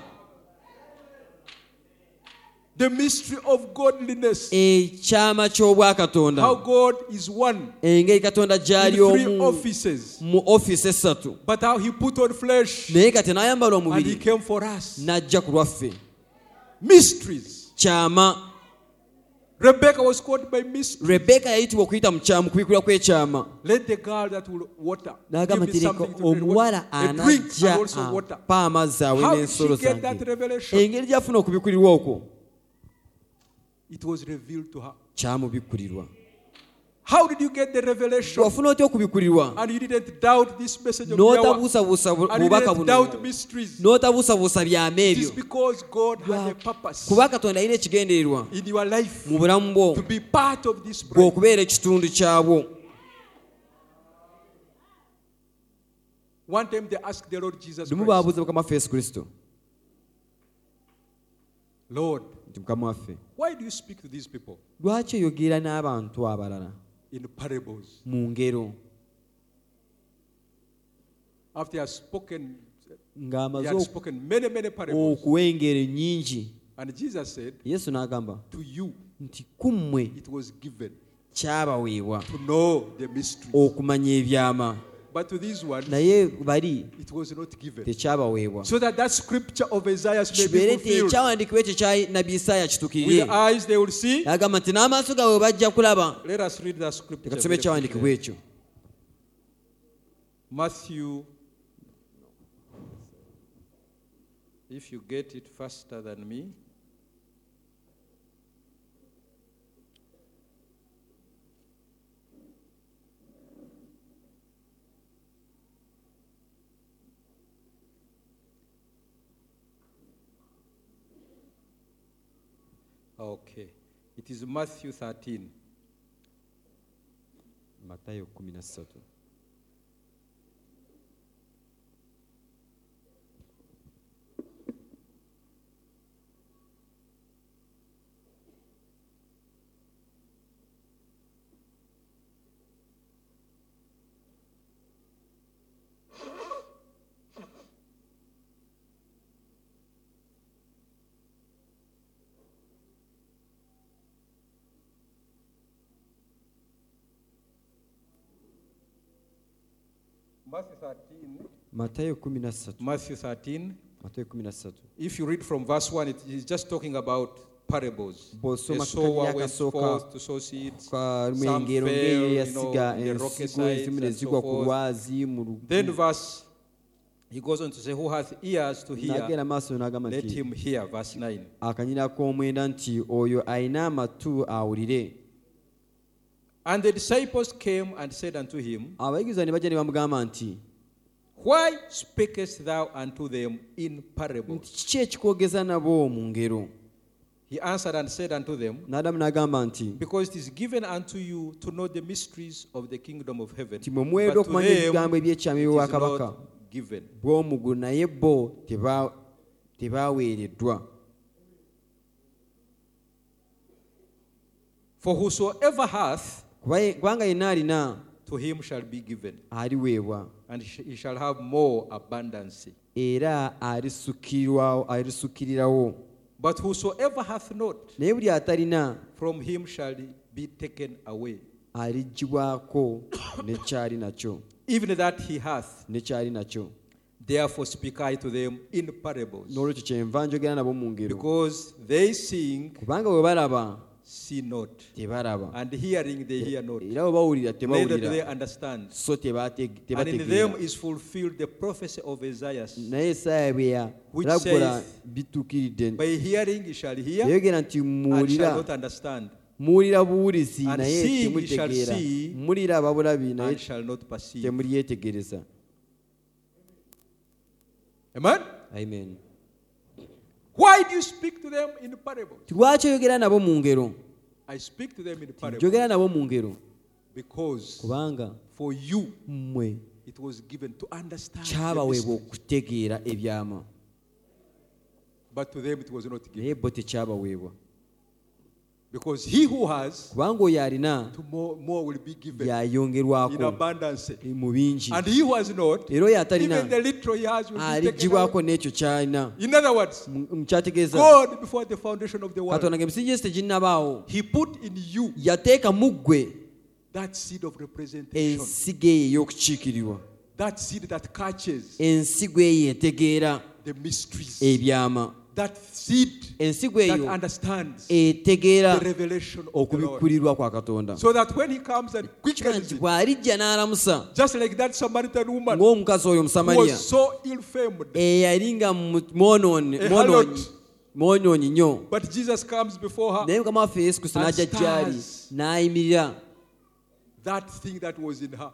the mystery of
E-
godliness,
ekyama ky'obwakatonda
how God is one
engeri katonda
in
gy'ali
three
omu
offices,
mu ofisi essatu
but how He put on flesh
naye kati n'ayambala
and He
omubiri
came for us.
n'ajja ku lwaffe
Mysteries.
kyama
Rebecca was called by mystery.
rebeka yayitibwa okuyita mu kyama kubikulwa kw'ekyama
Let the girl that will water give
n'agamba
me
nti leka
something to drink, water,
omuwala
a drink and
anajja
also water.
ampa amazzi awe
How did
n'ensolo
she get that
zange
revelation?
engeri gy'afuna okubikulirwa okwo
It was revealed to her.
kyamubikulirwa
How did you get the revelation?
wafuna otya okubikulirwa
And you didn't doubt this message of the hour.
n'otabuusabuusa bu-
And you
bubaka
didn't
buno
doubt mysteries.
n'otabuusabuusa byama
It is
ebyo
because God had a purpose
kuba katonda alina ekigendererwa
in your life
mu bulamu bwo
to be part of this
gwe
bride.
okubeera ekitundu kyabwo
One time they asked the Lord Jesus
lumu
Christ,
baabuuza mukama waffe yesu kristo
Lord,
nti mukama waffe
why do you speak to these people
lwaki oyogera n'abantu abalala
in parables?
mu ngero
After he has spoken, he
ng'amaze
had
oku-
spoken many, many parables.
okuwa engero nyingi
And Jesus said,
yesu n'agamba
To you
nti ku mmwe
it was given
kyabaweebwa
to know the mysteries.
okumanya ebyama
But to these ones,
naye bali
it was not given.
tekyabaweebwa
So that that scripture of Isaiah may
kibeere
be
nti
fulfilled.
ekyawandiikibwa ekyo kya nabi isaaya
With
kitukirire
the eyes they will see.
agamba nti n'amaaso gaabwe bajja kulaba
Let us read that scripture.
leka tusome
very
ekyawandiikibwa
quickly.
ekyo
Matthew. If you get it faster than me. Okay. It is Matthew 13.
matayo 13
Matthew 13.
matayo 13
Matthew 13.
matayo 13
If you read from verse 1, it is just talking about parables. The
Bw'osoma ku
sower
kanya
went
akasooka,
forth to sow seeds.
kalimu
Some
engero
fell,
ngeri
you know,
yasiga
in the rocky
ensigo
sides
ezimu
and so
nezigwa ku
forth.
lwazi mu
Then
lugu
verse, he goes on to say, who hath ears to hear,
nagenda maaso n'agamba
let
nti
him hear. Verse 9.
akanyira k'omwenda nti oyo alina amatu awulire
And the disciples came and said unto him,
abayigiza ne bajja ne bamugamba nti
Why speakest thou unto them in parables?
nti kiki ekikwogeza nabo mu ngero
He answered and said unto them,
n'adamu n'agamba nti
Because it is given unto you to know the mysteries of the kingdom of heaven.
ti mwe muweeredde
But to
okumanya ebigambo
them
eby'ekyama
it is
eby'obwakabaka
not given.
bw'omugulu naye bo teba- tebaweereddwa
For whosoever hath,
Kuba ye- kubanga yenna alina
to him shall be given,
aliweebwa
and sh- he shall have more abundance.
era alisukirirwawo- alisukirirawo
But whosoever hath not,
naye buli atalina
from him shall be taken away.
aliggyibwako nekyali nakyo
even that he hath.
nekyali nakyo
Therefore speak I to them in parables,
n'olwekyo kyenva njogera nabo mu ngero
because they seeing
kubanga bwe balaba
see not,
tebalaba
and hearing they hear not,
era bwe bawulira
neither do they
tebawulira
understand.
so tebate-
And in them
tebategeera
is fulfilled the prophecy of Isaiah.
naye esaaya bwe
Which
yalagola
says, By
bituukiridde
hearing you shall hear,
yayogera nti
and shall
muwulira
not understand,
muwulira buwulizi
And
naye
seeing ye shall
temutegeera
see,
mulira ababulabi naye
and shall not perceive.
temulyetegereza
Amen?
amen
Why do you speak to them in parables?
lwaki oyogera nabo mu ngero
I speak to them in parables
njogera nabo mu ngero
because
kubanga
for you
mmwe
it was given to understand, the
kyabaweebwa
mystery,
okutegeera ebyama
but to them it was not given.
naye bo tekyabaweebwa
Because he who has,
kubanga oyo alina
to more, more will be given in
yayongerwako
abundance.
mu bingi
And he who has not,
era oyo atalina
even the little he has will
Ah,
be taken away.
aliggyibwako n'ekyo kyalina
In other words,
Mu- mukyategeeza
God, before the foundation of the world,
katonda nga emisingi esi teginnabaawo
he put in you
yateeka mu ggwe
that seed of representation,
ensigo eyo ey'okukiikirirwa
that seed that catches
ensigo eyo etegeera
the mysteries,
ebyama
that seed
ensigo
that
eyo
understands
etegeera
the revelation of the Lord.
okubikkulirwa kwa katonda
So that when he comes and
Kira nti
quickens it,
bw'alijja n'alamusa
just like that Samaritan woman who
ng'omukazi oyo omusamaliya
was so ill famed,
eyali nga mu- mwonoonyi
A
mwonoonyi-
harlot.
mwonoonyi nnyo
but Jesus comes before her.
naye mukama waffe yesu kristo
And
n'ajja gyali
stars.
n'ayimirira
that thing that was in her.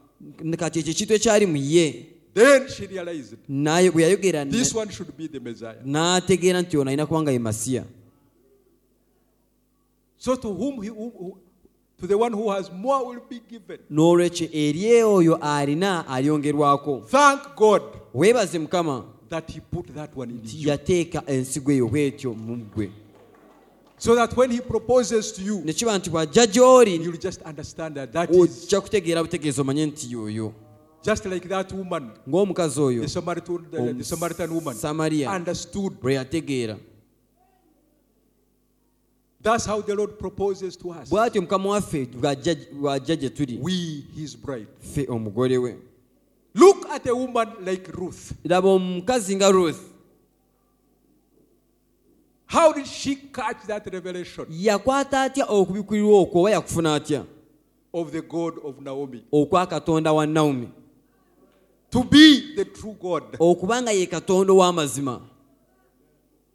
kati ekyo ekintu ekyali mu ye
Then she realized
naye bwe yayogera na-
this one should be the Messiah.
n'ategeera nti ono alina kubanga ye masiya
So to whom he, who- who- to the one who has more will be given.
n'olwekyo eri oyo alina alyongerwako
Thank God
weebaze mukama
that he put that one in
nti
you.
yateeka ensigo eyo bwetyo mu ggwe
So that when he proposes to you,
ne kiba nti bw'ajja gy'oli
you'll just understand that that is
ojja kutegeera butegeezi omanye nti yoyo
just like that woman,
ng'omukazi oyo
the Samaritan, the, the Samaritan woman,
Samaria.
understood.
bwe yategeera
That's how the Lord proposes to us.
bw'atyo mukama waffe bw'ajja- bw'ajja gye tuli
We, his bride.
ffe omugole we
Look at a woman like Ruth.
laba omukazi nga ruth
How did she catch that revelation
yakwata atya okubikkulirwa okwo oba yakufuna atya
of the God of Naomi?
okwa katonda wa naumi
to be the true God.
okuba nga ye katonda ow'amazima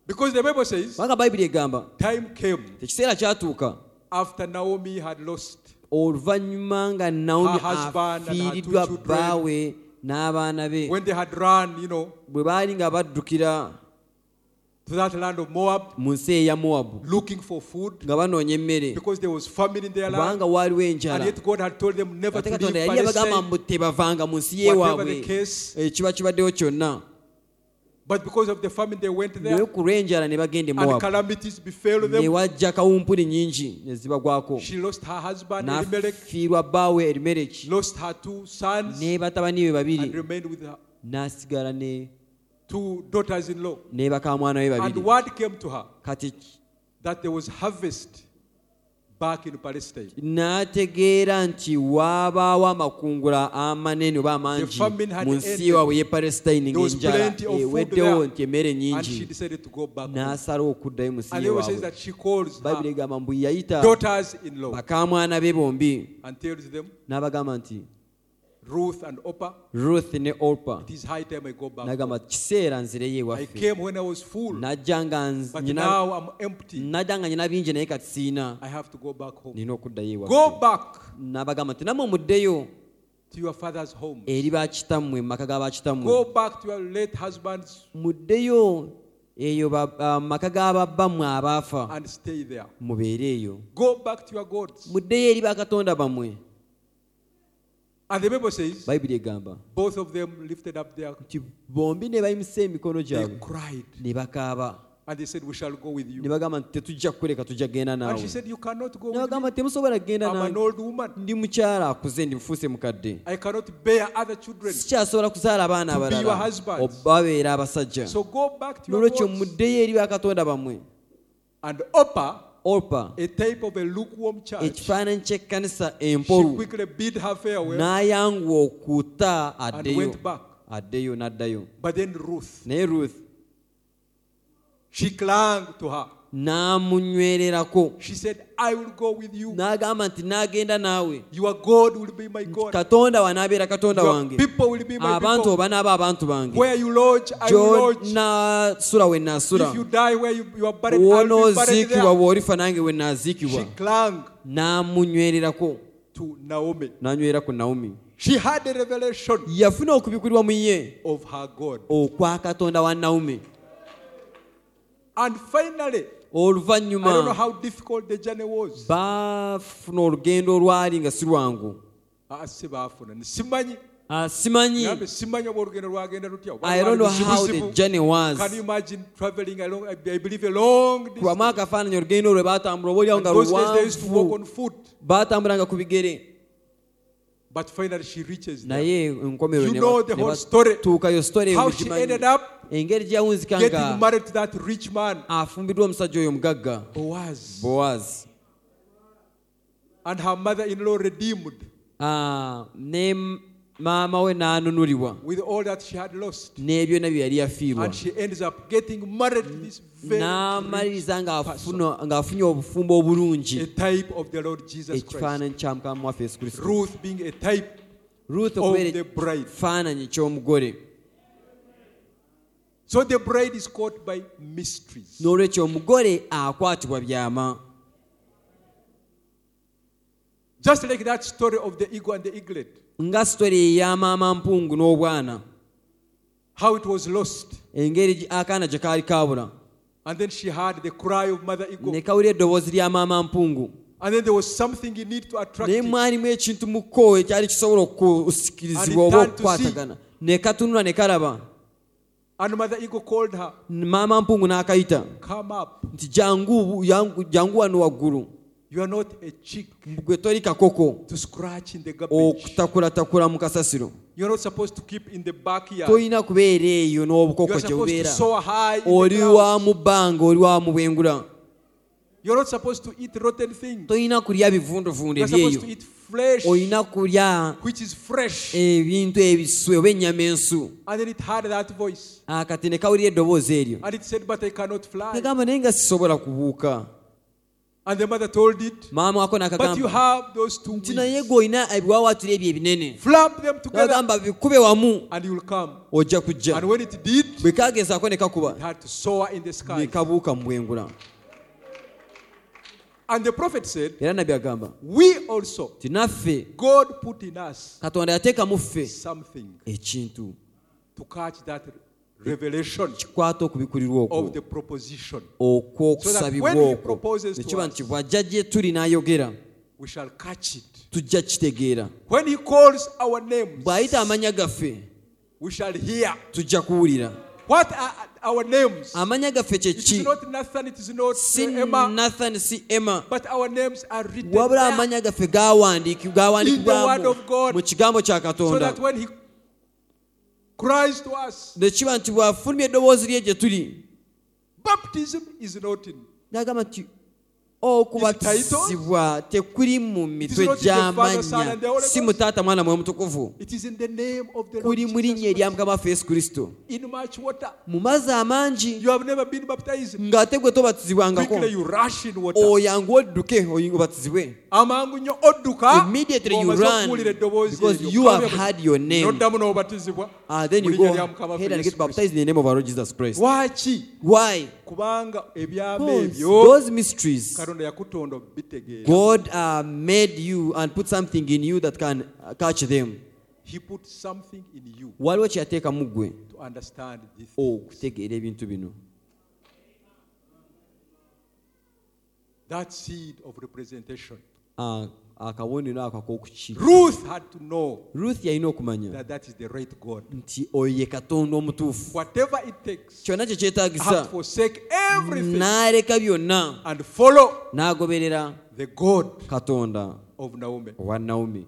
Because the Bible says,
kubanga bayibuli egamba
time came
tekiseera kyatuuka
after Naomi had lost
oluvannyuma nga naumi
Her husband and her two
afiiriddwa
children.
bbaawe n'abaana be
when they had run, you know,
bwe baali nga baddukira
to that land of Moab
mu nsi eya mowabu
looking for food
nga banoonya emmere
because there was famine in their land.
kubanga waaliwo
And
enjala
yet God had told them never
ate
to
katonda
leave
yali abagamba
Palestine,
mbu tebavanga mu nsi
whatever the
yeewaabwe
case.
ekiba kibaddewo kyonna
But because of the famine, they went
naye
there
ku lw'enjala ne bagenda e
and
mowabu
calamities befell
ne
them.
wajja kawumpuli nyingi ne zibagwako
She lost her husband, Elimelech,
n'afiirwa bbaawe erimereki
lost her two sons,
ne batabani be
and
babiri
remained with her
n'asigala ne
two daughters in law.
ne bakamwana be
And
babiri
word came to her
kati
that there was harvest back in Palestine.
n'ategeera nti waabaawo amakungula amanene oba
The
amangi
famine had
mu nsi
ended.
ewaabwe ye palestine
There was
ng'enjala
plenty of food
eweddewo
there.
nti emmere
And she
nnyingi
decided to go back home.
n'asalawo okuddayo mu nsi
And the Bible says
yewaabwe
that she calls
bayibuli
her
egamba mbu yayita
daughters in law
bakamwana be bombi
and tells them,
n'abagamba nti
Ruth and Opa,
ruth ne olpa
it is high time I go back.
n'agamba kiseera nzireyo
I
ewaffe
came when I was full,
najja nga nz-
but
nyina-
now I'm empty.
najja nga nyina bingi naye kati siina
I have to go back home.
nina okuddayo ewaffe
Go back
n'abagamba nti namwe muddeyo
to your father's home.
eri bakitammwe mu maka ga bakitammwe
Go back to your late husband's
muddeyo eyo ba- ah, mu maka ga babbammwe abaafa
and stay there.
mubeere eyo
Go back to your gods.
muddeyo eri bakatonda bammwe
And the Bible says,
bayibuli egamba
both of them lifted up their
nti bombi ne bayimusa emikono
they
gyabwe
cried
ne bakaaba
and they said, We shall go with
ne
you.
bagamba nti tetujja kukuleka tujja kgenda
And
naawe
she said, You cannot go with me.
nabagamba temusobola kgenda
I'm an
nange
old woman.
ndi mukyala akuze ndi mufuuse mukadde
I cannot bear other children.
sikyasobola kuzaala abaana
To be
abalala
your husbands.
obabeera abasajja
So go back to your
nolwekyo
gods.
muddeyo eri bakatonda bammwe
And Opa
orpa
a type of a lukewarm church.
ekifaananyi ky'ekkanisa
She
empolu
quickly bid her farewell
n'ayanguwa okuta
and
addeyo
went back.
addeyo n'addayo
But then Ruth,
naye ruth
she clung to her.
n'amunywererako
She said, I will go with you.
n'agamba nti n'agenda naawe
Your God will be my God.
katonda wange abeera katonda
Your
wange
people will be my
abantu
people.
oba n'aba abantu bange
Where you lodge, I will lodge.
gy'onaasula we naasula
If you die where you, you are buried, I will be buried
w'onooziikibwa
there.
bw'olifa nange we
She
naaziikibwa
clung
n'amunywererako
to Naomi.
n'anywera ku naomi
She had a revelation
yafuna okubikulirwa mu ye
of her God.
okwa katonda wa naomi
And finally, I don't know
oluvannyuma
how difficult the journey was.
baafuna olugendo olwali nga si lwangu
Ah, si baafuna. Simanyi.
Ah, simanyi
Nambe simanyi oba olugendo lwagenda lutya. Oba
I don't know how the
luzibuzibu.
journey was.
Can you imagine traveling along, I I believe, a long distance.
kubamu akafaananyi olugendo olwe baatambula obaolyawo
And
nga
those days they used to walk
luwanvu
on foot.
baatambulanga ku bigere
But finally she reaches there.
naye enkomero
You
ne
know
ba-
the
ne
whole
ba-
story.
tuukayo story eyo
How she
mugimanyi.
ended up
engeri gyeyawunzika
getting
nga
married to that rich man,
afumbiddwa omusajja oyo omugagga
Boaz.
bowazi
And her mother-in-law redeemed
Ah, ne m- maama we n'anunulibwa
with all that she had lost.
n'ebyona bye yali yafiirwa
And she ends up getting married to this very rich
n'amaliriza
person,
ng'afuna- ng'afunye obufumbo
a
obulungi
type of the Lord Jesus Christ.
ekifaananyi kya mukama waffe yesu kristo
Ruth being a type
ruth
of
okubeera
the bride.
ekifaananyi ky'omugole
So the bride is caught by mysteries.
n'olwekyo omugole akwatibwa byama
Just like that story of the eagle and the eaglet,
nga sitori eya maama mpungu n'obwana
how it was lost.
engeri gye- akaana gye kaali kaabula
And then she heard the cry of mother eagle.
ne kawulira eddoboozi lya maama mpungu
And then there was something in it to attract
naye
it.
mwalimu ekintu muko ekyali kisobola okusikirizibwa oba
And it turned to
okukwatagana ne katunula ne kalaba
And mother eagle called her,
maama mpungu n'akayita
Come up.
nti jangu yangu- jangu wano waggulu
You are not a chick
gwe toli kakoko
to scratch in the garbage.
okutakulatakula mu kasasiro
You're not supposed to keep in the backyard.
tolina kubeera eyo
You
n'obukoko
are supposed
gye
to
bubeera
soar high. In the
oli wa
clouds.
mu bbanga oli wa mu bwengula
You're not supposed to eat rotten things.
tolina kulya bivunduvundu
You're supposed
ebyeyo
to eat flesh,
olina kulya e,
which is fresh.
Eh. ebintu ebisu oba ennyama ensu
And then it heard that voice.
akati ne kawulira eddoboozi eryo
And it said, But I cannot fly.
nagamba naye nga sisobola kubuuka
And the mother told it,
maama wako
But you
n'akagamba
have those two
nti naye
wings.
gwe olina ebiwawaatiro ebyo ebinene
Flap them together,
n'agamba bikube wamu
and you'll come.
ojja
And
kujja
when it did,
bwe kagezaako ne
it
kakuba
had to soar in the sky.
ne kabuuka mu bwengula
And the prophet said,
era nabbi agamba
We also,
nti naffe
God put in us
katonda yateeka mu ffe
something
ekintu
to catch that revelation
kikwata okubikulirwa okwo
of the proposition.
okw'okusabibwa
So that when he
okwo
proposes to
nekiba
us,
nti bw'ajja gye tuli n'ayogera
We shall catch it.
tujja kitegeera
When he calls our names,
bw'ayita amannya gaffe
we shall hear.
tujja kuwulira
What are our names?
amannya gaffe kye
It is
ki
not Nathan, it is not
si
uh, Emma,
nathan si emma
but our names are written
wabula
there
amannya gaffe gawandiiki-
In the word
gawandiikibwamu
of God.
mu kigambo kya
so
katonda
that when he cries to us,
nekiba nti bw'afulumya eddoboozi lye gye tuli
baptism is not in.
n'agamba nti
titled?
okubatizibwa tekuli mu
It is
mitwe
not in the Father, Son,
gy'amannya
and the Holy
si
Ghost.
mutaata mwana mwe mutukuvu
It is in the name of the Lord
kuli mu linnya
Jesus
erya
Christ.
mukama waffe yesu kristo
In much water.
mu mazzi amangi
You have never been baptized.
ng'ate gwe tobatizibwangako
Quickly you rush in water.
oyangu odduke oyi- obatizibwe
amangu nnyo odduka
Immediately you
ng'omaze
run,
okuwulira eddoboozi
because
eryo.
you have heard your name.
n'oddamu n'obatizibwa
Ah, then you
mu linnya
go
lya Mukama
ahead and
Yesu
get
Kristo.
baptized in the name of our Lord Jesus Christ.
lwaki
Why?
kubanga ebyama
Because
ebyo
those mysteries,
katonda yakutonda obitegeera
God uh, made you and put something in you that can uh, catch them.
he put something in you
waliwo kyeyateeka mu ggwe
to understand this
Oh. okutegeera ebintu bino
that seed of representation
Ah, akabonero ako ak'okuki
ruth had to know
ruth yalina okumanya
that that is the right god
nti oyo ye katonda omutuufu
whatever it takes
kyonna kye
had to
kyetaagisa
forsake everything
n'aleka byonna
and follow
n'agoberera
the god
katonda
of naomi
owa naomi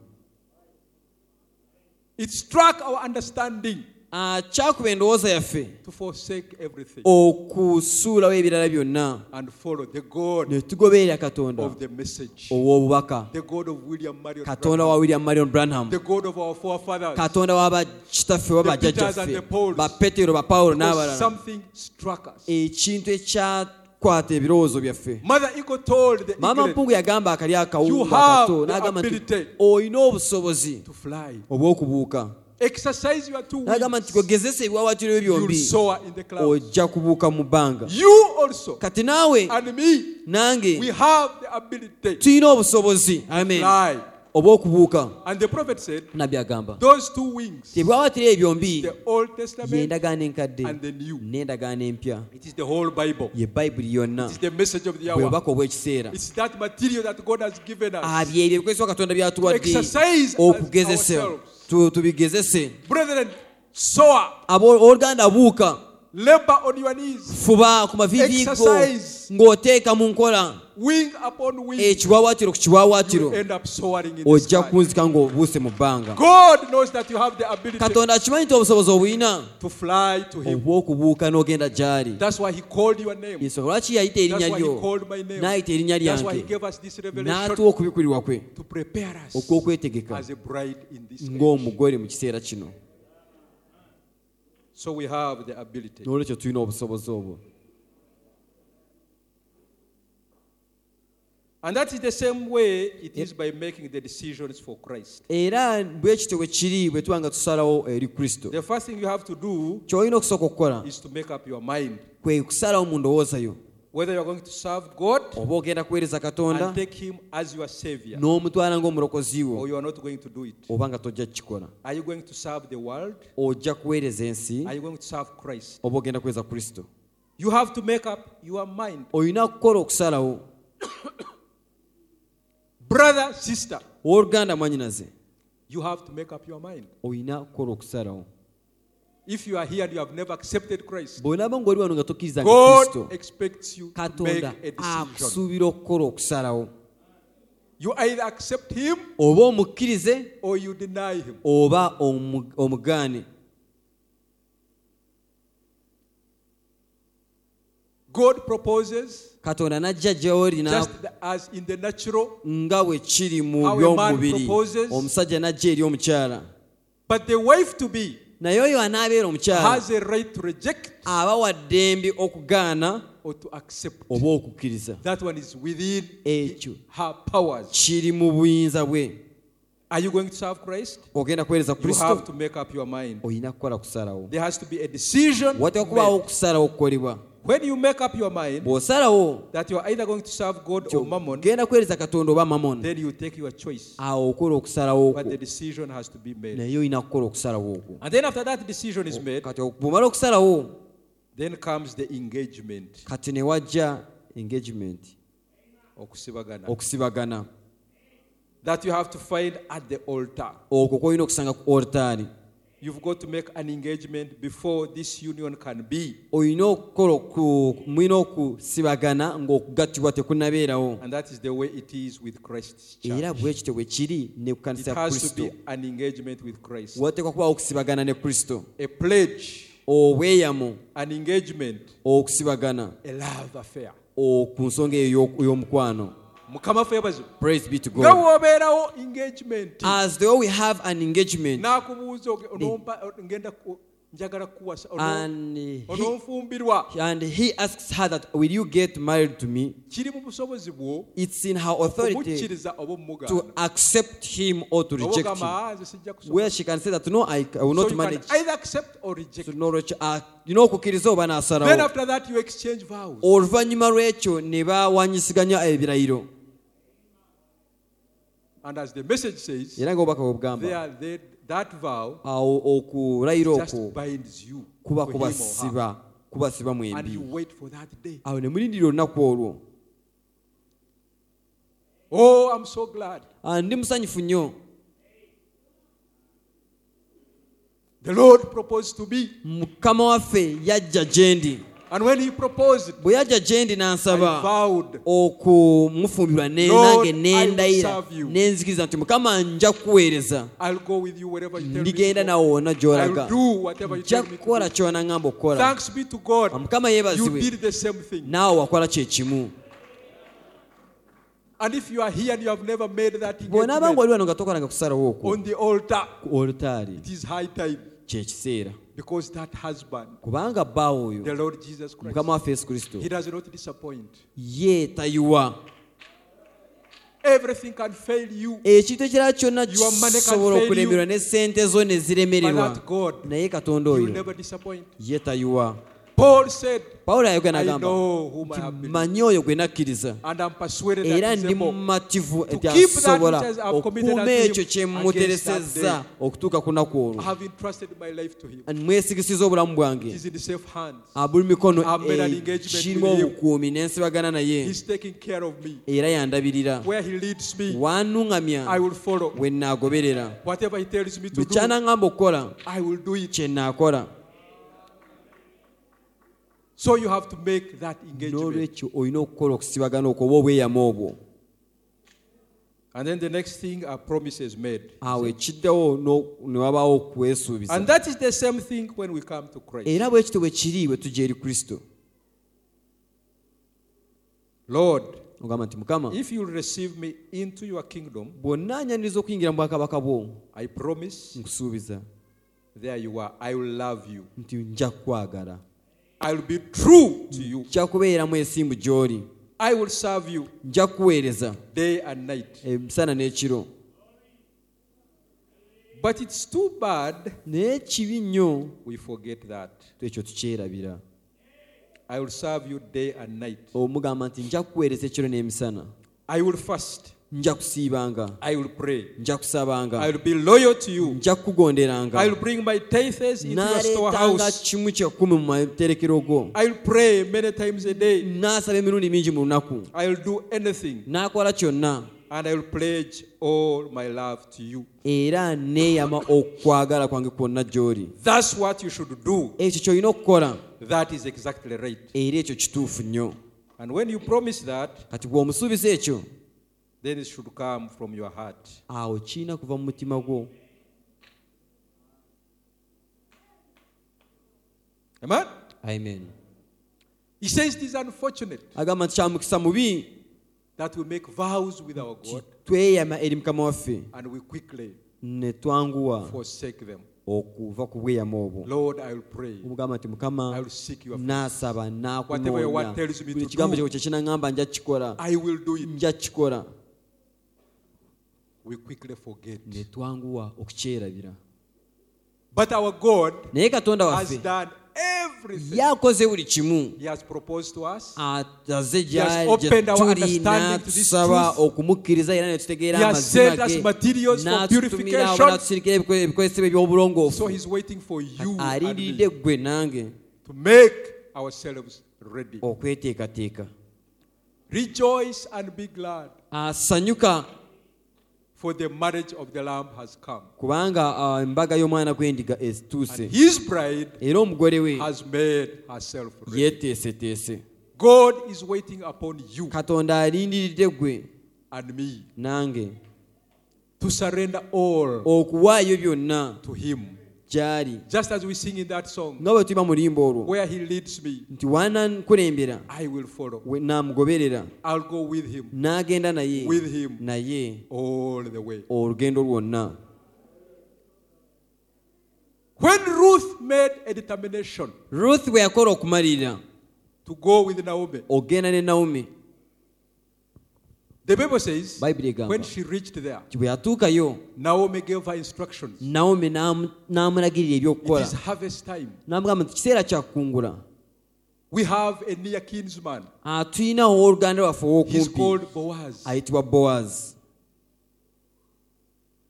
it struck our understanding
Ah, kyakuba endowooza yaffe
to forsake
Oh.
everything
okusuulawo ebirala byonna
and follow the God
ne tugoberera katonda
of the message,
Oh. ow'obubaka
the God of William Marion,
katonda wa william marion branham
the God of our forefathers.
katonda wa bakitaffe wa
The Peters and
bajjajjaffe
the Pauls.
ba petero ba pawulo
Because
n'abalala
something struck us.
ekintu ekyakwata ebirowoozo byaffe
Mother Eagle told the
maama
eaglet
mpungu yagamba akali
You
akawunga
have
akato
the
n'agamba nti
ability.
olina obusobozi
to fly.
obw'okubuuka
Exercise your two
n'agamba nti
wings.
gwegezesa ebiwawatiro byo
You'll
byombi
soar in the clouds.
ojja kubuuka mu bbanga
You also
kati naawe
and me, we
nange
have the ability
tulina obusobozi
to
amen
fly.
obw'okubuuka
And the prophet said,
nabbi agamba
those two wings,
tebiwawatiro ebyo byombi
the Old Testament
y'endagaano enkadde
and the New,
n'endagaano empya
it is the whole Bible.
ye bayibuli yonna
It's the message of the
bwe
hour.
bubaka obw'ekiseera
It's that material that God has given us.
abyebyo ebikozesebwa katonda byatuwadde
Exercise
okugezese
ourselves.
Tu- tubigezese
Brethren, soar,
Abo- ooluganda buuka
labor on your knees,
fuba ku mavivigo
Exercise.
ng'oteeka mu nkola
wing upon wing.
ekiwawaatiro ku
You
kiwawaatiro
end up soaring in the
ojja
sky.
kunzika ng'obuuse mu bbanga
God knows that you have the ability
katonda akimanyi nti obusobozi obulina
to fly to Him.
obw'okubuuka n'ogenda gy'ali
That's why He called your name.
Yesu lwaki yayita
That's
erinnya
why He
lyo
called my name.
n'ayita erinnya
That's why He
lyange
gave us this
n'atuwa
revelation
okubikurirwa kwe
to prepare us
okw'okwetegeka
as a bride in this age.
ng'omugole mu kiseera kino
So we have the ability.
n'olwekyo tulina obusobozi obwo
And that is the same way it is by making the decisions for Christ.
era bwe kityo bwe kiri bwe tuba nga tusalawo eri kristo
The first thing you have to do
ky'olina okusooka okukola
is to make up your mind
kwe kusalawo mu ndowooza yo
whether you are going to serve God
oba ogenda kuweereza katonda
and take Oh, Him as your Savior
n'omutwala ng'omulokozi
or
wo
you are not going to do it.
oba nga tojja kukikola
Are you going to serve the world?
ojja kuweereza ensi
Are you going to serve Christ?
oba ogenda kuweereza kristo
You have to make up your mind.
olina kukola okusalawo
Brother, sister,
owooluganda mwanyinaze
you have to make up your mind.
olina kukola okusalawo
If you are here and you have never accepted Christ,
bw'onaaba ng'oli wano nga tokkirizanga kristo
God expects you to make
katonda Ah,
a decision.
akusuubira okukola okusalawo
You either accept Him
oba omukkirize
or you deny Him.
oba omu- omugaane
God proposes
katonda n'ajja gy'oli na-
just as in the natural,
nga bwe kiri mu
How a man
by'omubiri
proposes.
omusajja n'ajja eri omukyala
but the wife to be
naye oyo anaabeera omukyala
has a right to reject
aba wa ddembe okugaana
or to accept.
oba okukkiriza
That one is within
Ekyo.
her powers.
kiri mu buyinza bwe
Are you going to serve Christ?
ogenda kuweereza
You
kristo
have to make up your mind.
olina kukola kusalawo
There has to be a decision.
wateeka okubaawo
made.
okusalawo okukolebwa
When you make up your mind
bw'osalawo
that you are either going to serve God
nti
or mammon,
ogenda kuweereza katonda oba mamoni
then you take your choice.
awo okola okusalawo
But the
okwo
decision has to be made.
naye olina kukola okusalawo okwo
And then after that decision is made,
kati bwomala okusalawo
then comes the engagement.
kati ne wajja engagement Oh.
okusibagana.
okusibagana
That you have to find at the altar.
okwo kwolina okusanga ku oltaari
You've got to make an engagement before this union can be.
olina okukola oku- mulina okusibagana ng'okugattibwa tekunabeerawo
And that is the way it is with Christ's church.
era bwe kityo bwe kiri ne ku
It
kanisa ya
has to
kristo
be an engagement with Christ.
wateekwa kubawo okusibagana ne kristo
A pledge,
obweyamo
an engagement,
okusibagana
a love affair.
o- ku nsonga eyo y'oku- y'omukwano
mukama febazo
praise be to
nga
god
wobeerawo engagement
as though we have an engagement
n'akubuuza oge- onompa ngenda ku- njagala kuwasa
and
Oh,
he,
ononfumbirwa
and he asks her that will you get married to me
kiri mu busobozi bwo
it's in her authority
omukkiriza oba
to
omugaana
accept him or to reject him.
ogamba nze sijja
Where she can say that no, I, I will not manage. So,
kusobola
no, Roch- ah, you know, okukkiriza oba
then
n'asalawo
after that you exchange vows
oluvannyuma lw'ekyo ne bawanyisiganya ebirayiro
and as the message says
era ng'obubaka bwe bugamba
there they, that vow
awo okulayira okwo
just binds you
kuba
to him or her.
kubasiba kubasiba
and you
mwembi
wait for that day
awo ne mulindira olunaku olwo
oh i'm so glad
Ah, ndi musanyufu nnyo
the lord proposed to me
mukama waffe yajja gye ndi
And when he proposed,
bwe yajja gye ndi
I
n'ansaba
vowed,
okumufumbirwa ne-
Lord,
nange
I
ne
will
ndayira
serve you.
ne nzikiriza nti mukama nja kukuweereza
I'll go with you wherever you tell me.
ndigenda
to go.
nawe wonna gy'olaga
I'll do whatever you
nja
tell me. to
kukola
do.
kyonaŋŋamba okukola
Thanks be to God.
mukama
You
yeebazibwe
did the same thing.
naawe wakola kye kimu
And if you are here and you have never made that
bw'onaaba
engagement
ng'oli wano nga tokolanga kusalawo okwo
on the altar,
ku olutaali
it is high time
kye kiseera
because that husband,
kubanga bbaawo oyo
the Lord Jesus Christ,
mukama waffe yesu kristo
he does not disappoint.
ye tayiwa
Everything can fail you,
Eh, ekintu ekirala kyonna
Your money can
kisobola
fail
okulemerwa ne sente zo ne
but
ziremererwa
not God.
naye katonda
He will
oyo
never disappoint.
ye tayiwa
Paul said,
pawulo ayogera
I
n'agamba
know whom I have believed,
manyi oyo gwe nakkiriza
and I'm persuaded that
era
he's
ndi
able
mumativu
to
nti
keep that
asobola
which has- I've committed
okukuuma
unto
ekyo
him
kye
against that
muteresezza okutuuka ku lunaku olwo
I have entrusted my life to him.
mwesigisiza obulamu bwange
He's in the safe hands.
abuli mikono
I've made an engagement
ekirimu
with you.
obukuumi n'ensibagana naye
He's taking care of me.
era yandabirira
Where he leads me, I
wanuŋŋamya
will follow.
we naagoberera
Whatever he tells me to
buli
do,
kyanaŋŋamba okukola
I will do it.
kye naakola
So you have to make that engagement.
n'olwekyo olina okukola okusibagana okwo oba obweyama obwo
And then the next thing are promises made.
awo ekiddawo no- ne wabaawo okwesuubiza
And that is the same thing when we come to Christ.
era bwe kityo bwe kiri bwe tujja eri kristo
Lord,
ogamba nti mukama
if you receive me into your kingdom,
bw'onaanyaniriza okuyingira mu bwakabaka bwo
I promise
nkusuubiza
there you are. I will love you.
nti nja kukwagala
I will be true to you.
nja kubeeramu ensimbu gy'oli
I will serve you
nja kuweereza
day and night.
emisana n'ekiro
But it's too bad
naye kibi nnyo
we forget that.
ekyo tukyerabira
I will serve you day and night.
omugamba nti nja kuweereza ekiro n'emisana
I will fast.
nja kusiibanga
I will pray.
nja
I
kusabanga
will be loyal to you.
nja kukugonderanga
I will bring my tithes into your
n'aleetanga
storehouse.
kimu kyekumi mu materekero go
I will pray many times a day.
n'asaba emirundi mingi mu lunaku
I will do anything.
n'akola kyonna
And I will pledge all my love to you.
era neeyama okukwagala kwange kwonna gy'oli
That's what you should do.
ekyo ky'olina okukola
That is exactly right.
era ekyo kituufu nnyo
And when you promise that,
kati bw'omusuubiza ekyo
then it should come from your heart.
awo kirina kuva mu mutima gwo
Amen?
amen
He says it is unfortunate
agamba nti kyamukisa mubi
that we make vows with our
nti
God
tweyama eri mukama waffe
and we quickly
ne twanguwa
forsake them.
okuva ku bweyama obwo
Lord, I will pray.
omugamba nti
I
mukama
will seek your face.
naasaba
Whatever your word tells me to
nakunoonya
do.
kigambo kyeko kyekinaŋŋamba nja kukikola
I will do it.
nja kukikola
We quickly forget.
ne twanguwa okukyerabira
But our God
naye katonda
has
waffe
done everything.
yakoze buli kimu
He has proposed to us.
ataze
has opened our
gyetuli
understanding to this
n'atusaba
truth.
okumukkiriza era netutegeera
He has
amazima
sent us
ge
materials for
n'atutumira
purification.
n'atusirikira ebikozesebwa eby'obulongoofu
So he's waiting for you and
alindiridde
me
ggwe nange
to make ourselves ready.
okweteekateeka
Rejoice and be glad,
asanyuka
for the marriage of the Lamb has come.
kubanga ah, embaga y'omwana gw'endiga etuuse
And his bride
era omugole we
has made herself ready.
yeteeseteese
God is waiting upon you
katonda alindiridde ggwe
and me
nange
to surrender all
okuwaayo byonna
to him.
gy'ali
Just as we sing in that song,
nga bwe tuyima mu limba olwo
where he leads me,
nti waanankulembera
I will follow.
we naamugoberera
I'll go with him
n'agenda naye
With him.
naye
all the way.
olugendo lwonna
When Ruth made a determination
ruth bwe yakola okumalirira
to go with Naomi,
ogenda ne naomi
the Bible says
bayibuli egamba
when she reached there,
nti bwe yatuukayo
Naomi gave her instructions.
naomi n'amu- n'amulagirira
It
ebyokukola
is harvest time.
n'amugamba nti kiseera kya kukungula
We have a near kinsman.
Ah, tulinawo owooluganda lwaffe
He's
ow'okumpi
called Boaz.
ayitibwa bowazi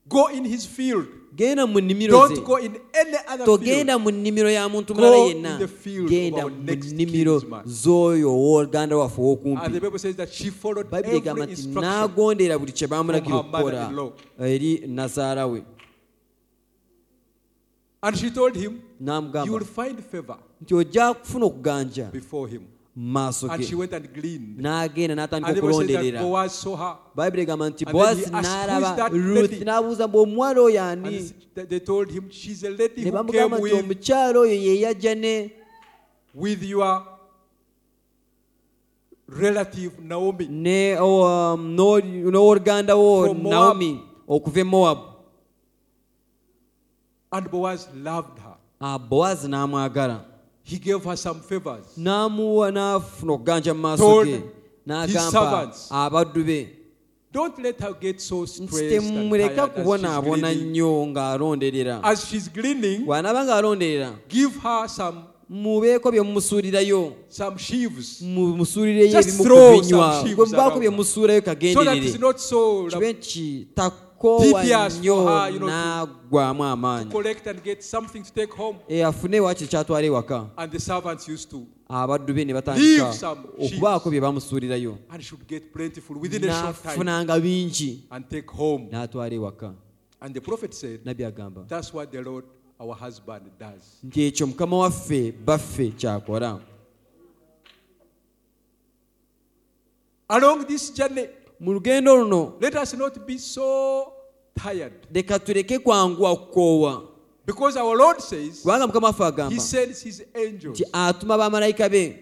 Go in his field.
genda mu nnimiro ze
Don't go in any other field.
togenda mu nnimiro ya muntu mulala
Go
yenna
in the field
genda
of
mu
our next
nnimiro
kinsman.
z'oyo owooluganda waffe
And
ow'okumpi
the Bible says that she followed
bayibuli egamba
every
nti
instruction.
n'agondera buli kye bamulagira
From her
okukola
mother-in-law.
eri nazaala we
And she told him, You will
n'amugamba
find favor
nti ojja kufuna okuganja
before him.
mu maaso
And she
ge
went and gleaned.
n'agenda n'atandika
And the Bible says that
okulonderera
Boaz saw her.
bayibuli egamba nti
And then
bowazi
he asked, "Who is
n'alaba
that
ruth
lady?"
n'abuuza mbu omuwala oyo ani
And they they told him, She's a lady
ne
who came
bamugamba nti
with,
omukyala oyo yeyajja ne
with your relative Naomi.
ne oh, um, n'oli- n'owooluganda wo
From Moab.
naomi okuva e mowabu
And Boaz loved her.
Ah, bowazi n'amwagala
He gave her some favors.
n'amuwa n'afuna okuganja mu maaso
Told
ge
his
n'agamba
servants.
abaddu be
Don't let her get so
nti
stressed and tired
temumuleka
as she's
kubonaabona
gleaning.
nnyo ng'alonderera
As she's gleaning,
bw'anaaba ng'alonderera
give her some,
mubeeko bye mumusuulirayo
some sheaves
mumusuulireyo
Just
ebimu ku
throw
binywa
some sheaves
gwe mubaako
around.
bye mumusuulirayo
so that it's
kagenderere
not so
kibe nti takoowa
Tedious for
nnyo
her, you know, to-
n'agwamu amaanyi
collect and get something to take home.
E, afune waakiri kyatwala ewaka
And the servants used to.
abaddu be ne batandika
Leave some
okubaako bye bamusuulirayo
And should get plentiful within a short time
n'afunanga bingi
and take home.
n'atwala ewaka
And the prophet said,
nabbi agamba
That's what the Lord, our husband, does.
nti ekyo mukama waffe baffe kyakola
Along this journey,
mu lugendo luno
let us not be so tired.
leka tuleke kwanguwa kukoowa
Because our Lord says,
kubanga mukama waffe
He
agamba
sends His angels
nti atuma bamalayika be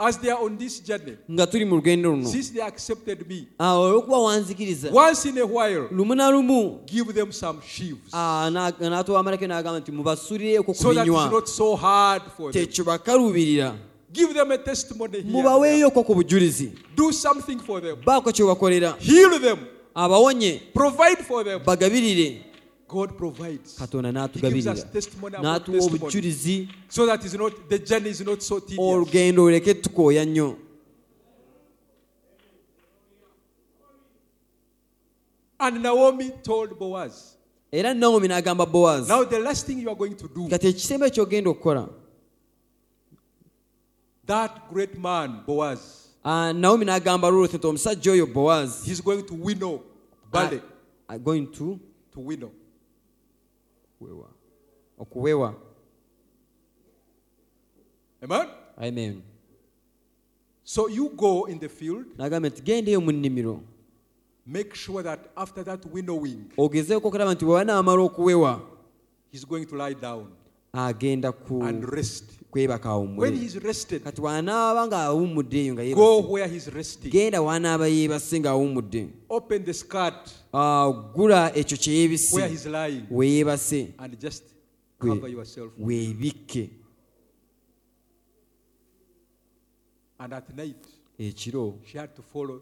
as they are on this journey.
nga tuli mu lugendo luno
Since they accepted me,
awo olwokuba wanzikiriza
once in a while,
lumu na lumu
give them some sheaves
ah, na- n'atuwa bamalayika n'agamba nti mubasuulireeko ku
so that it's
binywa
not so hard for them.
tekyo bakaluubirira
Give them a testimony here. and there.
mubaweeyooko ku bujulizi
Do something for them.
baako kye bakolera
Heal them.
abawonye
Provide for them.
bagabirire
God provides.
katonda
He gives
n'atugabirira
us testimony upon
n'atuwa
testimony.
obujulizi
So that is not the journey is not so tedious.
olugendo oluleke tukooya nnyo
And Naomi told Boaz,
era naomi n'agamba bowazi
Now the last thing you are going to do,
kati ekisembe kyogenda okukola
that great man, Boaz,
Ah, naomi n'agamba ruth nti omusajja oyo bowazi
he's going to winnow barley,
ah, ah, going to
to winnow.
kuwewa okuwewa
Amen?
amen
So you go in the field,
n'agamba nti gendaeyo mu nnimiro
make sure that after that winnowing,
ogezeeko okulaba nti bwe banaamala okuwewa
he's going to lie down
agenda ku
and rest.
kwebaka
When
awumule
he's rested,
kati wanaaba ng'awummudde eyo nga
go
yeebase
where he's resting.
genda wanaaba yeebase ng'awummudde
Open the skirt
Ah, gula ekyo kye
where
yeebise
he's lying
we yeebase
and just
Kwe-
cover yourself.
weebikke
And at night,
ekiro
she had to follow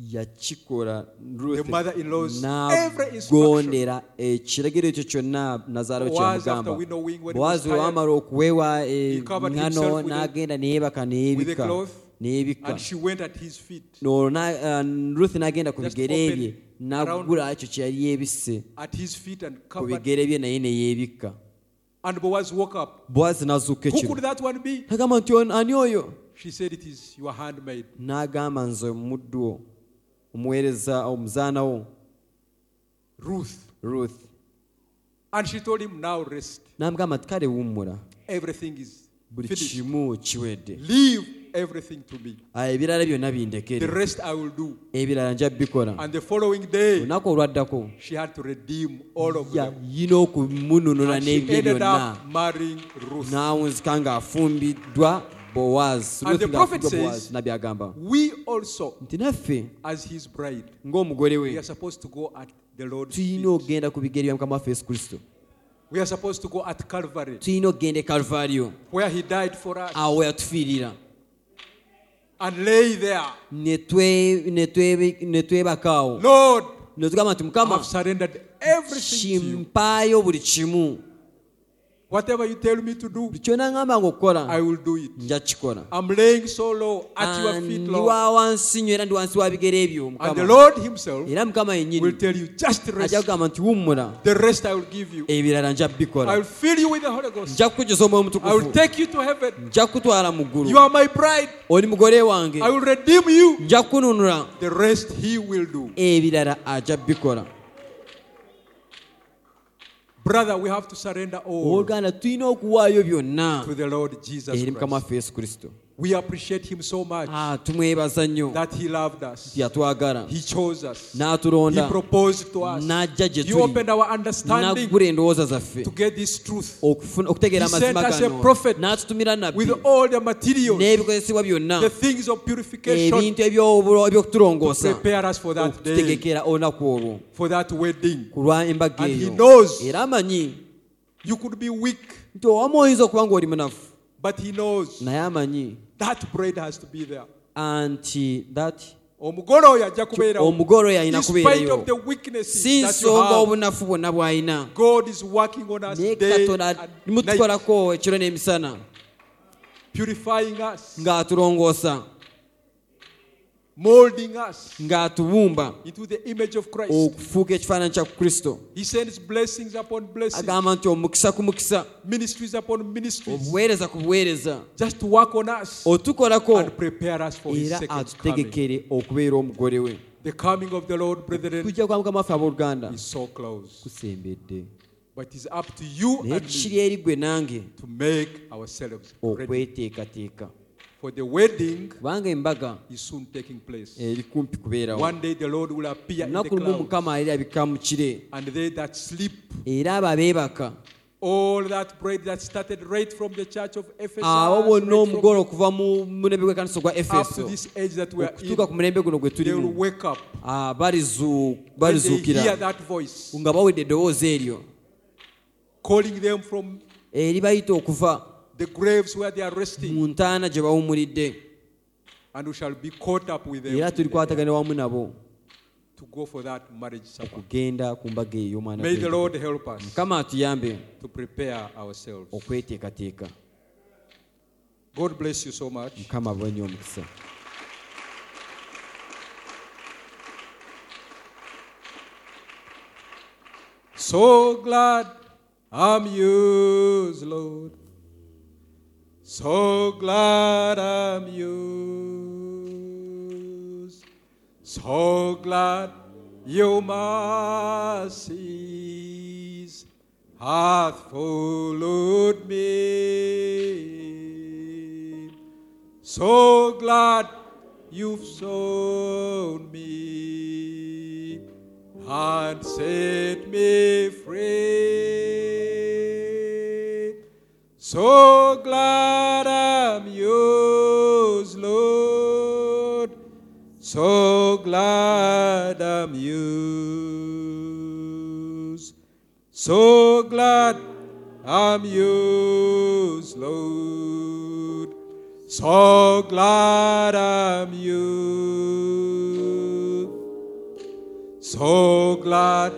yakikola
The mother-in-law's every
n'agondera ekiragiro ekyo kyonna nazaalo
Boaz, after we know when he was
bowazi we
tired,
wamala okuwewa eh,
he covered himself
ŋŋano
with a-
n'agenda neyeebaka
with a
neyeebika
cloth,
neyeebika
and she went at his feet.
N'olwo na- ah, ruth n'agenda ku
Just
bigere
open
bye
around-
n'agula ekyo kye yali yeebisse
At his feet and
ku
covered.
bigere bye naye neyeebikka
And Boaz woke up.
bowazi n'azuuka
Who could
ekiro
that one be?
agamba nti "Ono- ani oyo
She said, It is your handmaid.
n'agamba nze omuddu wo omuweereza omuzaana wo
Ruth.
ruth
And she told him, Now rest.
n'amugamba nti kale wummula
Everything is
buli
finished.
kimu kiwedde
Leave everything to me.
Ah, ebirala byonna
The
bindekere
rest I will do.
ebirala nja bikola
And the following day,
olunaku olwaddako
she had to redeem all of
ya-
them.
yina okumununula
And she
n'ebye
ended
byonna
up marrying Ruth.
n'awunzika ng'afumbiddwa bowazi
And the prophet says-
nabbi agamba
We also,
nti naffe
as his bride,
ng'omugole
we are
we
supposed to go at the Lord's
tulina
feet.
okgenda ku bigere bya mukama waffe yesu kristo
We are supposed to go at Calvary,
tulina okgenda e kaluvaliyo
where he died for us,
awo yatufiirira
and lay there.
ne twe- ne twe- ne twebaka awo
Lord,
ne tugamba nti
I
mukama
have surrendered everything to you.
kimpaayo buli kimu
Whatever you tell me to do,
buli kyona ŋŋamba
I
ngaokukola
will do it.
nja kukikola
I'm laying so low at your
Ah,
feet,
ndi
Lord.
wa wansi nnyo era ndi wansi wa bigere ebyo
And the
mukama
Lord Himself
era mukama
will
yennyini
tell you, just rest.
ajja kugamba nti wummula
The rest I will give you.
ebirala nja
I will
bikola
fill you with the Holy Ghost.
nja kukujuza omwoyo
I will
mutukufu
take you to heaven.
nja kukutwala mu
You
ggulu
are my bride.
oli mugole wange
I will redeem you.
nja kununula
The rest He will do.
ebirala ajja bikola
Brother, we have to surrender all
owooluganda tulina okuwaayo byonna
to the Lord Jesus
eri mukama
Christ.
waffe yesu kristo
We appreciate Him so much
Ah, tumwebaza nnyo
that He loved us.
yatwagala
He chose us. He
n'atulonda
proposed to us.
N'ajja gye
He
tuli.
opened our understanding
n'agula endowooza zaffe
to get this truth
okufuna- okutegeera
He sent
amazima
us a
gano
prophet
n'atutumira nabbi
with all the materials,
n'ebikozesebwa byonna
the things of purification
ebintu eby'obulo-
to
eby'okutulongoosa
prepare us for
Oh,
that day,
okututegekera olunaku olwo
for that wedding.
ku lwa embaga
And he
eyo
knows.
era amanyi
You could be weak,
nti owamu oyinza okuba ng'oli munafu
but He knows
naye amanyi
that bread has to be there.
anti that
omugole oyo ajja kubeerawo
omugole oyo alina
In spite of the
kubeerayo
weaknesses
si
that you
nsonga
have,
obunafu bwonna bw'alina
God is working on us
naye
day
katonda
and night,
mutukolako ekiro n'emisana
purifying us,
ng'atulongoosa
molding us
ng'atubumba
into the image of Christ.
okufuuka ekifaananyi kya kristo
He sends blessings upon blessings,
agamba nti omukisa ku mukisa
ministries upon ministries,
obuweereza ku buweereza
just to work on us
otukolako
and prepare us for His
era
second coming.
atutegekere okubeera omugole we
The coming of the Lord, brethren,
tujja kwa mukama waffe abooluganda
is so close,
kusembedde
but it's up to you
naye
and me
kiri eri gwe nange
to make ourselves ready.
okweteekateeka
For the wedding
kubanga embaga
is soon taking place.
eri kumpi kubeerawo
One day the Lord will appear in the
olunaku lumu
clouds.
mukama alirabika mu kire
And they that sleep,
era abo abeebaka
all that bread that started right from the church of Ephesus,
abo bonna
right from-
omugole okuva mu mulembe gw'ekanisa ogwa
up to
efeso
this age that we are
okutuuka ku
in,
mulembe guno gwe
they will
tulimu
wake up.
ah, balizu-
When they hear
balizuukira
that voice
nga bawedde eddoboozi eryo
calling them from
eribayita okuva
the graves where they are resting,
mu ntaana gye bawummulidde
and we shall be caught up with them
era tulikwatagana wamu nabo
to go for that marriage supper.
okugenda ku mbaga eyo y'omwana
May the
gw'endiga.
Lord help us
mukama atuyambe
to prepare ourselves.
okweteekateeka
God bless you so much.
mukama bwenye omukisa
So glad I'm yours, Lord. So glad I'm yours. So glad your mercies hath followed me. So glad you've shown me and set me free. So glad I'm yours, Lord. So glad I'm yours. So glad I'm yours, Lord. So glad I'm yours. So glad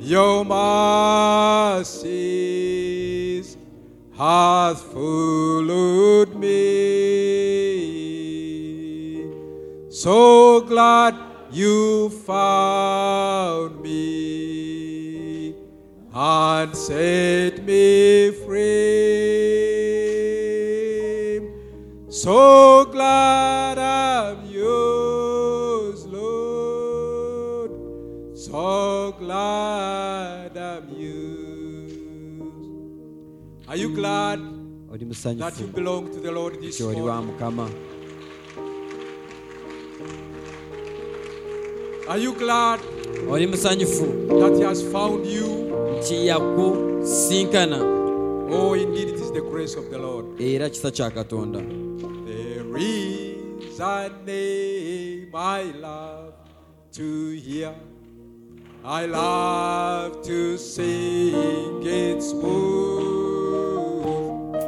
your mercies hath followed me. So glad you found me and set me free. So glad I'm yours, Lord. So glad I'm you. Are you glad
oli
that
musanyufu
you belong to the Lord this
kyoli wa
morning?
mukama
Are you glad
oli musanyufu
that He has found you?
nti yakusinkana
Oh, indeed, it is the grace of the Lord.
era kisa kya katonda
There is a name I love to hear. I love to sing its words.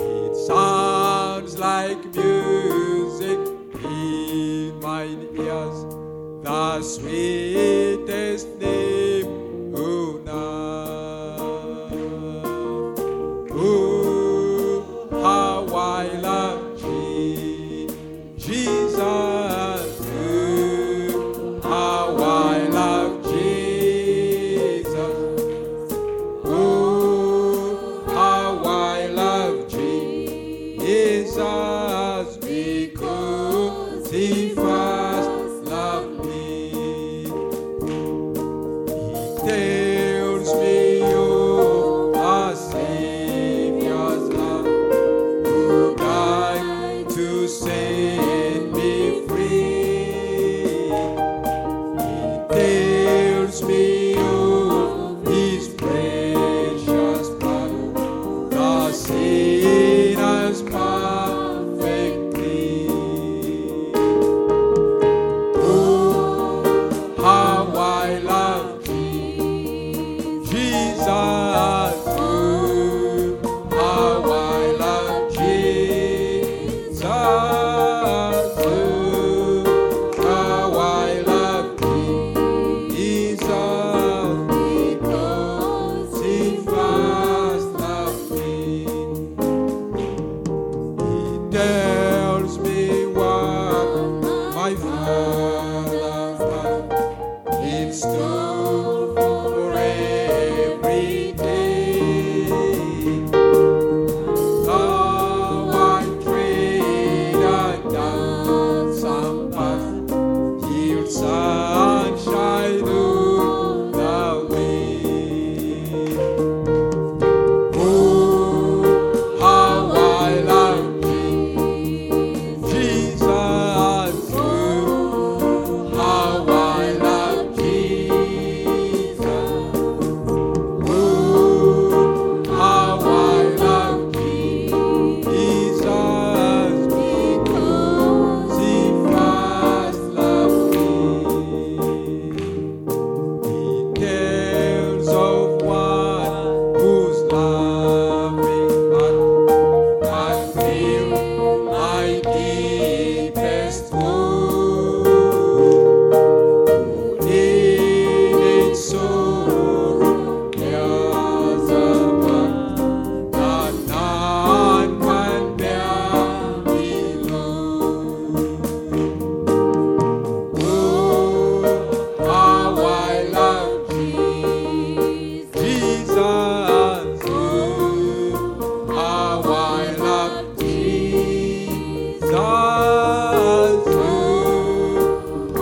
It sounds like music in mine ears. The sweetest name on earth. Ooh, how I love Je- Jesus. Ooh, how I love Jesus. Oh, how I love Jesus because he first loved me. Sunshine through the wind. Oh, how I love Jesus. Oh, how I love Jesus. Oh, how I love Jesus. Because he first loved me. Details of one whose loving heart I feel my deepest wound. In its sorrow, there's a one that none can bear below. Oh, how I love Jesus. Oh, how I love Jesus. Oh,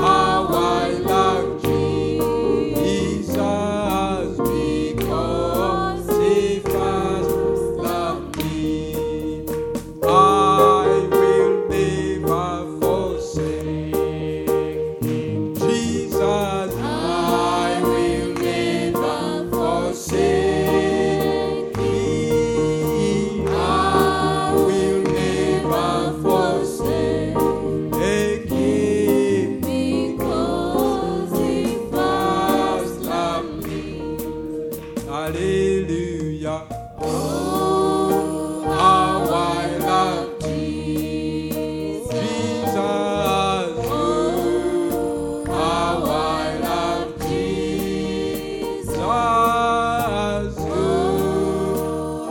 how I love Jesus because he first loved me. I will never forsake him. Jesus, I will never forsake him. I will never forsake him. First love Hallelujah. Oh, how I love Jesus. Oh, how I love Jesus. Oh,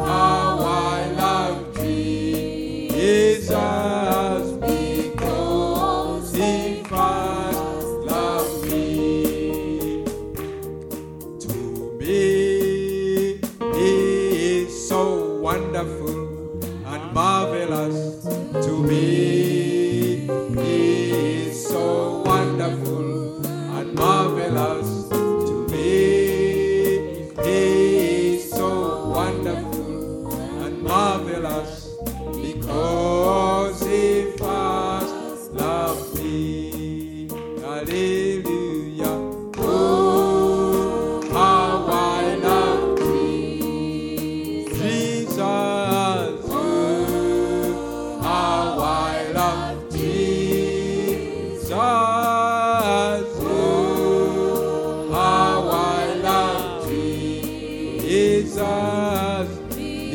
how I love Jesus. Because he first loved me. To me, He is so wonderful and marvelous. To me, He is so wonderful and marvelous. To me, He is so wonderful and marvelous because He first loved me. Hallelujah. How I love Jesus. Oh, how I love Jesus. Oh, how I love Jesus.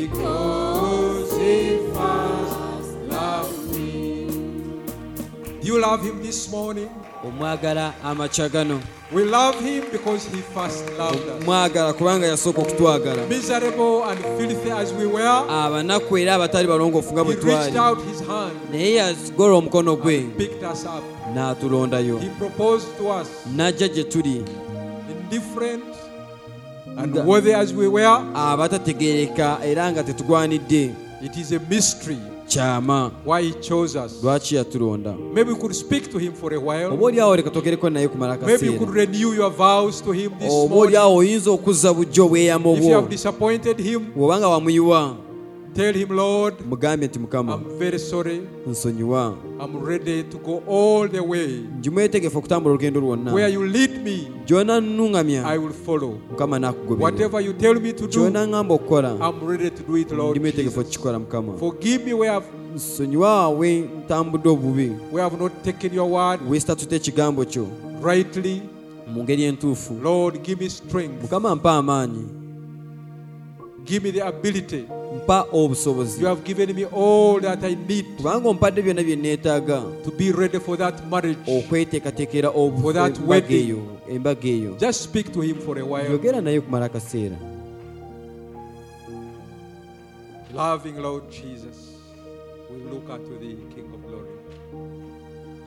Because he first loved me. Do you love him this morning?
omwagala amakya gano
We love him because he first loved us.
mwagala kubanga yasooka okutwagala
Miserable and filthy as we
Ah,
were,
abanaku era abatali balongoofu nga bwe
he reached
twali
out his hand,
naye yagola omukono gwe
picked us up.
n'atulondayo
He proposed to us,
n'ajja gye tuli
indifferent and
Nga-
worthy as we were.
abatategeereka era nga tetugwanidde
It is a mystery
kyama
why he chose us.
lwaki yatulonda
Maybe you could speak to him for a while.
oba oliawo leka togereko naye kumala
Maybe you could
kaseera
renew your vows to him
Oh,
this
oba
morning.
oliawo oyinza okuzza bujja obweyamo
If you have
bwo
disappointed him,
bw'obanga wamuyiwa
tell him, Lord,
mugambye nti
Mm.
mukama
I'm very sorry.
nsonyiwa
I'm ready to go all the way.
gimwetegefu okutambula olugendo
Where
Mm.
lwonna
you lead me,
gyona
I
nnuŋŋamya
will follow.
mukama n'akugoberera
Whatever you tell me to do,
gyona ŋŋamba okukola
I'm ready to do it, Lord.
ndi mwetegefu
Jesus.
okukikola mukama
Forgive me where I've,
nsonyiwaawe ntambudde obubi
where I've not taken your word
weesitatute ekigambo kyo
rightly.
mu ngeri entuufu
Lord, give me strength.
mukama mpa amaanyi
Give me the ability.
mpa
You
obusobozi
have given me all that I need
kubanga ompadde byonna bye neetaaga
to be ready for that
Oh,
marriage.
okweteekateekera
For that
obuembaga
wedding.
eyo embaga eyo
Just speak to him for a while.
yogera naye okumala akaseera
Loving Lord Jesus, we look unto thee, King of glory.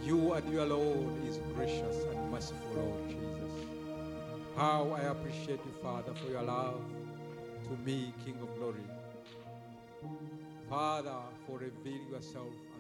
You and your Lord is gracious and merciful, Lord Jesus. How I appreciate you, Father, for your love to me, King of glory. Father, for revealing yourself